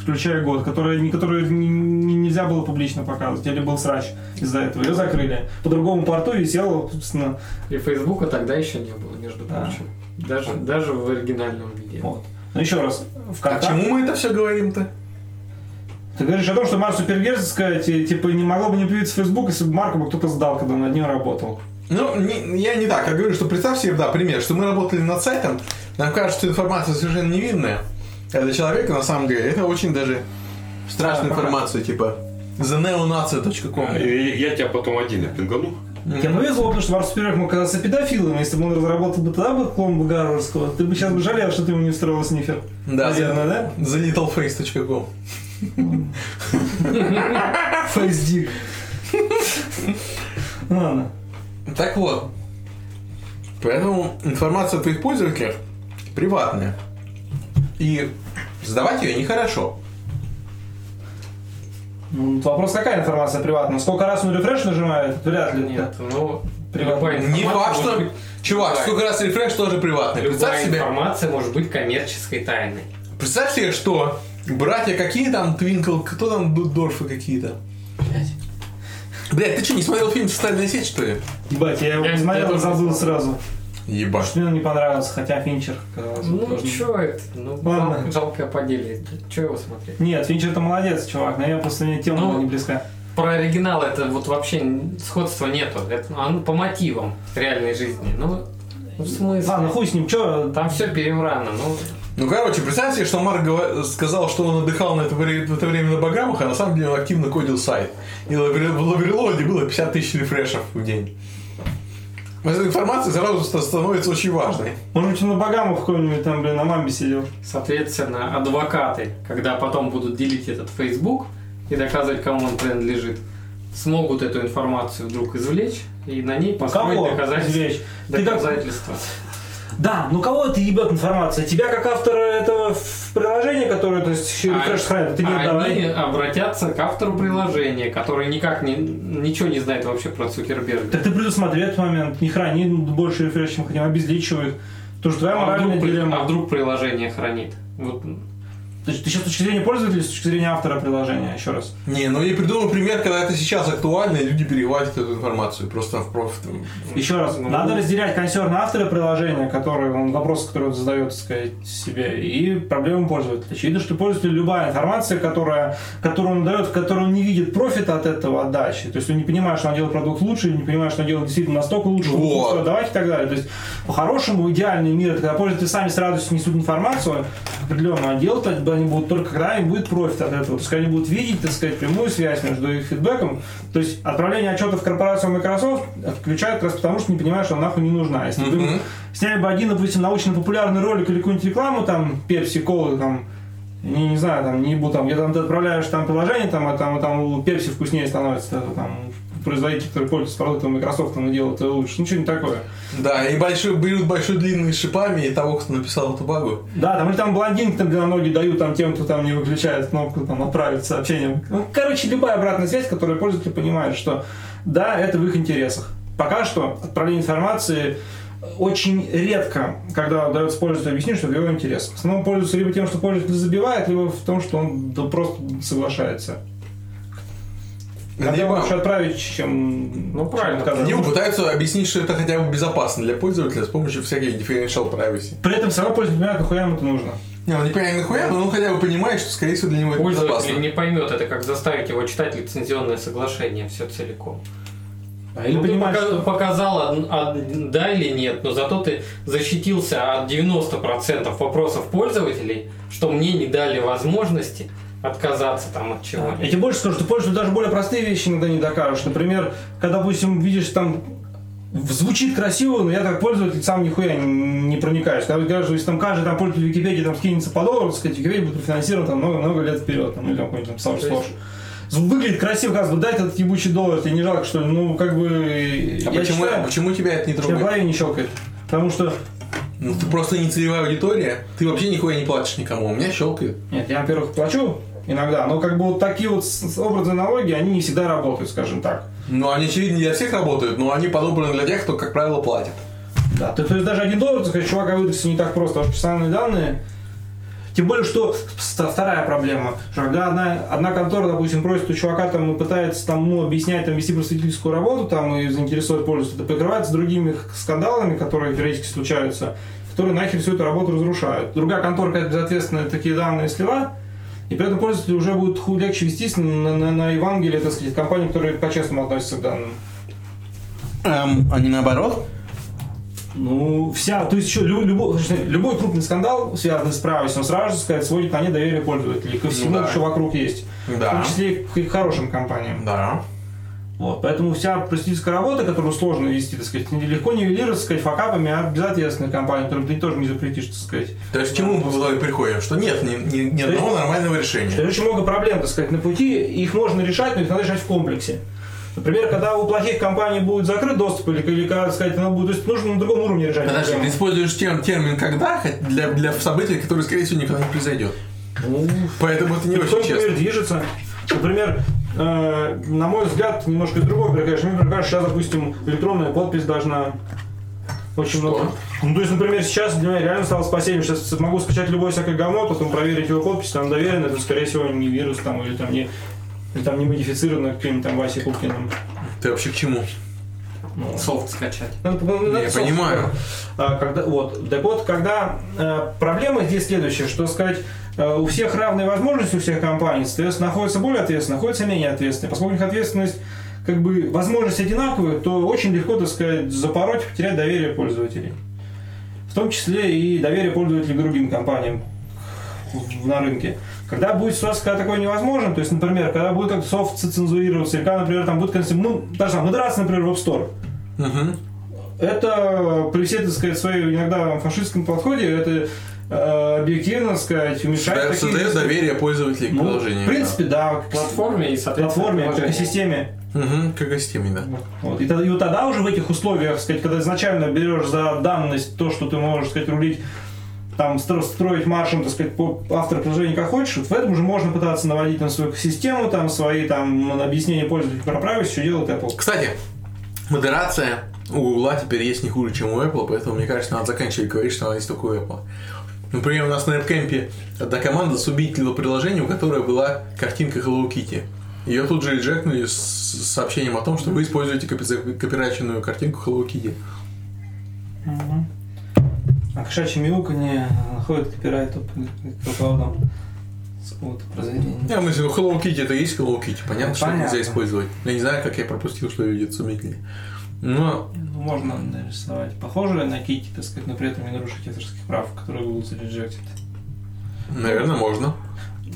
Speaker 3: включая год, который, не- который не- не- нельзя было публично показывать, или был срач из-за этого. Ее закрыли. По другому порту висела, собственно,
Speaker 4: И Фейсбука тогда еще не было, между
Speaker 3: Да.
Speaker 4: прочим. Даже, даже в оригинальном виде.
Speaker 3: Вот. Но еще раз,
Speaker 2: А
Speaker 3: ВКонтакте...
Speaker 2: чему мы это все говорим-то?
Speaker 3: Ты говоришь о том, что Марк Супергерц, сказать, и, типа, не могло бы не появиться в Facebook, если бы Марка бы кто-то сдал, когда он над ним работал.
Speaker 2: Ну, не- я не так. Я говорю, что представь себе, да, пример, что мы работали над сайтом, нам кажется, что информация совершенно невинная. А для человека, на самом деле, это очень даже страшная информация, типа theneonacia.com.
Speaker 1: А, И Я тебя потом один отпингану.
Speaker 3: Тебе повезло, потому что Марк Суперг мог оказаться педофилом, а если бы он разработал бы тогда бы клон Гарвардского, ты бы сейчас бы жалел, что ты ему не устроил снифер.
Speaker 2: Да,
Speaker 3: Наверное, да?
Speaker 2: the littleface.com.
Speaker 3: Фейсдик. Ладно.
Speaker 2: Так вот. Поэтому информация о твоих пользователях приватная. И сдавать ее нехорошо.
Speaker 3: Ну, вот Вопрос, какая информация приватная? Сколько раз он рефреш нажимает? Вряд ли.
Speaker 4: Нет, ну,
Speaker 3: Приватная.
Speaker 4: любая
Speaker 2: Не
Speaker 4: информация
Speaker 2: факт,
Speaker 4: может
Speaker 2: что...
Speaker 4: быть-
Speaker 2: Чувак,
Speaker 4: любая-
Speaker 2: сколько раз рефреш тоже приватный. Представь
Speaker 4: Любая
Speaker 2: себе,
Speaker 4: информация может быть коммерческой тайной.
Speaker 2: представь себе, что братья какие там Твинкл, кто там Дуддорфы какие-то. Блять, ты что, не смотрел фильм «Социальная сеть», что ли?
Speaker 3: Ебать, я его
Speaker 4: Я-
Speaker 3: не
Speaker 4: я
Speaker 3: смотрел,
Speaker 4: тоже
Speaker 3: забыл
Speaker 4: не
Speaker 3: сразу.
Speaker 2: Ебать.
Speaker 3: Что мне он не понравился, хотя Финчер, как раз,
Speaker 4: Ну,
Speaker 3: тоже.
Speaker 4: чё это? Ну,
Speaker 3: Ладно.
Speaker 4: жалко, жалко поделить. Чё его смотреть?
Speaker 3: Нет, Финчер это молодец, чувак, но я просто мне тема
Speaker 4: Ну,
Speaker 3: была не близка.
Speaker 4: Про оригинал это вот вообще н- сходства нету. Это он по мотивам реальной жизни. Ну, ну, в смысле?
Speaker 3: Ладно, хуй с ним, чё?
Speaker 4: Там все переврано. Ну,
Speaker 2: Ну, короче, представь себе, что Марк гова- сказал, что он отдыхал на это, вре- в это время на Багамах, а на самом деле он активно кодил сайт. И лаври- в Лаврелоде было 50 тысяч рефрешев в день. Вот Эта информация сразу ста- становится очень важной.
Speaker 3: Может быть, он на Багаму в какой-нибудь там, блин, на мамбе сидел.
Speaker 4: соответственно, адвокаты, когда потом будут делить этот Facebook и доказывать, кому он принадлежит, смогут эту информацию вдруг извлечь и на ней построить
Speaker 3: А Кого?
Speaker 4: доказатель-
Speaker 3: Извлечь. Ты как-
Speaker 4: доказательства.
Speaker 3: Да, ну кого это ебет информация? Тебя как автора этого в- приложения, которое, то есть, еще
Speaker 4: А-
Speaker 3: рефреш хранит, ты не
Speaker 4: а они
Speaker 3: отдавай.
Speaker 4: обратятся к автору приложения, который никак не, ничего не знает вообще про Цукерберга.
Speaker 3: Так ты предусмотри этот момент, не храни больше рефреш, чем хотим, обезличивай. их. Потому что твоя
Speaker 4: А
Speaker 3: моральная
Speaker 4: вдруг, при- а
Speaker 3: дилемма.
Speaker 4: вдруг приложение хранит? Вот,
Speaker 3: То есть ты сейчас с точки зрения пользователя, с точки зрения автора приложения, еще раз.
Speaker 2: Не, ну я придумал пример, когда это сейчас актуально, и люди перехватят эту информацию просто в профит.
Speaker 3: Еще раз,
Speaker 4: Ну,
Speaker 3: надо
Speaker 4: ну.
Speaker 3: разделять консерн автора приложения, который, он, вопрос, который он задает, так сказать, себе, и проблему пользователя. Очевидно, что пользователю любая информация, которая, которую он дает, в которой он не видит профита от этого отдачи, то есть он не понимает, что он делает продукт лучше, или не понимает, что он делает действительно настолько лучше,
Speaker 2: Вот.
Speaker 3: лучше отдавать и так далее. То есть, по-хорошему, идеальный мир, это когда пользователи сами с радостью несут информацию определенную, а делать они будут только когда им будет профит от этого. То есть, они будут видеть, так сказать, прямую связь между их фидбэком то есть отправление отчетов в корпорацию Microsoft отключают как раз потому, что не понимают, что она нахуй не нужна. Если бы им
Speaker 2: Мгм.
Speaker 3: сняли бы один, допустим, научно-популярный ролик или какую-нибудь рекламу, там, Pepsi, Cola, там, не, не знаю, там, не буду, там, я там, ты отправляешь там приложение, там, а там, а там Pepsi вкуснее становится, это, там, производитель, который пользуется продуктом Microsoft, он делает это лучше, ничего не такое.
Speaker 2: Да, и большой, берут большой длинный с шипами, и того, кто написал эту багу.
Speaker 3: Да, там или там блондинки там на ноги дают там тем, кто там не выключает кнопку, там отправить сообщение. Ну, короче, любая обратная связь, которую пользователь понимает, что да, это в их интересах. Пока что отправление информации очень редко, когда удается пользователю объяснить, что в его интересах. В основном пользуются либо тем, что пользователь забивает, либо в том, что он да просто соглашается. Когда
Speaker 2: Либо-
Speaker 3: лучше отправить, чем...
Speaker 4: Ну, правильно.
Speaker 3: отказать.
Speaker 2: Они пытаются объяснить, что это хотя бы безопасно для пользователя с помощью всяких differential privacy.
Speaker 3: При этом все равно пользователь понимает, нахуя ему это нужно.
Speaker 2: Не, ну, он не понимает нахуя, но он хотя бы понимает, что, скорее всего, для него это безопасно.
Speaker 4: Пользователь не поймет, это как заставить его читать лицензионное соглашение все целиком.
Speaker 3: или
Speaker 4: Ну, ты
Speaker 3: понимаешь,
Speaker 4: пока-
Speaker 3: что-
Speaker 4: показал, од- од- да или нет, но зато ты защитился от 90% вопросов пользователей, что мне не дали возможности отказаться там от чего-нибудь.
Speaker 3: Я тебе больше скажу, что позже даже более простые вещи иногда не докажешь. Например, когда, допустим, видишь там в- звучит красиво, но я как пользователь сам нихуя не, не проникаюсь. Когда говорят, что если там каждый там пользователь Википедии там скинется по доллару, так сказать, Википедия будет профинансирована там много-много лет вперед, там, или там какой-нибудь там Сауш
Speaker 4: То есть-
Speaker 3: Слош. Зв- Выглядит красиво, как бы дай этот ебучий доллар, тебе не жалко, что ли? Ну, как бы...
Speaker 2: А
Speaker 3: я
Speaker 2: почему,
Speaker 3: считаю,
Speaker 2: почему тебя это не
Speaker 3: у тебя в
Speaker 2: трогает?
Speaker 3: голове не щелкает. Потому что...
Speaker 2: Ну ты просто не целевая аудитория, ты вообще нихуя не платишь никому, у меня щелкает.
Speaker 3: Нет, я, во-первых, плачу иногда, но как бы вот такие вот с- с- образы налоги, они не всегда работают, скажем так.
Speaker 2: Ну они, очевидно, не для всех работают, но они подобраны для тех, кто, как правило, платит.
Speaker 3: Да, то, то есть даже один доллар, так сказать, чувака выдастся а не так просто, потому что персональные данные. Тем более, что ст- вторая проблема, что когда одна, одна контора, допустим, просит у чувака там и пытается там, ну, объяснять, там, вести просветительскую работу там и заинтересовать пользователя, это покрывается другими х- скандалами, которые периодически случаются, которые нахер всю эту работу разрушают. Другая контора, как безответственно, такие данные слила, и при этом пользователю уже будет ху- легче вестись на, на, на Евангелие, так сказать, компании, которые по-честному относятся к данным.
Speaker 2: а не наоборот?
Speaker 3: Ну, вся, то есть еще лю- любой, слушай, любой крупный скандал, связанный с правительством, сразу же, сказать, сводит на недоверие пользователей ко всему,
Speaker 2: Ну да.
Speaker 3: что вокруг есть, в
Speaker 2: Да.
Speaker 3: том числе и к- и к хорошим компаниям.
Speaker 2: Да.
Speaker 3: Вот. Поэтому вся просветительская работа, которую сложно вести, так сказать, легко нивелировать, так сказать, факапами а от безответственных компаний, которым ты тоже не запретишь, так сказать.
Speaker 2: То есть к чему мы в итоге приходим? Что нет ни, ни- ни
Speaker 3: То есть-
Speaker 2: одного нормального решения.
Speaker 3: Что очень много проблем, так сказать, на пути, и их можно решать, но их надо решать в комплексе. Например, когда у плохих компаний будет закрыт доступ, или, или когда, так сказать, она будет, то есть нужно на другом уровне решать
Speaker 2: Подожди, ты
Speaker 3: проблему.
Speaker 2: используешь тем, термин «когда» хоть для, для события, которое, скорее всего, никогда не произойдет. Поэтому это не очень
Speaker 3: Потихоньку мир
Speaker 2: честно.
Speaker 3: движется. Например, э, на мой взгляд, немножко из другого мира, конечно, мне кажется, сейчас, допустим, электронная подпись должна очень много. Ну, то есть, например, сейчас для меня реально стало спасением. Сейчас могу скачать любое всякое говно, потом проверить его подпись, там доверенно, это, скорее всего, не вирус там или там не или там не модифицировано каким-нибудь там ну. Васей Кукиным.
Speaker 2: Ты вообще к чему?
Speaker 4: Софт скачать.
Speaker 3: Надо, Ну, надо
Speaker 2: Я
Speaker 3: софт
Speaker 2: понимаю.
Speaker 3: а, когда, вот, так вот, когда э, проблема здесь следующая, что сказать, э, у всех равные возможности, у всех компаний, соответственно, находятся более ответственные, находятся менее ответственные. Поскольку у них ответственность, как бы, возможности одинаковые, то очень легко, так сказать, запороть, потерять доверие пользователей. В том числе и доверие пользователей к другим компаниям в- на рынке. Когда будет ситуация, когда такое невозможно, то есть, например, когда будет как софт цензурироваться, или когда, например, там будет, конечно, ну, даже там, мудраться, например, в App Store,
Speaker 2: Мгм.
Speaker 3: это при всей, так сказать, своей иногда фашистском подходе, это э, объективно, так сказать,
Speaker 2: Да,
Speaker 3: мешает такие-
Speaker 2: Создает доверие пользователей к
Speaker 3: Ну,
Speaker 2: приложению.
Speaker 3: В принципе, да,
Speaker 4: К
Speaker 3: к с-
Speaker 4: платформе и, соответственно,
Speaker 3: платформе, к
Speaker 4: приложению.
Speaker 3: экосистеме.
Speaker 2: да. Мгм, К гостям, да.
Speaker 3: Вот. И, тогда, и вот тогда уже в этих условиях, так сказать, когда изначально берешь за данность то, что ты можешь, так сказать, рулить, там, стро- строить маршем, так сказать, по автор приложения как хочешь, вот в этом уже можно пытаться наводить на свою систему, там, свои, там, объяснения пользователю про правильность, что делает Apple.
Speaker 2: Кстати, модерация у Гугла теперь есть не хуже, чем у Apple, поэтому, мне кажется, надо заканчивать говорить, что она есть только у Apple. Например, у нас на AppCamp одна команда субъединила приложение, у которой была картинка Hello Kitty. Ее тут же реджектнули с с сообщением о том, что вы используете копи- копирайченную картинку Hello Kitty.
Speaker 3: А кошачье мяуканье находит копирайт по по поводам с какого-то произведения.
Speaker 2: Я мыслю, ну Hello Kitty это и есть Hello Kitty. Понятно, что
Speaker 3: Понятно.
Speaker 2: это нельзя использовать. Я не знаю, как я пропустил, что ее видят суммительнее. Но
Speaker 3: Ну, можно нарисовать похожее на Кити, так сказать, но при этом не нарушить авторских прав, которые Google зареджектит.
Speaker 2: Наверное, можно.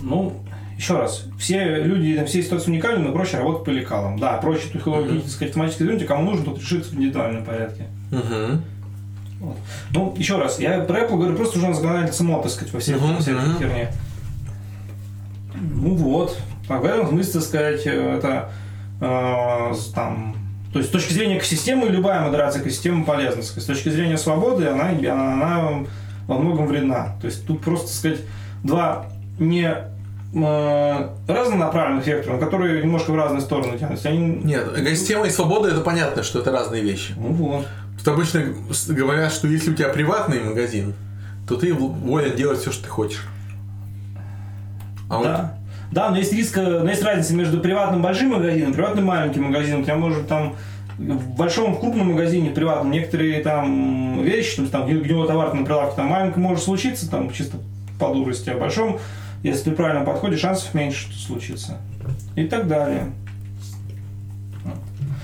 Speaker 3: Ну, еще раз, все люди, там, все ситуации уникальны, но проще работать по лекалам. Да, проще тут Hello
Speaker 2: Мгм.
Speaker 3: Kitty, так сказать, автоматически сдвинуть, а кому нужно, тот решится в индивидуальном порядке.
Speaker 2: Угу.
Speaker 3: Ну, еще раз, я про Apple говорю, просто уже он загнает само, так сказать, во всей,
Speaker 2: Мгм,
Speaker 3: во всей этой
Speaker 2: мгм.
Speaker 3: херне. Ну вот. А в этом смысле, так сказать, э, это э, с- там. То есть с точки зрения экосистемы, любая модерация экосистемы полезна. так сказать. С точки зрения свободы она, она, она во многом вредна. То есть тут просто, так сказать, два не э, разнонаправленных вектора, но которые немножко в разные стороны тянутся. Они...
Speaker 2: Нет, гостема и свобода это понятно, что это разные вещи.
Speaker 3: Ну вот.
Speaker 2: Тут обычно с- говорят, что если у тебя приватный магазин, то ты в- волен делать все, что ты хочешь. А вот
Speaker 3: Да. Да, но есть риск, э, но есть разница между приватным большим магазином и приватным маленьким магазином. У тебя может там в большом в крупном магазине приватном некоторые там вещи, то есть там гнилой товар на прилавке, там маленьком может случиться, там чисто по дурости, а в большом, если ты правильно подходишь, шансов меньше, что случится. И так далее.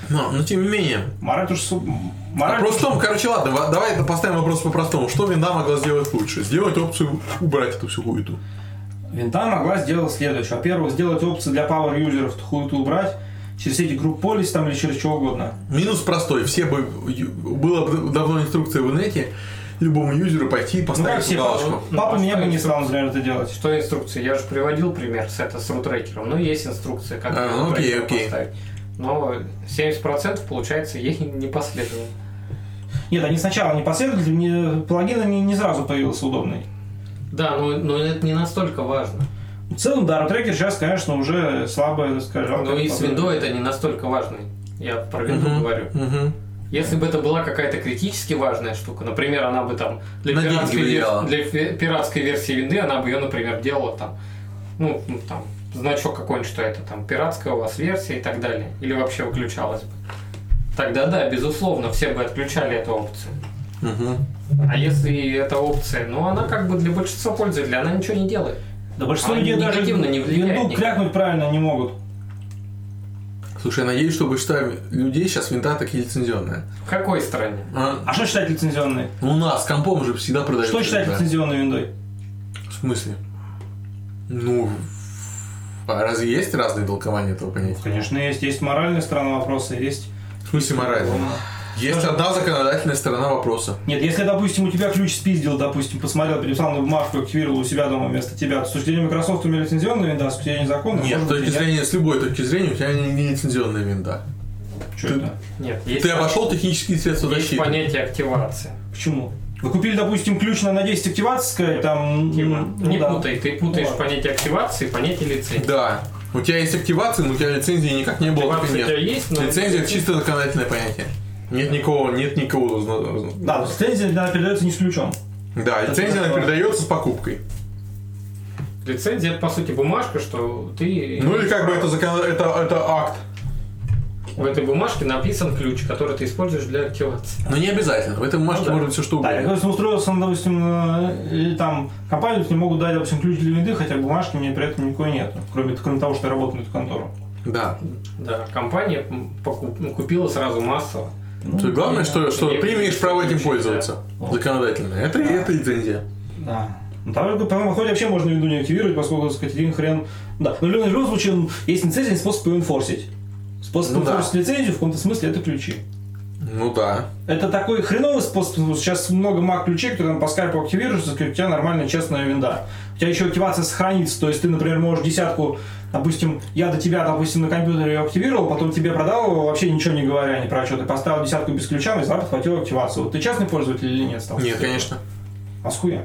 Speaker 2: но, но тем не менее.
Speaker 3: Мораль то, что... Мораль...
Speaker 2: Вопрос в том, короче, ладно, ва- давай это поставим вопрос по-простому. Что винда могла сделать лучше? Сделать опцию убрать эту всю хуету.
Speaker 3: Винта могла сделать следующее. Во-первых, сделать опцию для power-юзеров, эту хуету убрать, через все эти групп полис там или через чего угодно.
Speaker 2: Минус простой. Все бы... Была бы давно инструкция в инете любому юзеру пойти и
Speaker 3: Ну, как
Speaker 2: поставить
Speaker 3: все,
Speaker 2: эту галочку.
Speaker 3: папа, папа
Speaker 4: Ну,
Speaker 3: меня бы не
Speaker 4: поставить
Speaker 3: стал, например, это делать.
Speaker 4: Что инструкции? Я же приводил пример с, это, с рутрекером. Ну, есть инструкция, как
Speaker 2: А, ну,
Speaker 4: рутрекер
Speaker 2: окей, окей.
Speaker 4: поставить. Но 70% получается ей не последовало.
Speaker 3: Нет, они сначала не последовали, не, плагин не, не сразу появился удобный.
Speaker 4: Да, но, но это не настолько важно.
Speaker 3: В целом, да, трекер сейчас, конечно, уже слабо, скажем.
Speaker 4: Но Ну и с виндой это не настолько важно. Я про винду
Speaker 2: Мгм.
Speaker 4: говорю.
Speaker 2: Мгм.
Speaker 4: Если бы это была какая-то критически важная штука, например, она бы там для,
Speaker 2: На деньги
Speaker 4: пиратской, вер-
Speaker 2: влияла.
Speaker 4: для фи- пиратской версии винды, она бы ее, например, делала там, ну, ну, там, значок какой-нибудь, что это там, пиратская у вас версия и так далее. Или вообще выключалась бы. Тогда да, безусловно, все бы отключали эту опцию.
Speaker 2: Мгм.
Speaker 4: А если эта опция, ну, она как бы для большинства пользователей, она ничего не делает.
Speaker 3: Да большинство
Speaker 4: Они
Speaker 3: людей даже
Speaker 4: негативно не влияет
Speaker 3: винду
Speaker 4: никак.
Speaker 3: крякнуть правильно не могут.
Speaker 2: Слушай, я надеюсь, что большинство людей сейчас винта такие лицензионные.
Speaker 4: В какой стране?
Speaker 2: А?
Speaker 3: А что считать лицензионной?
Speaker 2: Ну, у нас компом же всегда продают.
Speaker 3: Что считать лицензионной виндой?
Speaker 2: В смысле? Ну, а разве есть разные толкования этого понятия?
Speaker 3: Конечно, есть. Есть моральная сторона вопроса, есть...
Speaker 2: В смысле морально? Есть одна законодательная сторона вопроса.
Speaker 3: Нет, если, допустим, у тебя ключ спиздил, допустим, посмотрел, переписал на бумажку, активировал у себя дома вместо тебя, с точки зрения Microsoft у меня лицензионная винда, а с точки зрения закона...
Speaker 2: Нет,
Speaker 3: может
Speaker 2: с
Speaker 3: быть,
Speaker 2: точки
Speaker 3: и нет.
Speaker 2: зрения, с любой точки зрения, у тебя не не лицензионная винда.
Speaker 3: Чё
Speaker 2: ты-
Speaker 3: это?
Speaker 4: Нет, есть,
Speaker 2: Ты обошел технические средства
Speaker 4: есть
Speaker 2: защиты.
Speaker 4: понятие активации.
Speaker 3: Почему? Вы купили, допустим, ключ на, на 10 активаций, сказать, там... м, ну
Speaker 4: не
Speaker 3: да.
Speaker 4: путай, ты путаешь
Speaker 3: Ну,
Speaker 4: понятие активации и понятие лицензии.
Speaker 2: Да. У тебя есть активация, но у тебя лицензии никак не было. так и
Speaker 4: Активация у тебя
Speaker 2: нет.
Speaker 4: есть, но...
Speaker 2: Лицензия это чисто законодательное понятие. Нет никого, нет никого. зна- зна-
Speaker 3: Да, то есть лицензия она передается не с ключом.
Speaker 2: Да, лицензия она
Speaker 3: это-
Speaker 2: передается с покупкой.
Speaker 4: Лицензия это по сути бумажка, что ты
Speaker 2: Ну или как бы это, закон- это, это акт.
Speaker 4: в этой бумажке написан ключ, который ты используешь для активации.
Speaker 2: Но не обязательно. В этой бумажке
Speaker 3: да.
Speaker 2: может быть все что
Speaker 3: Да, я,
Speaker 2: угодно.
Speaker 3: допустим, устроился, на, допустим, на- или там компанию, мне могут дать, допустим, ключ для винды, хотя бумажки мне при этом никакой нет, кроме, кроме того, что я работаю на эту контору.
Speaker 2: Да.
Speaker 4: Да, компания м, покуп- ну, купила сразу массово.
Speaker 2: То есть главное,
Speaker 4: я-
Speaker 2: что, что
Speaker 4: я-
Speaker 2: ты имеешь право этим
Speaker 4: да.
Speaker 2: пользоваться. Законодательно. Это, это лицензия.
Speaker 3: Да. Ну, там, по моему ходе вообще можно винду не активировать, поскольку, так сказать, один хрен... Да, но в любом- в любом случае, м, есть лицензия, есть способ ее инфорсить. Способ
Speaker 2: Ну да.
Speaker 3: инфорсить лицензию в каком-то смысле это ключи.
Speaker 2: Ну да.
Speaker 3: Это такой хреновый способ. потому что Сейчас много маг-ключей, которые там по скайпу активируются, так сказать, у тебя нормальная честная винда. У тебя еще активация сохранится. То есть ты, например, можешь десятку, допустим, я до тебя, допустим, на компьютере ее активировал, потом тебе продал его, вообще ничего не говоря ни про что. Ты поставил десятку без ключа, но завтра подхватил активацию. Вот ты частный пользователь или нет стал?
Speaker 2: Нет, конечно.
Speaker 3: А с хуя?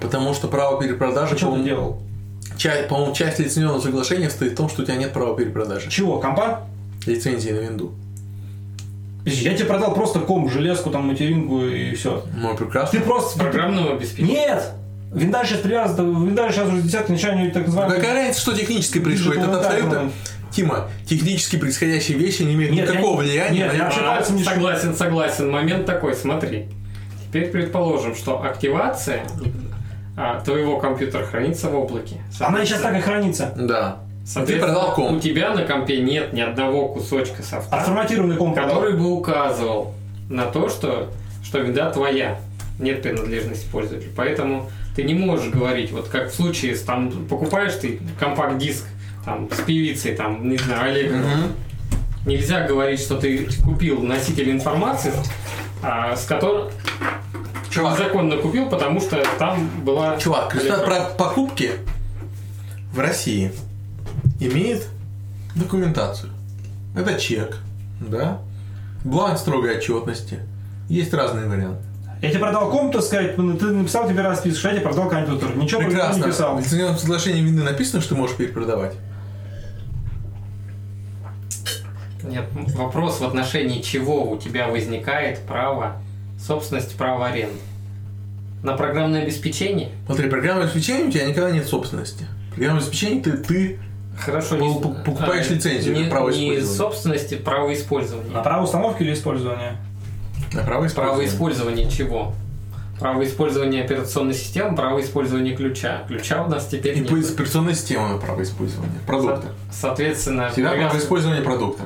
Speaker 2: Потому что право перепродажи,
Speaker 3: А что ты
Speaker 2: по-моему,
Speaker 3: делал?
Speaker 2: ча- по-моему, часть лицензионного соглашения состоит в том, что у тебя нет права перепродажи.
Speaker 3: Чего? Компа?
Speaker 2: Лицензии на винду.
Speaker 3: Подожди, Я тебе продал просто комп, железку, там, материнку и все.
Speaker 2: Мой
Speaker 3: Ты
Speaker 2: прекрасный.
Speaker 3: просто...
Speaker 4: Программного обеспечения.
Speaker 3: Нет! Винда сейчас привязана, винда сейчас уже десятка начальник так
Speaker 2: Ну,
Speaker 3: называемый...
Speaker 2: Какая разница, что технически происходит? Это абсолютно... Тима, технически происходящие вещи не имеют
Speaker 3: Нет, я
Speaker 2: никакого
Speaker 3: не-
Speaker 2: влияния
Speaker 3: нет,
Speaker 2: на
Speaker 3: я
Speaker 2: их-
Speaker 3: вообще
Speaker 4: А,
Speaker 3: пальцем не шевелю.
Speaker 4: согласен, согласен. Момент такой, смотри. Теперь предположим, что активация а, твоего компьютера хранится в облаке.
Speaker 3: Она сейчас так и хранится.
Speaker 2: Да. Ты
Speaker 4: Соответственно,
Speaker 2: продал А
Speaker 4: у
Speaker 2: комп.
Speaker 4: тебя на компе нет ни одного кусочка софта.
Speaker 3: Отформатированный комп.
Speaker 4: который бы указывал на то, что, что винда твоя, нет принадлежности пользователя. Поэтому ты не можешь говорить, вот как в случае, с, там покупаешь ты компакт-диск там, с певицей, там, не знаю, Олег,
Speaker 2: Мгм.
Speaker 4: нельзя говорить, что ты купил носитель информации, а, с которым
Speaker 2: Чувак,
Speaker 4: законно купил, потому что там была...
Speaker 2: чувак, ну результат
Speaker 4: электро-
Speaker 2: про покупки в России имеет документацию. Это чек, да? Бланк строгой отчетности. Есть разные варианты.
Speaker 3: Я тебе продал комп, так сказать, ну, ты написал тебе расписку, я тебе продал компьютер. Ничего про него Ну, не
Speaker 2: Прекрасно.
Speaker 3: писал.
Speaker 2: В лицензионном соглашении вины написано, что ты можешь перепродавать.
Speaker 4: Нет, вопрос в отношении чего у тебя возникает право собственность, право аренды. На программное обеспечение?
Speaker 2: Смотри, программное обеспечение у тебя никогда нет собственности. Программное обеспечение ты, ты
Speaker 4: Хорошо. э,
Speaker 2: Пол- пу- покупаешь лицензию, А,
Speaker 4: не,
Speaker 2: право
Speaker 4: не
Speaker 2: использования.
Speaker 4: собственности, право использования.
Speaker 3: На право установки или использования?
Speaker 2: на право
Speaker 4: право
Speaker 2: использования.
Speaker 4: использования чего? Право использования операционной системы, право использования ключа. Ключа у нас теперь
Speaker 2: И
Speaker 4: нет.
Speaker 2: по операционной системе на право использования. Продукта.
Speaker 4: Соответственно,
Speaker 2: Всегда
Speaker 4: привяз-
Speaker 2: право использования продукта.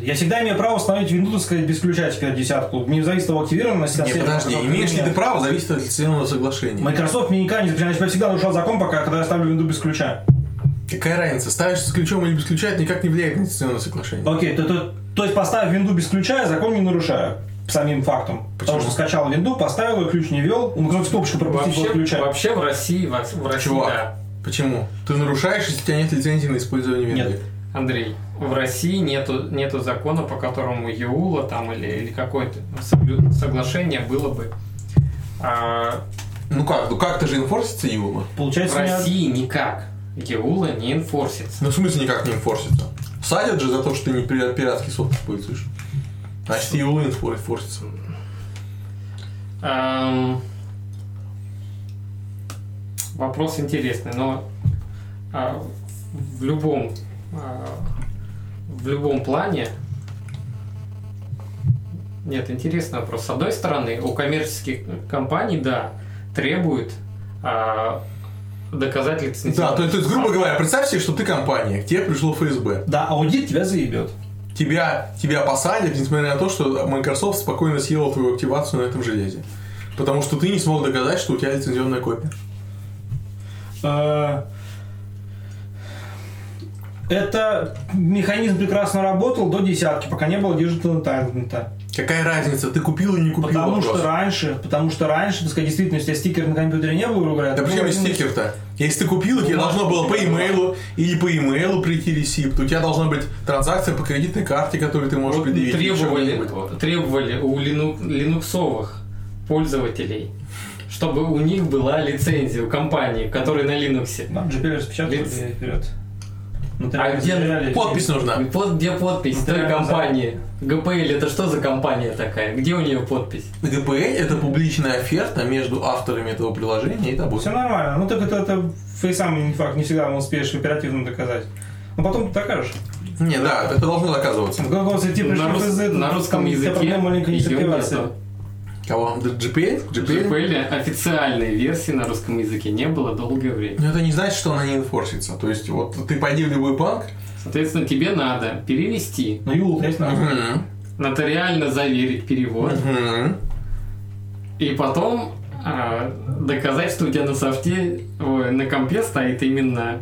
Speaker 3: Я всегда имею право установить винду, так сказать, без ключа теперь десятку. Не зависит от активированности. от
Speaker 2: Не,
Speaker 3: всех
Speaker 2: подожди,
Speaker 3: Microsoft
Speaker 2: имеешь ли
Speaker 3: меня.
Speaker 2: ты право, зависит от лицензионного соглашения.
Speaker 3: Microsoft мне никогда не запрещал. Я всегда нарушал закон, пока когда я ставлю винду без ключа.
Speaker 2: Какая разница, ставишь с ключом или без ключа, это никак не влияет на лицензионное соглашение.
Speaker 3: Окей, то, то, то есть поставив винду без ключа, я закон не нарушаю. Самим фактом.
Speaker 2: Почему?
Speaker 3: Потому что скачал винду, поставил ее, ключ не вел. Он как кнопочку пропустить
Speaker 4: Вообще,
Speaker 3: вот ключа.
Speaker 4: вообще в России, во- в России,
Speaker 2: Чувак.
Speaker 4: да,
Speaker 2: Почему? Ты нарушаешь, если у тебя нет лицензии на использование винды.
Speaker 3: Нет.
Speaker 4: Андрей, в России нету, нету закона, по которому ЕУЛа там или, или какое-то соблю- соглашение было бы. А,
Speaker 2: Ну как, ну как-то же инфорсится Юма?
Speaker 4: в
Speaker 3: Получается, у меня-
Speaker 4: России никак. ЕУЛа не инфорсится.
Speaker 2: Ну в смысле никак не инфорсится? Садят же за то, что ты не пи- пиратский софт используешь. Значит, Юла инфорсится.
Speaker 4: Эм, Вопрос интересный, но а, в любом а, в любом плане нет, интересный вопрос. С одной стороны, у коммерческих компаний, да, требует а, доказать лицензию.
Speaker 2: Да, то, то есть, грубо говоря, представь себе, что ты компания, к тебе пришло ФСБ.
Speaker 3: Да, аудит тебя заебет.
Speaker 2: Тебя, тебя посадят, несмотря на то, что Microsoft спокойно съела твою активацию на этом железе. Потому что ты не смог доказать, что у тебя лицензионная копия.
Speaker 3: Э, Это механизм прекрасно работал до десятки, пока не было Digital Entitlement.
Speaker 2: Какая разница, ты купил и не купил
Speaker 3: Потому
Speaker 2: вопрос.
Speaker 3: что раньше, потому что раньше, так сказать, действительно, если стикер на компьютере не было, грубо говоря,
Speaker 2: Да
Speaker 3: то
Speaker 2: причем
Speaker 3: был
Speaker 2: и
Speaker 3: один из-
Speaker 2: стикер-то? Если ты купил, и тебе должно было по имейлу или по имейлу прийти ресипт, у тебя должна быть транзакция по кредитной карте, которую ты можешь
Speaker 4: Вот
Speaker 2: предъявить.
Speaker 4: требовали,
Speaker 2: Ничего не было.
Speaker 4: требовали у лину- линуксовых пользователей, чтобы у них была лицензия у компании, которые на линуксе.
Speaker 3: Да, GPL распечатали
Speaker 4: Лиц-
Speaker 3: и вперед.
Speaker 4: А где
Speaker 2: Подпись нужна.
Speaker 4: И под- где подпись
Speaker 3: Ну,
Speaker 4: той
Speaker 3: прям, да.
Speaker 4: компании? ГПЛ это что за компания такая? Где у нее подпись?
Speaker 2: ГПЛ – это публичная оферта между авторами этого приложения и тобой.
Speaker 3: Все нормально. Ну так это, это ты сам не факт, не всегда успеешь оперативно доказать. Но потом ты докажешь.
Speaker 2: Не, да, это должно доказываться.
Speaker 3: Ну, как вот зайти,
Speaker 4: на,
Speaker 3: пришли
Speaker 4: рус-
Speaker 3: в ТЗ,
Speaker 4: на
Speaker 3: там
Speaker 4: русском
Speaker 3: у тебя
Speaker 4: языке
Speaker 3: проблема маленькая
Speaker 4: её
Speaker 3: несерпивация.
Speaker 4: нету.
Speaker 2: Кого? Да, GPL? GPL?
Speaker 4: GPL официальной версии на русском языке не было долгое время.
Speaker 2: Но это не значит, что она не инфорсится. То есть, вот ты пойди в любой банк,
Speaker 4: Соответственно, тебе надо перевести,
Speaker 3: Ну, Юл, есть нормально.
Speaker 2: мгм,
Speaker 4: нотариально заверить перевод,
Speaker 2: мгм,
Speaker 4: и потом а, доказать, что у тебя на софте, ой, на компе стоит именно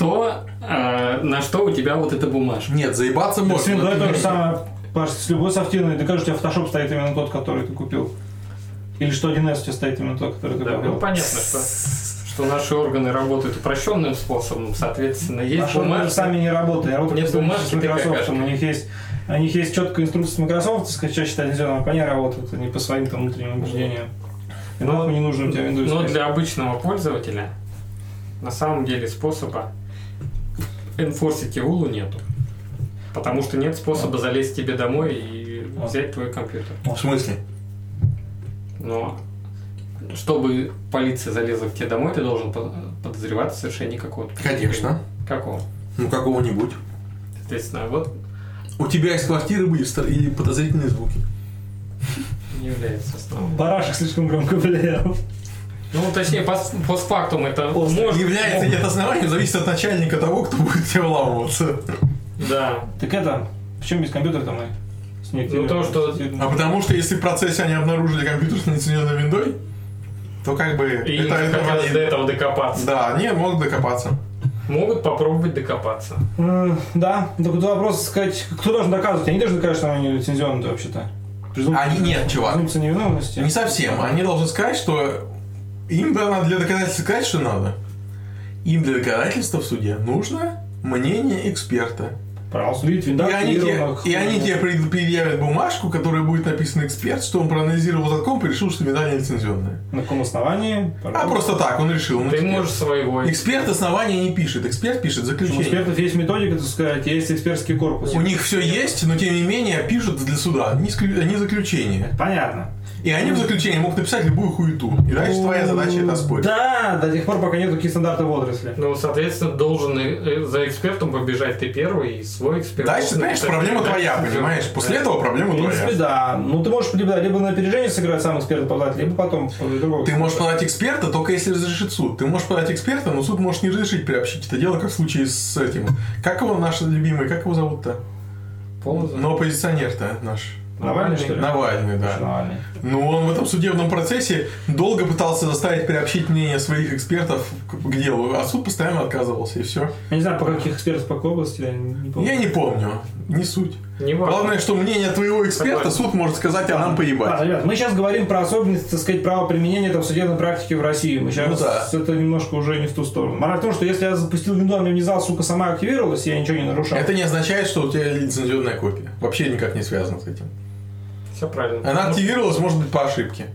Speaker 4: то, а, на что у тебя вот эта бумажка.
Speaker 2: Нет, заебаться
Speaker 3: Ты с
Speaker 2: можно.
Speaker 3: Windows
Speaker 2: но
Speaker 3: то
Speaker 2: ты-
Speaker 3: же самое. Паш, с любой софтиной докажешь, у тебя фотошоп стоит именно тот, который ты купил. Или что 1С у тебя стоит именно тот, который ты
Speaker 4: Да, ну
Speaker 3: купил.
Speaker 4: понятно, что, что наши органы работают упрощенным способом, соответственно, есть
Speaker 3: Наши органы
Speaker 4: бумажки.
Speaker 3: сами не работают. Я работаю
Speaker 4: Нет
Speaker 3: с
Speaker 4: бумажки, ты
Speaker 3: Microsoft. У
Speaker 4: какашка.
Speaker 3: них есть у них есть четкая инструкция с Microsoft, так сказать, чаще лицензионно, а не работают, а не по своим там внутренним убеждениям. И нахуй не нужно у тебя Windows.
Speaker 4: Но Ну, для обычного пользователя на самом деле способа энфорсить улу нету. Потому что нет способа залезть тебе домой и
Speaker 3: Вот.
Speaker 4: взять твой компьютер.
Speaker 2: В смысле?
Speaker 4: Но чтобы полиция залезла к тебе домой, ты должен по- подозреваться в совершении какого-то.
Speaker 2: Конечно.
Speaker 4: Какого?
Speaker 2: Ну, какого-нибудь.
Speaker 4: Соответственно, вот
Speaker 2: У тебя из квартиры были стар- или подозрительные звуки.
Speaker 4: не является основным.
Speaker 3: Барашек слишком громко влиял.
Speaker 4: Ну, точнее, пос- постфактум это может...
Speaker 2: Является нет основанием, зависит от начальника того, кто будет тебе вламываться.
Speaker 4: Да.
Speaker 3: Так это, почему без компьютера там и с неактивированным?
Speaker 4: Ну, то, что-
Speaker 2: А потому что если в процессе они обнаружили компьютер с нецененной виндой, то как бы
Speaker 4: И
Speaker 2: это,
Speaker 4: не
Speaker 2: это
Speaker 4: хотелось
Speaker 2: валид.
Speaker 4: до этого докопаться.
Speaker 2: Да, они могут докопаться.
Speaker 4: Могут попробовать докопаться.
Speaker 3: М, Да, только тут вопрос сказать, кто должен доказывать? Они должны доказать, что они лицензионные вообще-то. Презумпция-
Speaker 2: Они нет, чувак.
Speaker 3: Презумпция невиновности.
Speaker 2: Не совсем. Они должны сказать, что им да, для доказательства сказать, что надо. Им для доказательства в суде нужно мнение эксперта.
Speaker 3: Право судить, винда
Speaker 2: и, они тебе,
Speaker 3: активированных.
Speaker 2: и они тебе пред- предъявят бумажку, в которой будет написан эксперт, что он проанализировал этот комп и решил, что медаль лицензионная.
Speaker 3: На каком основании?
Speaker 2: А просто так, он решил. он
Speaker 4: Ты
Speaker 2: эксперт.
Speaker 4: можешь своего...
Speaker 2: Эксперт основания не пишет, эксперт пишет
Speaker 3: Причем У
Speaker 2: заключение.
Speaker 3: экспертов есть методика, так сказать, есть экспертский корпус.
Speaker 2: У них все есть, но тем не менее пишут для суда, они, склю- они заключение.
Speaker 3: Понятно.
Speaker 2: И они в заключении могут написать любую хуету. И дальше твоя задача это спорить.
Speaker 3: Да, до тех пор, пока нет таких стандартов в отрасли.
Speaker 4: Ну, соответственно, должен э, за экспертом побежать ты первый и свой эксперт.
Speaker 2: Дальше,
Speaker 4: должен
Speaker 2: понимаешь,
Speaker 4: написать
Speaker 2: проблема
Speaker 4: передачу.
Speaker 2: твоя, понимаешь? После этого
Speaker 3: В
Speaker 2: проблема
Speaker 3: принципе,
Speaker 2: твоя.
Speaker 3: да. Ну, ты можешь либо, либо на опережение сыграть сам эксперта подать, либо потом э, другого.
Speaker 2: Ты можешь подать эксперта, только если разрешит суд. Ты можешь подать эксперта, но суд может не разрешить приобщить это дело, как в случае с этим. Как его наш любимый, как его зовут-то?
Speaker 4: Полозов.
Speaker 2: Но оппозиционер-то наш.
Speaker 6: Навальный, что ли?
Speaker 2: Навальный, да.
Speaker 6: Навальный.
Speaker 2: Ну, он в этом судебном процессе долго пытался заставить приобщить мнение своих экспертов к, к делу, а суд постоянно отказывался, и все.
Speaker 3: Я не знаю, по каких экспертов по какой области, я не не помню.
Speaker 2: Я не помню, не суть.
Speaker 4: Не важно.
Speaker 2: Главное, что мнение твоего эксперта суд может сказать, а нам поебать.
Speaker 3: Ладно, ребят, мы сейчас говорим про особенности, так сказать, правоприменения там, судебной практики в России. Мы сейчас
Speaker 2: Ну да.
Speaker 3: это немножко уже не в ту сторону. Мораль в том, что если я запустил винду, а мне не зал, сука, сама активировалась, я ничего не нарушал.
Speaker 2: Это не означает, что у тебя лицензионная копия. Вообще никак не связано с этим.
Speaker 4: Все правильно.
Speaker 2: Она
Speaker 4: Ну,
Speaker 2: активировалась, может быть, по ошибке.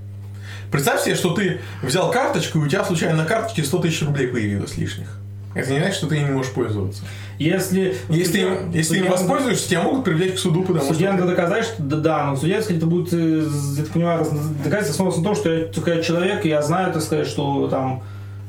Speaker 2: Представь себе, что ты взял карточку, и у тебя случайно на карточке 100 тысяч рублей появилось лишних. Это не значит, что ты ими можешь пользоваться.
Speaker 3: Если,
Speaker 2: Если,
Speaker 3: Ну, судья-
Speaker 2: им- если ты им
Speaker 3: судья-
Speaker 2: воспользуешься, тебя могут привлечь к суду, потому
Speaker 3: Судья надо
Speaker 2: что...
Speaker 3: доказать, что да, да, но судья, так сказать, это будет, э, я так понимаю, раз- доказательство основывается на том, что я, так сказать, человек, и я знаю, так сказать, что там,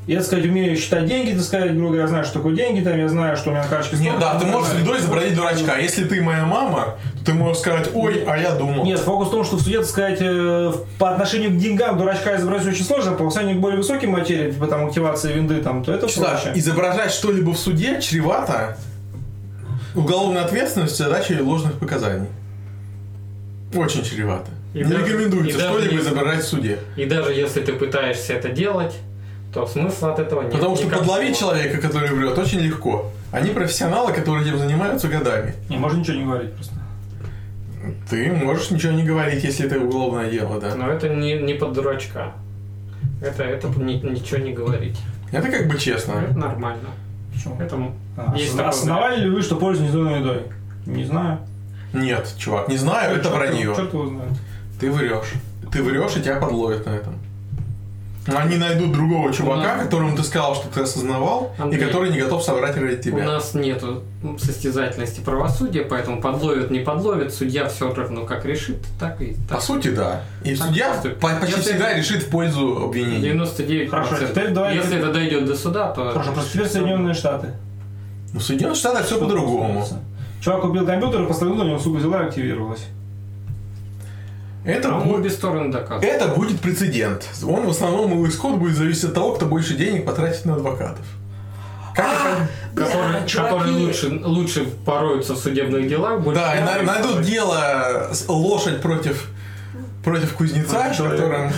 Speaker 3: я, так сказать, умею считать деньги, так сказать, грубо говоря, я знаю, что такое деньги, там, я знаю, что у меня на карточке
Speaker 2: Нет,
Speaker 3: столько,
Speaker 2: да,
Speaker 3: там,
Speaker 2: ты
Speaker 3: и так
Speaker 2: можешь с
Speaker 3: далее.
Speaker 2: едой изобразить дурачка. Если ты моя мама, то ты можешь сказать, ой, а я думал.
Speaker 3: Нет, фокус в том, что в суде, так сказать, э, по отношению к деньгам дурачка изобразить очень сложно, а по отношению к более высоким материи, типа там активации винды, там, то это
Speaker 2: Чувак,
Speaker 3: проще.
Speaker 2: изображать что-либо в суде чревато уголовной ответственностью задачей ложных показаний. Очень чревато.
Speaker 4: И
Speaker 2: не
Speaker 4: даже-
Speaker 2: рекомендуется
Speaker 4: и даже
Speaker 2: что-либо
Speaker 4: не-
Speaker 2: изображать в суде.
Speaker 4: И даже если ты пытаешься это делать, то смысла от этого нет.
Speaker 2: Потому что
Speaker 4: никакого.
Speaker 2: подловить человека, который врет, очень легко. Они профессионалы, которые этим занимаются годами.
Speaker 3: Не, можно ничего не говорить просто.
Speaker 2: Ты можешь ничего не говорить, если это уголовное дело, да.
Speaker 4: Но это не, не под дурачка. Это, это ни- ничего не говорить.
Speaker 2: Это как бы честно.
Speaker 4: Это нормально.
Speaker 3: Почему?
Speaker 4: Этому
Speaker 3: А,
Speaker 4: Есть
Speaker 3: осозна-
Speaker 4: такое,
Speaker 3: осознавали ли вы, что пользуетесь зеленой едой? Не знаю.
Speaker 2: Нет, чувак, не знаю, А, это
Speaker 3: Чёрт-
Speaker 2: вранье.
Speaker 3: Чёрт его знает.
Speaker 2: Ты врешь. Ты врешь, и тебя подловят на этом. Они найдут другого чувака,
Speaker 4: Да.
Speaker 2: которому ты сказал, что ты осознавал,
Speaker 4: Андрей.
Speaker 2: и который не готов соврать ради
Speaker 4: У
Speaker 2: тебя.
Speaker 4: нас нету состязательности правосудия, поэтому подловит, не подловит, судья все равно как решит, так и
Speaker 2: По
Speaker 4: так.
Speaker 2: сути, да. И
Speaker 4: Так,
Speaker 2: судья
Speaker 4: так.
Speaker 2: по- почти
Speaker 4: Если-
Speaker 2: всегда решит в пользу обвинения.
Speaker 4: 99%.
Speaker 3: Хорошо, теперь давай-
Speaker 4: Если это дойдет до суда, то...
Speaker 3: Хорошо, просто теперь Соединенные Штаты.
Speaker 2: В Соединенных Штатах все
Speaker 3: Что
Speaker 2: по-другому.
Speaker 3: происходит? Чувак купил компьютер и поставил на него, сука, взяла и активировалась.
Speaker 2: Это,
Speaker 4: А
Speaker 2: будет,
Speaker 4: обе стороны доказывают.
Speaker 2: это будет прецедент. Он в основном, его исход будет зависеть от того, кто больше денег потратит на адвокатов. Как
Speaker 3: А!
Speaker 2: это-
Speaker 4: Которые, которые лучше, лучше пороются в судебных делах. больше
Speaker 2: Да, и на-
Speaker 4: пьяные,
Speaker 2: найдут
Speaker 4: которые-
Speaker 2: дело с- лошадь против, против кузнеца, которым...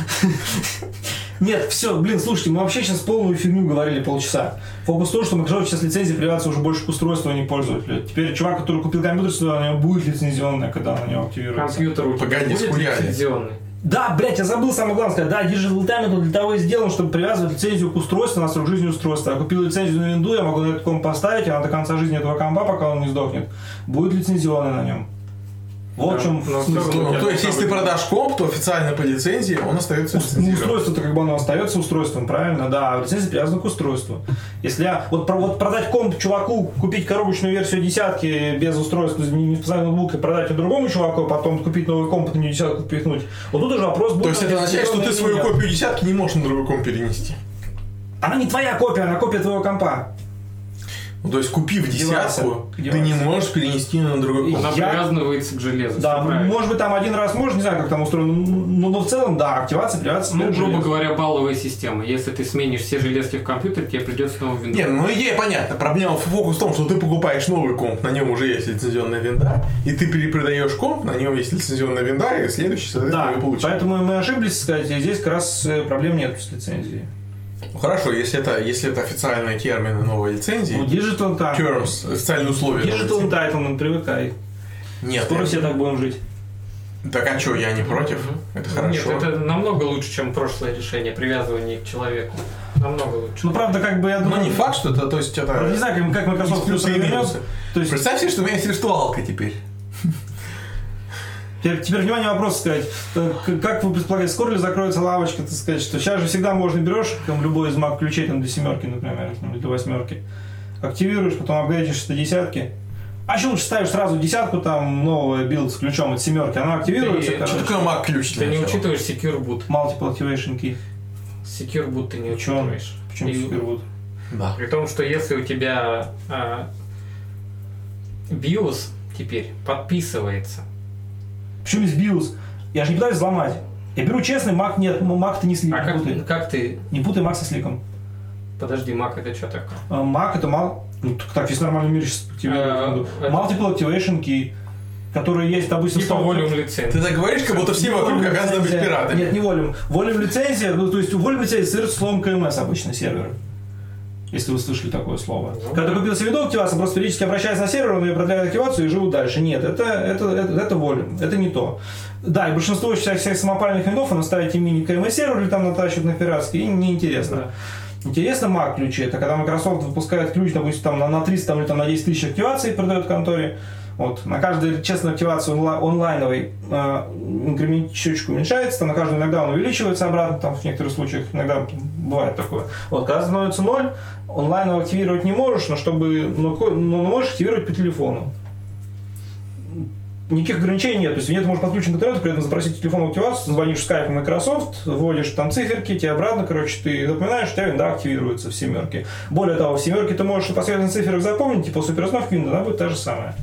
Speaker 3: Нет, все, блин, слушайте, мы вообще сейчас полную фигню говорили полчаса. Фокус в том, что Microsoft сейчас лицензии привязывается уже больше к устройству, а не к пользователю. Теперь чувак, который купил компьютер, сюда, у него будет лицензионная, когда она у него активируется.
Speaker 4: Компьютер у тебя
Speaker 2: Погоди,
Speaker 4: будет
Speaker 2: схуяли.
Speaker 4: лицензионный?
Speaker 3: Да, блядь, я забыл самое главное сказать. Да, Digital Time это для того и сделан, чтобы привязывать лицензию к устройству на срок жизни устройства. Я купил лицензию на винду, я могу на этот комп поставить, она до конца жизни этого компа, пока он не сдохнет, будет лицензионная на нем. Вот в
Speaker 4: Да,
Speaker 3: чем смысл.
Speaker 4: но всё равно
Speaker 2: Ну,
Speaker 4: Я
Speaker 2: то есть, если
Speaker 4: должна
Speaker 2: ты
Speaker 4: быть-
Speaker 2: продашь комп, то официально по лицензии он остается
Speaker 3: Ну,
Speaker 2: лицензирован.
Speaker 3: устройство-то как бы оно остается устройством, правильно? Да, а лицензия привязана к устройству. Если я вот, про- вот продать комп чуваку, купить коробочную версию десятки без устройства, не, не специальный ноутбук, и продать ее другому чуваку, а потом купить новый комп, на нее десятку впихнуть. Вот тут уже вопрос будет.
Speaker 2: То есть это означает, что ты свою
Speaker 3: нет.
Speaker 2: копию десятки не можешь на другой комп перенести.
Speaker 3: Она не твоя копия, она копия твоего компа.
Speaker 2: Ну, то есть купив
Speaker 3: Девайсы.
Speaker 2: десятку, ты
Speaker 3: Девайсы.
Speaker 2: не можешь перенести на другой комп.
Speaker 4: Она
Speaker 3: Я-
Speaker 4: привязывается к железу.
Speaker 3: да, ну,
Speaker 4: всё правильно.
Speaker 3: может быть там один раз можно, не знаю, как там устроено, но, но в целом, да, активация, привязывается.
Speaker 4: Ну,
Speaker 3: к
Speaker 4: грубо
Speaker 3: железу.
Speaker 4: говоря, балловая система. Если ты сменишь все железки в компьютер, тебе придется снова винду.
Speaker 2: Не, ну идея понятна. Проблема в фокус в том, что ты покупаешь новый комп, на нем уже есть лицензионная винда, и ты перепродаешь комп, на нем есть лицензионная винда, и следующий, соответственно,
Speaker 3: Да,
Speaker 2: его получишь.
Speaker 3: поэтому мы ошиблись, сказать, и здесь как раз э, проблем нет с лицензией.
Speaker 2: Ну, Хорошо, если это, если это официальные термины новой лицензии,
Speaker 3: Ну, Digital Time.
Speaker 2: terms, официальные условия. новой
Speaker 3: Digital
Speaker 2: лицензии.
Speaker 3: Entitlement, привыкай.
Speaker 2: Нет,
Speaker 3: Скоро
Speaker 2: я-
Speaker 3: все так будем жить.
Speaker 2: так а что, я не против? Это хорошо.
Speaker 4: Нет, это намного лучше, чем прошлое решение, привязывание к человеку. Намного лучше.
Speaker 3: Ну, правда, как бы я
Speaker 2: Но
Speaker 3: думаю...
Speaker 2: не факт, что это, то есть это...
Speaker 3: правда, не знаю, как- как
Speaker 2: есть
Speaker 3: Microsoft плюс
Speaker 2: плюсы и минусы.
Speaker 3: провернет. То есть,
Speaker 2: Представь себе, что у меня есть виртуалка теперь.
Speaker 3: теперь, теперь, внимание, вопрос сказать. Э, к- Как вы предполагаете, скоро ли закроется лавочка, так сказать, что сейчас же всегда можно берешь там, любой из маг ключей там, до семерки, например, там, или до восьмерки, активируешь, потом апгрейдишь до десятки, а еще лучше ставишь сразу десятку, там, новая билд с ключом от семерки, она активируется,
Speaker 4: Ты-
Speaker 2: Что
Speaker 3: короче.
Speaker 2: такое маг-ключ?
Speaker 4: Ты не учитываешь Secure Boot.
Speaker 3: Multiple Activation Key.
Speaker 4: Secure Boot ты не
Speaker 3: Чё?
Speaker 4: учитываешь.
Speaker 3: Почему
Speaker 4: И-
Speaker 3: Superwood?
Speaker 2: Да.
Speaker 4: При том, что если у тебя а, BIOS теперь подписывается.
Speaker 3: Почему из BIOS? Я же не пытаюсь взломать. Я беру честный, Mac нет, Mac ты не слип,
Speaker 4: А
Speaker 3: не путай.
Speaker 4: как, как ты...
Speaker 3: Не путай Mac со сликом.
Speaker 4: Подожди, Mac это что такое?
Speaker 3: А, Mac это мал... Ну, так, так весь нормальный мир сейчас
Speaker 4: Э,
Speaker 3: активирует.
Speaker 4: это-
Speaker 3: Multiple Activation Key. которые есть, допустим,
Speaker 4: И по
Speaker 3: стал-
Speaker 4: волям Типа лицензии.
Speaker 2: Ты так говоришь, как будто все вокруг
Speaker 3: Волем
Speaker 2: обязаны быть
Speaker 3: лицензия.
Speaker 2: пиратами.
Speaker 3: Нет, не волим. Волим лицензия, ну, то есть волим лицензия сыр слом КМС обычно сервера. Если вы слышали такое слово. Когда ты купил себе до активации, просто периодически обращаясь на сервер, он мне продляет активацию и живут дальше. Нет, это, это, это, это волим, это не то. Да, и большинство всех, всех самопальных виндов, она ставит им мини-КМС-сервер или там натащит на пиратский, и неинтересно. Интересно маг ключи. Это когда Microsoft выпускает ключ, допустим, там, на, на 300 там, или там, на 10 тысяч активаций продает конторе. Вот. На каждую честную активацию онла- онлайновой э, инкремент чуть-чуть уменьшается, там, на каждую иногда он увеличивается обратно, там в некоторых случаях иногда бывает такое. Вот, когда становится ноль, онлайн его активировать не можешь, но чтобы. Но, ко- но можешь активировать по телефону. Никаких ограничений нет. То есть, нет, ты можешь подключен к интернету, при этом запросить телефон активацию, звонишь в Skype Microsoft, вводишь там циферки, тебе обратно, короче, ты запоминаешь, у тебя винда активируется в семерке. Более того, в семерке ты можешь последовательно циферок запомнить, и после перестановки винда она будет та же самая.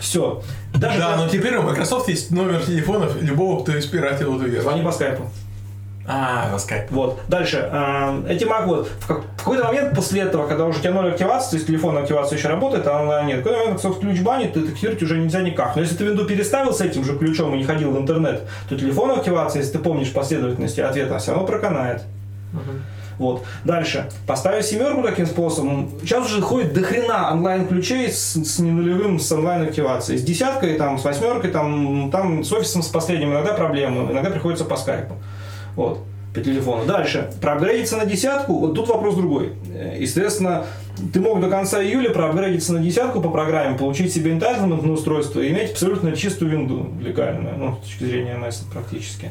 Speaker 3: Все. Даже
Speaker 2: Да,
Speaker 3: когда-
Speaker 2: но теперь у Microsoft есть номер телефонов любого, кто испиратил эту версию.
Speaker 3: Звони по скайпу.
Speaker 2: А, на Skype.
Speaker 3: Вот. Дальше. Эм, Эти маг вот. В как- в какой-то момент после этого, когда уже у тебя ноль активации, то есть телефон активации еще работает, а онлайн нет. В какой-то момент, собственно, ключ банит, ты активировать уже нельзя никак. Но если ты винду переставил с этим же ключом и не ходил в интернет, то телефон активации, если ты помнишь последовательности ответа, все равно проканает. Вот. Дальше. Поставив семерку таким способом, сейчас уже ходит до хрена онлайн-ключей с, с ненулевым, с онлайн-активацией. С десяткой, там, с восьмеркой, там, там с офисом с последним иногда проблемы, иногда приходится по скайпу. Вот. По телефону. Дальше. Проапгрейдиться на десятку, вот тут вопрос другой. Э, Естественно, ты мог до конца июля проапгрейдиться на десятку по программе, получить себе entitlement на устройство и иметь абсолютно чистую винду легальную, ну, с точки зрения MS практически.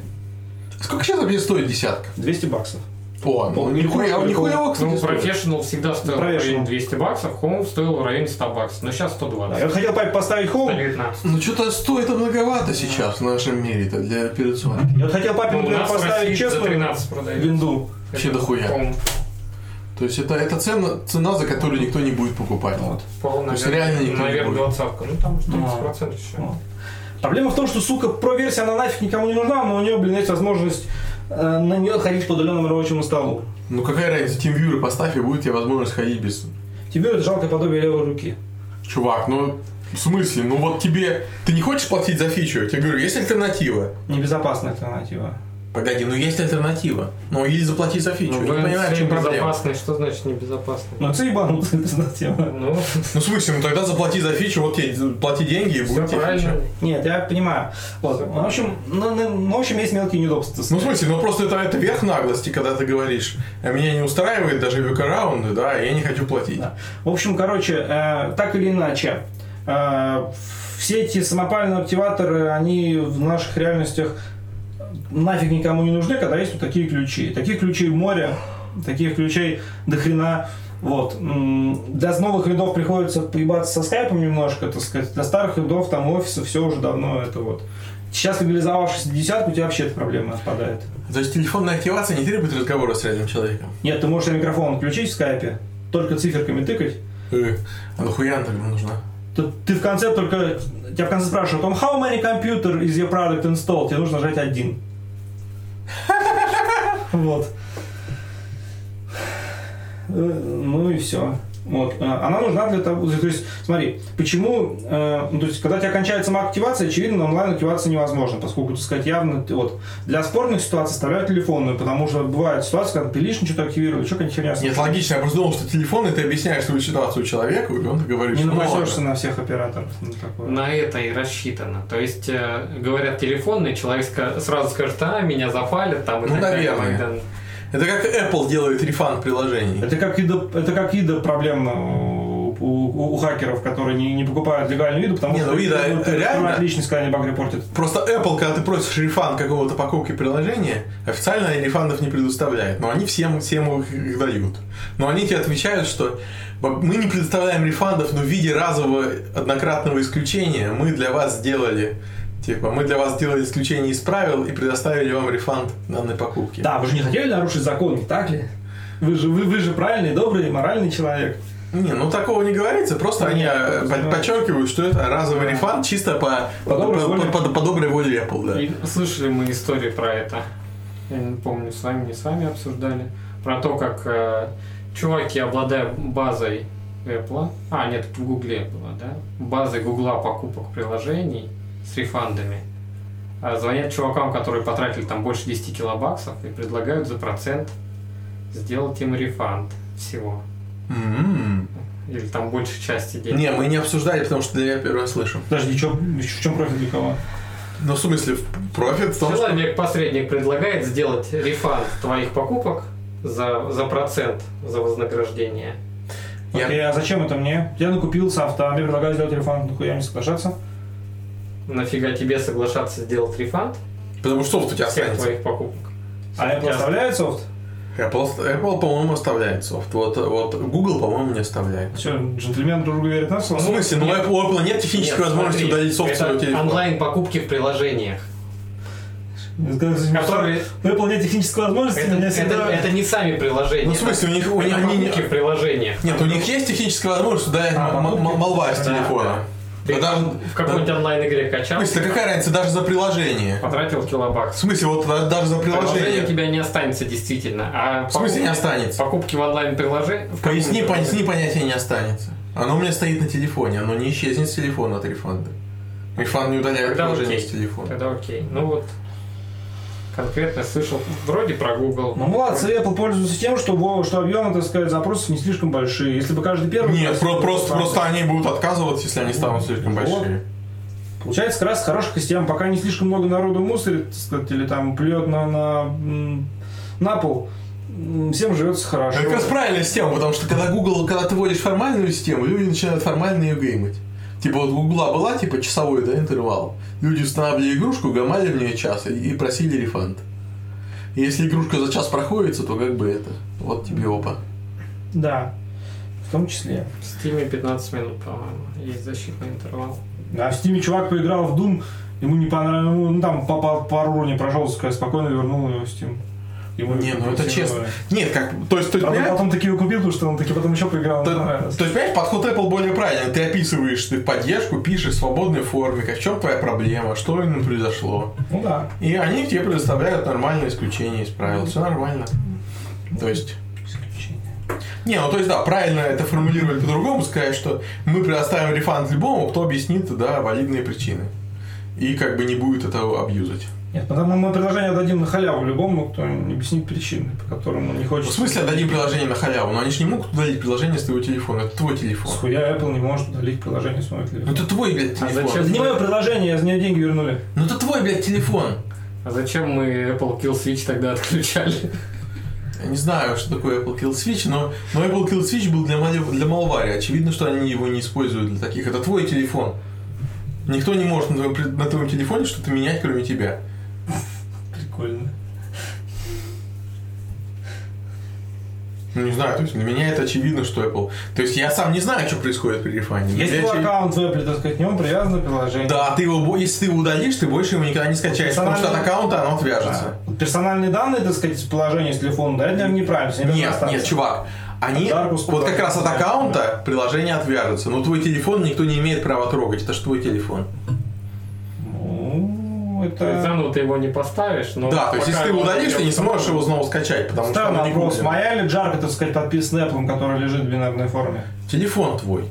Speaker 2: Сколько сейчас вообще стоит десятка?
Speaker 3: 200 баксов.
Speaker 2: О, ну,
Speaker 3: О,
Speaker 2: нихуя,
Speaker 3: нихуя,
Speaker 2: нихуя, кстати,
Speaker 4: Ну,
Speaker 2: стоит.
Speaker 4: профессионал всегда стоил в
Speaker 3: Professional.
Speaker 4: районе 200 баксов, хоум стоил в районе 100 баксов, но сейчас
Speaker 3: Да,
Speaker 4: 120.
Speaker 3: Я вот хотел Павел, поставить хоум,
Speaker 4: 119.
Speaker 2: Ну, что-то стоит многовато сейчас в нашем мире это для операционки.
Speaker 3: Я вот хотел папе,
Speaker 4: Ну, у
Speaker 3: например,
Speaker 4: нас в России
Speaker 3: поставить
Speaker 4: за
Speaker 3: честную
Speaker 4: 13 продают.
Speaker 3: винду.
Speaker 2: Вообще дохуя.
Speaker 4: Хоум.
Speaker 2: То есть это, это цена, цена, за которую никто не будет покупать.
Speaker 3: Вот.
Speaker 4: Пол,
Speaker 2: То есть
Speaker 4: наверное,
Speaker 2: реально никто не
Speaker 4: наверное,
Speaker 2: будет.
Speaker 4: двадцатка. Ну, там же 30%
Speaker 3: Ну.
Speaker 4: процентов еще.
Speaker 3: Ну. Проблема в том, что, сука, про-версия, она нафиг никому не нужна, но у нее, блин, есть возможность э, на нее ходить по удаленному рабочему столу.
Speaker 2: Ну какая разница, TeamViewer поставь, и будет тебе возможность ходить без...
Speaker 3: Тебе это жалкое подобие левой руки.
Speaker 2: Чувак, ну в смысле? Ну вот тебе... Ты не хочешь платить за фичу? Я тебе говорю, есть альтернатива.
Speaker 3: Небезопасная альтернатива.
Speaker 2: Погоди, ну есть альтернатива. Ну или заплати за фичу.
Speaker 4: Ну,
Speaker 2: не
Speaker 4: вы
Speaker 2: понимаю, в чем проблема.
Speaker 4: безопасный. Что значит небезопасный?
Speaker 3: Но Ну, это ебанутая альтернатива.
Speaker 4: Ну,
Speaker 2: Ну в смысле, ну тогда заплати за фичу, вот тебе плати деньги и
Speaker 4: все
Speaker 2: будет тебе фича.
Speaker 4: правильно.
Speaker 3: Нет, я понимаю. Вот. Ну, в общем, ну, ну, ну, в общем, есть мелкие неудобства.
Speaker 2: Ну, в смысле, ну просто это, это верх наглости, когда ты говоришь, «А меня не устраивает даже векараунды, да, и я не хочу платить.
Speaker 3: Да. В общем, короче, э, так или иначе, э, все эти самопальные активаторы, они в наших реальностях нафиг никому не нужны, когда есть вот такие ключи. Таких ключей море, таких ключей до хрена. Вот. М, Для новых видов приходится поебаться со скайпом немножко, так сказать. Для старых видов там офиса все уже давно это вот. Сейчас легализовавшись на десятку, у тебя вообще эта проблема отпадает.
Speaker 2: То есть телефонная активация не требует разговора с реальным человеком.
Speaker 3: Нет, ты можешь себе микрофон отключить в скайпе, только циферками тыкать,
Speaker 2: Э, а нахуя она тогда нужна?
Speaker 3: Ты, ты в конце только... Тебя в конце спрашивают, он how many computer is your product installed? Тебе нужно нажать один. Вот. Э, Ну и все. Вот. Э, Она нужна для того... То есть, смотри, почему... э, ну, то есть, когда у тебя кончается маг-активация, очевидно, онлайн активация невозможно, поскольку, так сказать, явно... ты- Вот. Для спорных ситуаций оставляют телефонную, потому что бывают ситуации, когда ты лишний что-то активировал, что какая-нибудь херня...
Speaker 2: Нет,
Speaker 3: случилась.
Speaker 2: логично, я просто думал, что телефон, и ты объясняешь свою ситуацию человеку, и он говорит,
Speaker 3: Не
Speaker 2: что ну,
Speaker 3: напасешься
Speaker 2: ладно.
Speaker 3: на всех операторов. Ну, такое.
Speaker 4: На это и рассчитано. То есть, э, говорят телефонный, человек ска- сразу скажет, а, меня зафалят там и
Speaker 2: Ну,
Speaker 4: так далее.
Speaker 2: наверное.
Speaker 4: Майдан.
Speaker 2: Это как Apple делает рефан приложений.
Speaker 3: Это как ида, это как ида проблема у, у- у хакеров, которые не, не покупают легальную иду, потому
Speaker 2: Не,
Speaker 3: что
Speaker 2: ну, ида
Speaker 3: думают,
Speaker 2: реально-
Speaker 3: раскрывает личность, когда они баг репортят.
Speaker 2: Просто Apple, когда ты просишь рефан какого-то покупки приложения, официально они рефандов не предоставляют, но они всем, всем их- их дают. Но они тебе отвечают, что «Б- мы не предоставляем рефандов, но в виде разового однократного исключения мы для вас сделали Типа, мы для вас сделали исключение из правил и предоставили вам рефанд данной покупки.
Speaker 3: Да, вы же не хотели нарушить закон, не так ли? Вы же, вы, вы же правильный, добрый, моральный человек.
Speaker 2: Не, ну такого не говорится, просто
Speaker 3: Да
Speaker 2: они
Speaker 3: нет,
Speaker 2: э,
Speaker 3: просто
Speaker 2: под-
Speaker 3: говорится.
Speaker 2: подчеркивают, что это разовый
Speaker 3: Да.
Speaker 2: рефанд чисто по,
Speaker 3: По доброй
Speaker 2: по-
Speaker 3: воле.
Speaker 2: по- по- по доброй воле Apple, да.
Speaker 4: И слышали мы истории про это. Я не помню, с вами, не с вами обсуждали. Про то, как э, чуваки, обладая базой Apple. А, нет, в Гугле было, да? Базы Гугла покупок приложений с рефандами. А, Звонят чувакам, которые потратили там больше 10 килобаксов и предлагают за процент сделать им рефанд всего.
Speaker 2: М-м.
Speaker 4: Или там большей части денег.
Speaker 2: Не, мы не обсуждали, потому что я первый раз слышу.
Speaker 3: Подожди, чё- в чем профит для кого?
Speaker 2: Ну, в смысле, в профит в том, что...
Speaker 4: Человек-посредник предлагает сделать рефанд твоих покупок за, за процент, за вознаграждение.
Speaker 2: Я-
Speaker 3: Окей, а зачем это мне? Я накупил с авто, а мне предлагают сделать рефанд, нахуя мне соглашаться?
Speaker 4: Нафига тебе соглашаться сделать рефанд
Speaker 2: Потому что софт у тебя
Speaker 4: всех
Speaker 2: останется.
Speaker 4: твоих покупок?
Speaker 3: А Apple
Speaker 4: Я-
Speaker 3: оставляет софт?
Speaker 2: Apple, Apple, по-моему, оставляет софт. Вот, вот Google, по-моему, не оставляет.
Speaker 3: Все, джентльмен друг другу верит на
Speaker 2: В
Speaker 3: слово.
Speaker 2: смысле? Ну, Apple, у Apple нет технической
Speaker 4: Нет,
Speaker 2: возможности
Speaker 4: смотри,
Speaker 2: удалить софт с
Speaker 4: это
Speaker 2: своего телефона.
Speaker 4: онлайн-покупки в приложениях.
Speaker 3: Ну,
Speaker 4: Которые...
Speaker 3: У Apple нет технической возможности,
Speaker 4: Это,
Speaker 3: меня
Speaker 4: это-
Speaker 3: всегда...
Speaker 4: это не сами приложения.
Speaker 2: Ну, в смысле, у них... У
Speaker 4: это
Speaker 2: них они не-
Speaker 4: покупки в приложениях.
Speaker 2: Нет, у них есть техническая возможность удалять
Speaker 3: А,
Speaker 2: м- м-
Speaker 3: покупки?
Speaker 2: молва с
Speaker 4: Да,
Speaker 2: телефона.
Speaker 4: Ты
Speaker 2: Да даже-
Speaker 4: в какой-нибудь онлайн-игре
Speaker 2: В
Speaker 4: качал,
Speaker 2: смысле, какая разница даже за приложение?
Speaker 4: потратил
Speaker 2: В
Speaker 4: килобакс.
Speaker 2: смысле, вот да- даже за
Speaker 4: Приложение у
Speaker 2: приложение.
Speaker 4: тебя не останется действительно. А
Speaker 2: В смысле не
Speaker 4: покупки-
Speaker 2: останется?
Speaker 4: Покупки в онлайн-приложении...
Speaker 2: Поясни, поясни, понятие не останется. Оно у меня стоит на телефоне, оно не исчезнет с телефона от рефанда. Рефанд не удаляет
Speaker 4: Тогда
Speaker 2: приложение
Speaker 4: окей.
Speaker 2: с телефона.
Speaker 4: Тогда окей. Ну вот, конкретно слышал вроде про Google.
Speaker 3: Ну, молодцы, Apple пользуется тем, что, во- что объемы, так сказать, запросов не слишком большие. Если бы каждый первый...
Speaker 2: Нет, про-
Speaker 3: запрос-
Speaker 2: просто, просто они будут отказываться, если они станут слишком
Speaker 3: Вот.
Speaker 2: большие.
Speaker 3: Получается, как раз хороших систем, пока не слишком много народу мусорит, так сказать, или там плюет на, на, м, на пол, м, всем живется хорошо.
Speaker 2: Как раз правильная система, потому что когда Google, когда ты вводишь формальную систему, люди начинают формально ее геймить. Типа вот у Гугла была типа часовой да, интервал. Люди устанавливали игрушку, гамали в нее час и, и просили рефанд. И Если игрушка за час проходится, то как бы это. Вот тебе опа.
Speaker 3: Да, в том числе.
Speaker 4: В Steam 15 минут, по-моему, есть защитный интервал.
Speaker 3: А в Стиме чувак поиграл в Doom, ему не понравилось, ну там по, по, пару уровней прошел, сказать, спокойно вернул его в Steam. Ему
Speaker 2: Не, ну это
Speaker 3: Steam
Speaker 2: честно.
Speaker 3: добавили.
Speaker 2: Нет, как. То есть, то есть,
Speaker 3: Правда,
Speaker 2: понимаешь,
Speaker 3: потом таки его купил, потому что он таки потом еще поиграл,
Speaker 2: то-
Speaker 3: ему понравилось.
Speaker 2: то есть, понимаешь, подход Apple более правильный. Ты описываешь ты поддержку, пишешь в свободной форме, как в чем твоя проблема, что именно произошло.
Speaker 3: Ну да.
Speaker 2: И они тебе предоставляют нормальное исключение из правил. Все нормально. То есть. Не, ну то есть, да, правильно это формулировать по-другому, сказать, что мы предоставим рефанд любому, кто объяснит, да, валидные причины. И как бы не будет этого абьюзать.
Speaker 3: Нет, потому мы предложение дадим на халяву любому, кто не объяснит причины, по которым он не
Speaker 2: В
Speaker 3: хочет.
Speaker 2: смысле отдадим приложение на халяву, но они же не могут удалить приложение с твоего телефона, это твой телефон.
Speaker 3: Схуя Apple не может удалить приложение с моего
Speaker 2: Ну
Speaker 3: телефона.
Speaker 2: это твой, блядь,
Speaker 4: А
Speaker 2: телефон.
Speaker 4: зачем?
Speaker 3: Это не мое приложение, я за нее деньги вернули.
Speaker 2: Ну это твой, блядь, телефон.
Speaker 4: А зачем мы Apple Kill Switch тогда отключали?
Speaker 2: Я не знаю, что такое Apple Kill Switch, но, но Apple Kill Switch был для, мал- для Малвари. Очевидно, что они его не используют для таких. Это твой телефон. Никто не может на твоем, при- на твоем телефоне что-то менять, кроме тебя.
Speaker 3: Прикольно.
Speaker 2: Ну, не знаю, то есть для меня это очевидно, что Apple... То есть я сам не знаю, что происходит при рефанде. но
Speaker 3: Если
Speaker 2: для
Speaker 3: твой
Speaker 2: очевид-
Speaker 3: аккаунт в Apple, так сказать, к нему привязано приложение.
Speaker 2: Да, ты его, бо- если ты его удалишь, ты больше его никогда не скачаешь, потому что от
Speaker 3: Персонально-
Speaker 2: аккаунта оно
Speaker 3: Да.
Speaker 2: отвяжется.
Speaker 3: А, Персональные данные, так сказать, с положения с телефона, да, это наверное, неправильно. с ними должно
Speaker 2: Нет,
Speaker 3: остаться.
Speaker 2: нет, чувак. Они
Speaker 3: Подарок,
Speaker 2: вот
Speaker 3: успокоение.
Speaker 2: как раз от аккаунта приложения отвяжутся, но твой телефон никто не имеет права трогать, это же твой телефон.
Speaker 3: Ну,
Speaker 4: Ты
Speaker 3: это...
Speaker 4: заново ты его не поставишь, но...
Speaker 2: Да, то есть
Speaker 4: пока
Speaker 2: если ты его
Speaker 4: он
Speaker 2: удалишь, ты не
Speaker 4: идет-
Speaker 2: сможешь его снова скачать, потому что
Speaker 3: Странный
Speaker 2: он не
Speaker 3: вопрос.
Speaker 2: куплен.
Speaker 3: Моя ли джарка, так сказать, подписана Apple, которая лежит в бинарной форме?
Speaker 2: Телефон твой.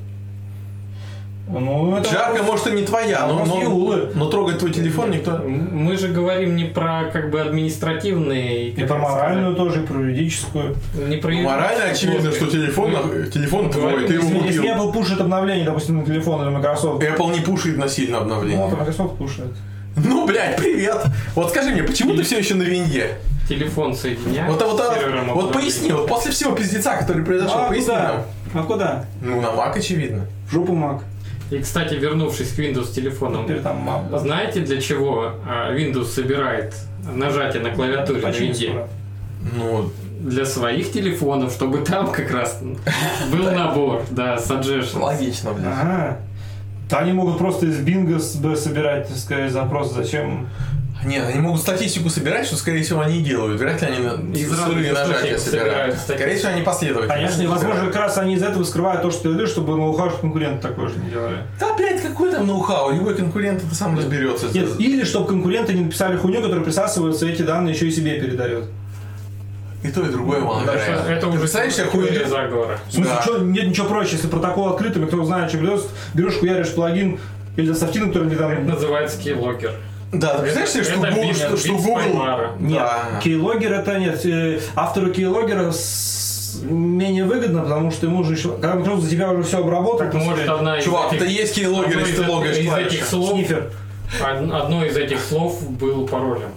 Speaker 3: Ну, это...
Speaker 2: Жарко, может, и не твоя, но,
Speaker 3: вопрос
Speaker 2: но,
Speaker 3: Юлы.
Speaker 2: но трогать твой телефон никто...
Speaker 4: М- Мы же говорим не про как бы административные...
Speaker 3: И про моральную тоже, и про юридическую.
Speaker 4: Не про
Speaker 2: Морально Ну, очевидно, что телефон, телефон твой, ты его
Speaker 3: Ну, Если, если
Speaker 2: купил.
Speaker 3: Apple пушит обновление, допустим, на телефон или Microsoft,
Speaker 2: Apple не пушит насильно
Speaker 3: ну, вот
Speaker 2: обновление.
Speaker 3: Microsoft пушит.
Speaker 2: Ну, блядь, привет! Вот скажи мне, почему ты все еще на винье?
Speaker 4: телефон соединяет
Speaker 2: Вот, вот,
Speaker 4: с
Speaker 2: вот,
Speaker 4: сервером
Speaker 2: вот
Speaker 4: обновления.
Speaker 2: поясни, вот после всего пиздеца, который произошел,
Speaker 3: а
Speaker 2: поясни
Speaker 3: куда?
Speaker 2: нам.
Speaker 3: А куда?
Speaker 2: Ну, на Mac, очевидно.
Speaker 3: В жопу Mac.
Speaker 4: И, кстати, вернувшись к Windows телефоном,
Speaker 3: Теперь там Mac. да.
Speaker 4: знаете, для чего а, Windows собирает нажатие на клавиатуре на
Speaker 3: Почини
Speaker 4: винде?
Speaker 3: скоро.
Speaker 2: Ну,
Speaker 4: Для своих телефонов, чтобы там как раз был набор, да, suggestions.
Speaker 2: логично, блядь.
Speaker 3: Ага. Да они могут просто из бинга с- б- собирать, так сказать, запрос, зачем.
Speaker 2: Нет, они могут статистику собирать, что, скорее всего, они и делают. Вряд ли они на-
Speaker 4: Из
Speaker 2: сырые
Speaker 4: разных
Speaker 2: нажатия собирают.
Speaker 4: источников собирают
Speaker 2: Скорее всего, они последовательно.
Speaker 3: Конечно, и,
Speaker 2: собирают.
Speaker 3: возможно, как раз они из этого скрывают то, что ты делаешь, чтобы на ухажах конкурент такое же не делали.
Speaker 2: Да, блядь, какой там ноу-хау? Любой конкурент это сам разберется.
Speaker 3: Нет, или чтобы конкуренты не написали хуйню, которая присасывается, эти данные еще и себе передает.
Speaker 2: И то, и другое маловероятно.
Speaker 4: Это
Speaker 2: Ты
Speaker 4: уже
Speaker 2: представляешь себе хуйню?
Speaker 4: теория заговора.
Speaker 3: В смысле,
Speaker 2: Да.
Speaker 3: чё, нет ничего проще, если протокол открытым, и кто знает, что придет, берешь, хуяришь плагин или софтин, который не
Speaker 4: Это
Speaker 3: там...
Speaker 4: называется кейлокер.
Speaker 2: Да, А ты представляешь себе,
Speaker 4: Это-
Speaker 2: что
Speaker 4: это
Speaker 2: Google...
Speaker 4: бит-
Speaker 2: Что, что
Speaker 4: бит
Speaker 2: Google...
Speaker 4: Спаймара.
Speaker 3: Нет,
Speaker 2: Да.
Speaker 3: кейлогер это нет. э, Автору кейлогера с- менее выгодно, потому что ему уже еще... Когда Microsoft за тебя уже все обработал,
Speaker 4: Так
Speaker 3: то-
Speaker 4: может одна из
Speaker 2: Чувак,
Speaker 4: этих-
Speaker 2: это есть кейлогер,
Speaker 4: одно
Speaker 2: если
Speaker 4: из
Speaker 2: ты
Speaker 4: эт-
Speaker 2: логаешь
Speaker 4: из
Speaker 2: клавиши.
Speaker 4: этих слов,
Speaker 3: Снифер.
Speaker 4: од- одно из этих слов был паролем.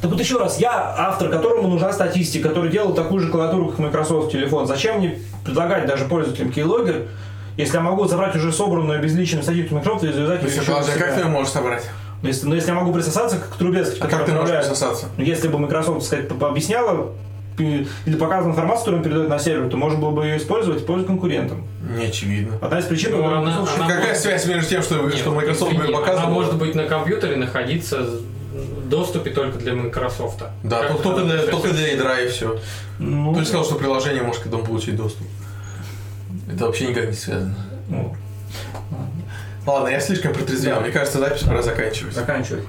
Speaker 3: Так вот еще раз, я автор, которому нужна статистика, который делал такую же клавиатуру, как Microsoft телефон. Зачем мне предлагать даже пользователям keylogger, если я могу забрать уже собранную обезличенную статистику Microsoft и завязать ее
Speaker 2: Если
Speaker 3: еще на
Speaker 2: положи, а как
Speaker 3: себя?
Speaker 2: ты ее можешь собрать?
Speaker 3: Но если, но если я могу присосаться как к трубе,
Speaker 2: А как ты можешь
Speaker 3: отправляю-
Speaker 2: присосаться?
Speaker 3: Ну, Если бы Microsoft, так сказать, по- объясняла э, или показывала информацию, которую он передает на сервер, то можно было бы ее использовать в пользу конкурентам.
Speaker 2: Не очевидно.
Speaker 3: Одна из причин,
Speaker 4: Ну,
Speaker 3: которая-
Speaker 4: она- она
Speaker 2: Какая
Speaker 4: может-
Speaker 2: связь между тем, что,
Speaker 4: Нет,
Speaker 2: что Microsoft мне
Speaker 4: извини, Она
Speaker 2: показывал?
Speaker 4: может быть на компьютере находиться в доступе только для Microsoft.
Speaker 2: Да,
Speaker 4: Как
Speaker 2: только- только
Speaker 4: это
Speaker 2: для,
Speaker 4: называется?
Speaker 2: только для ядра и все.
Speaker 3: Ну,
Speaker 2: Ты же сказал, что приложение может к этому получить доступ. Это вообще никак не связано.
Speaker 3: ну,
Speaker 2: Ладно, я слишком протрезвел. Мне кажется, запись пора заканчивать.
Speaker 3: заканчивать.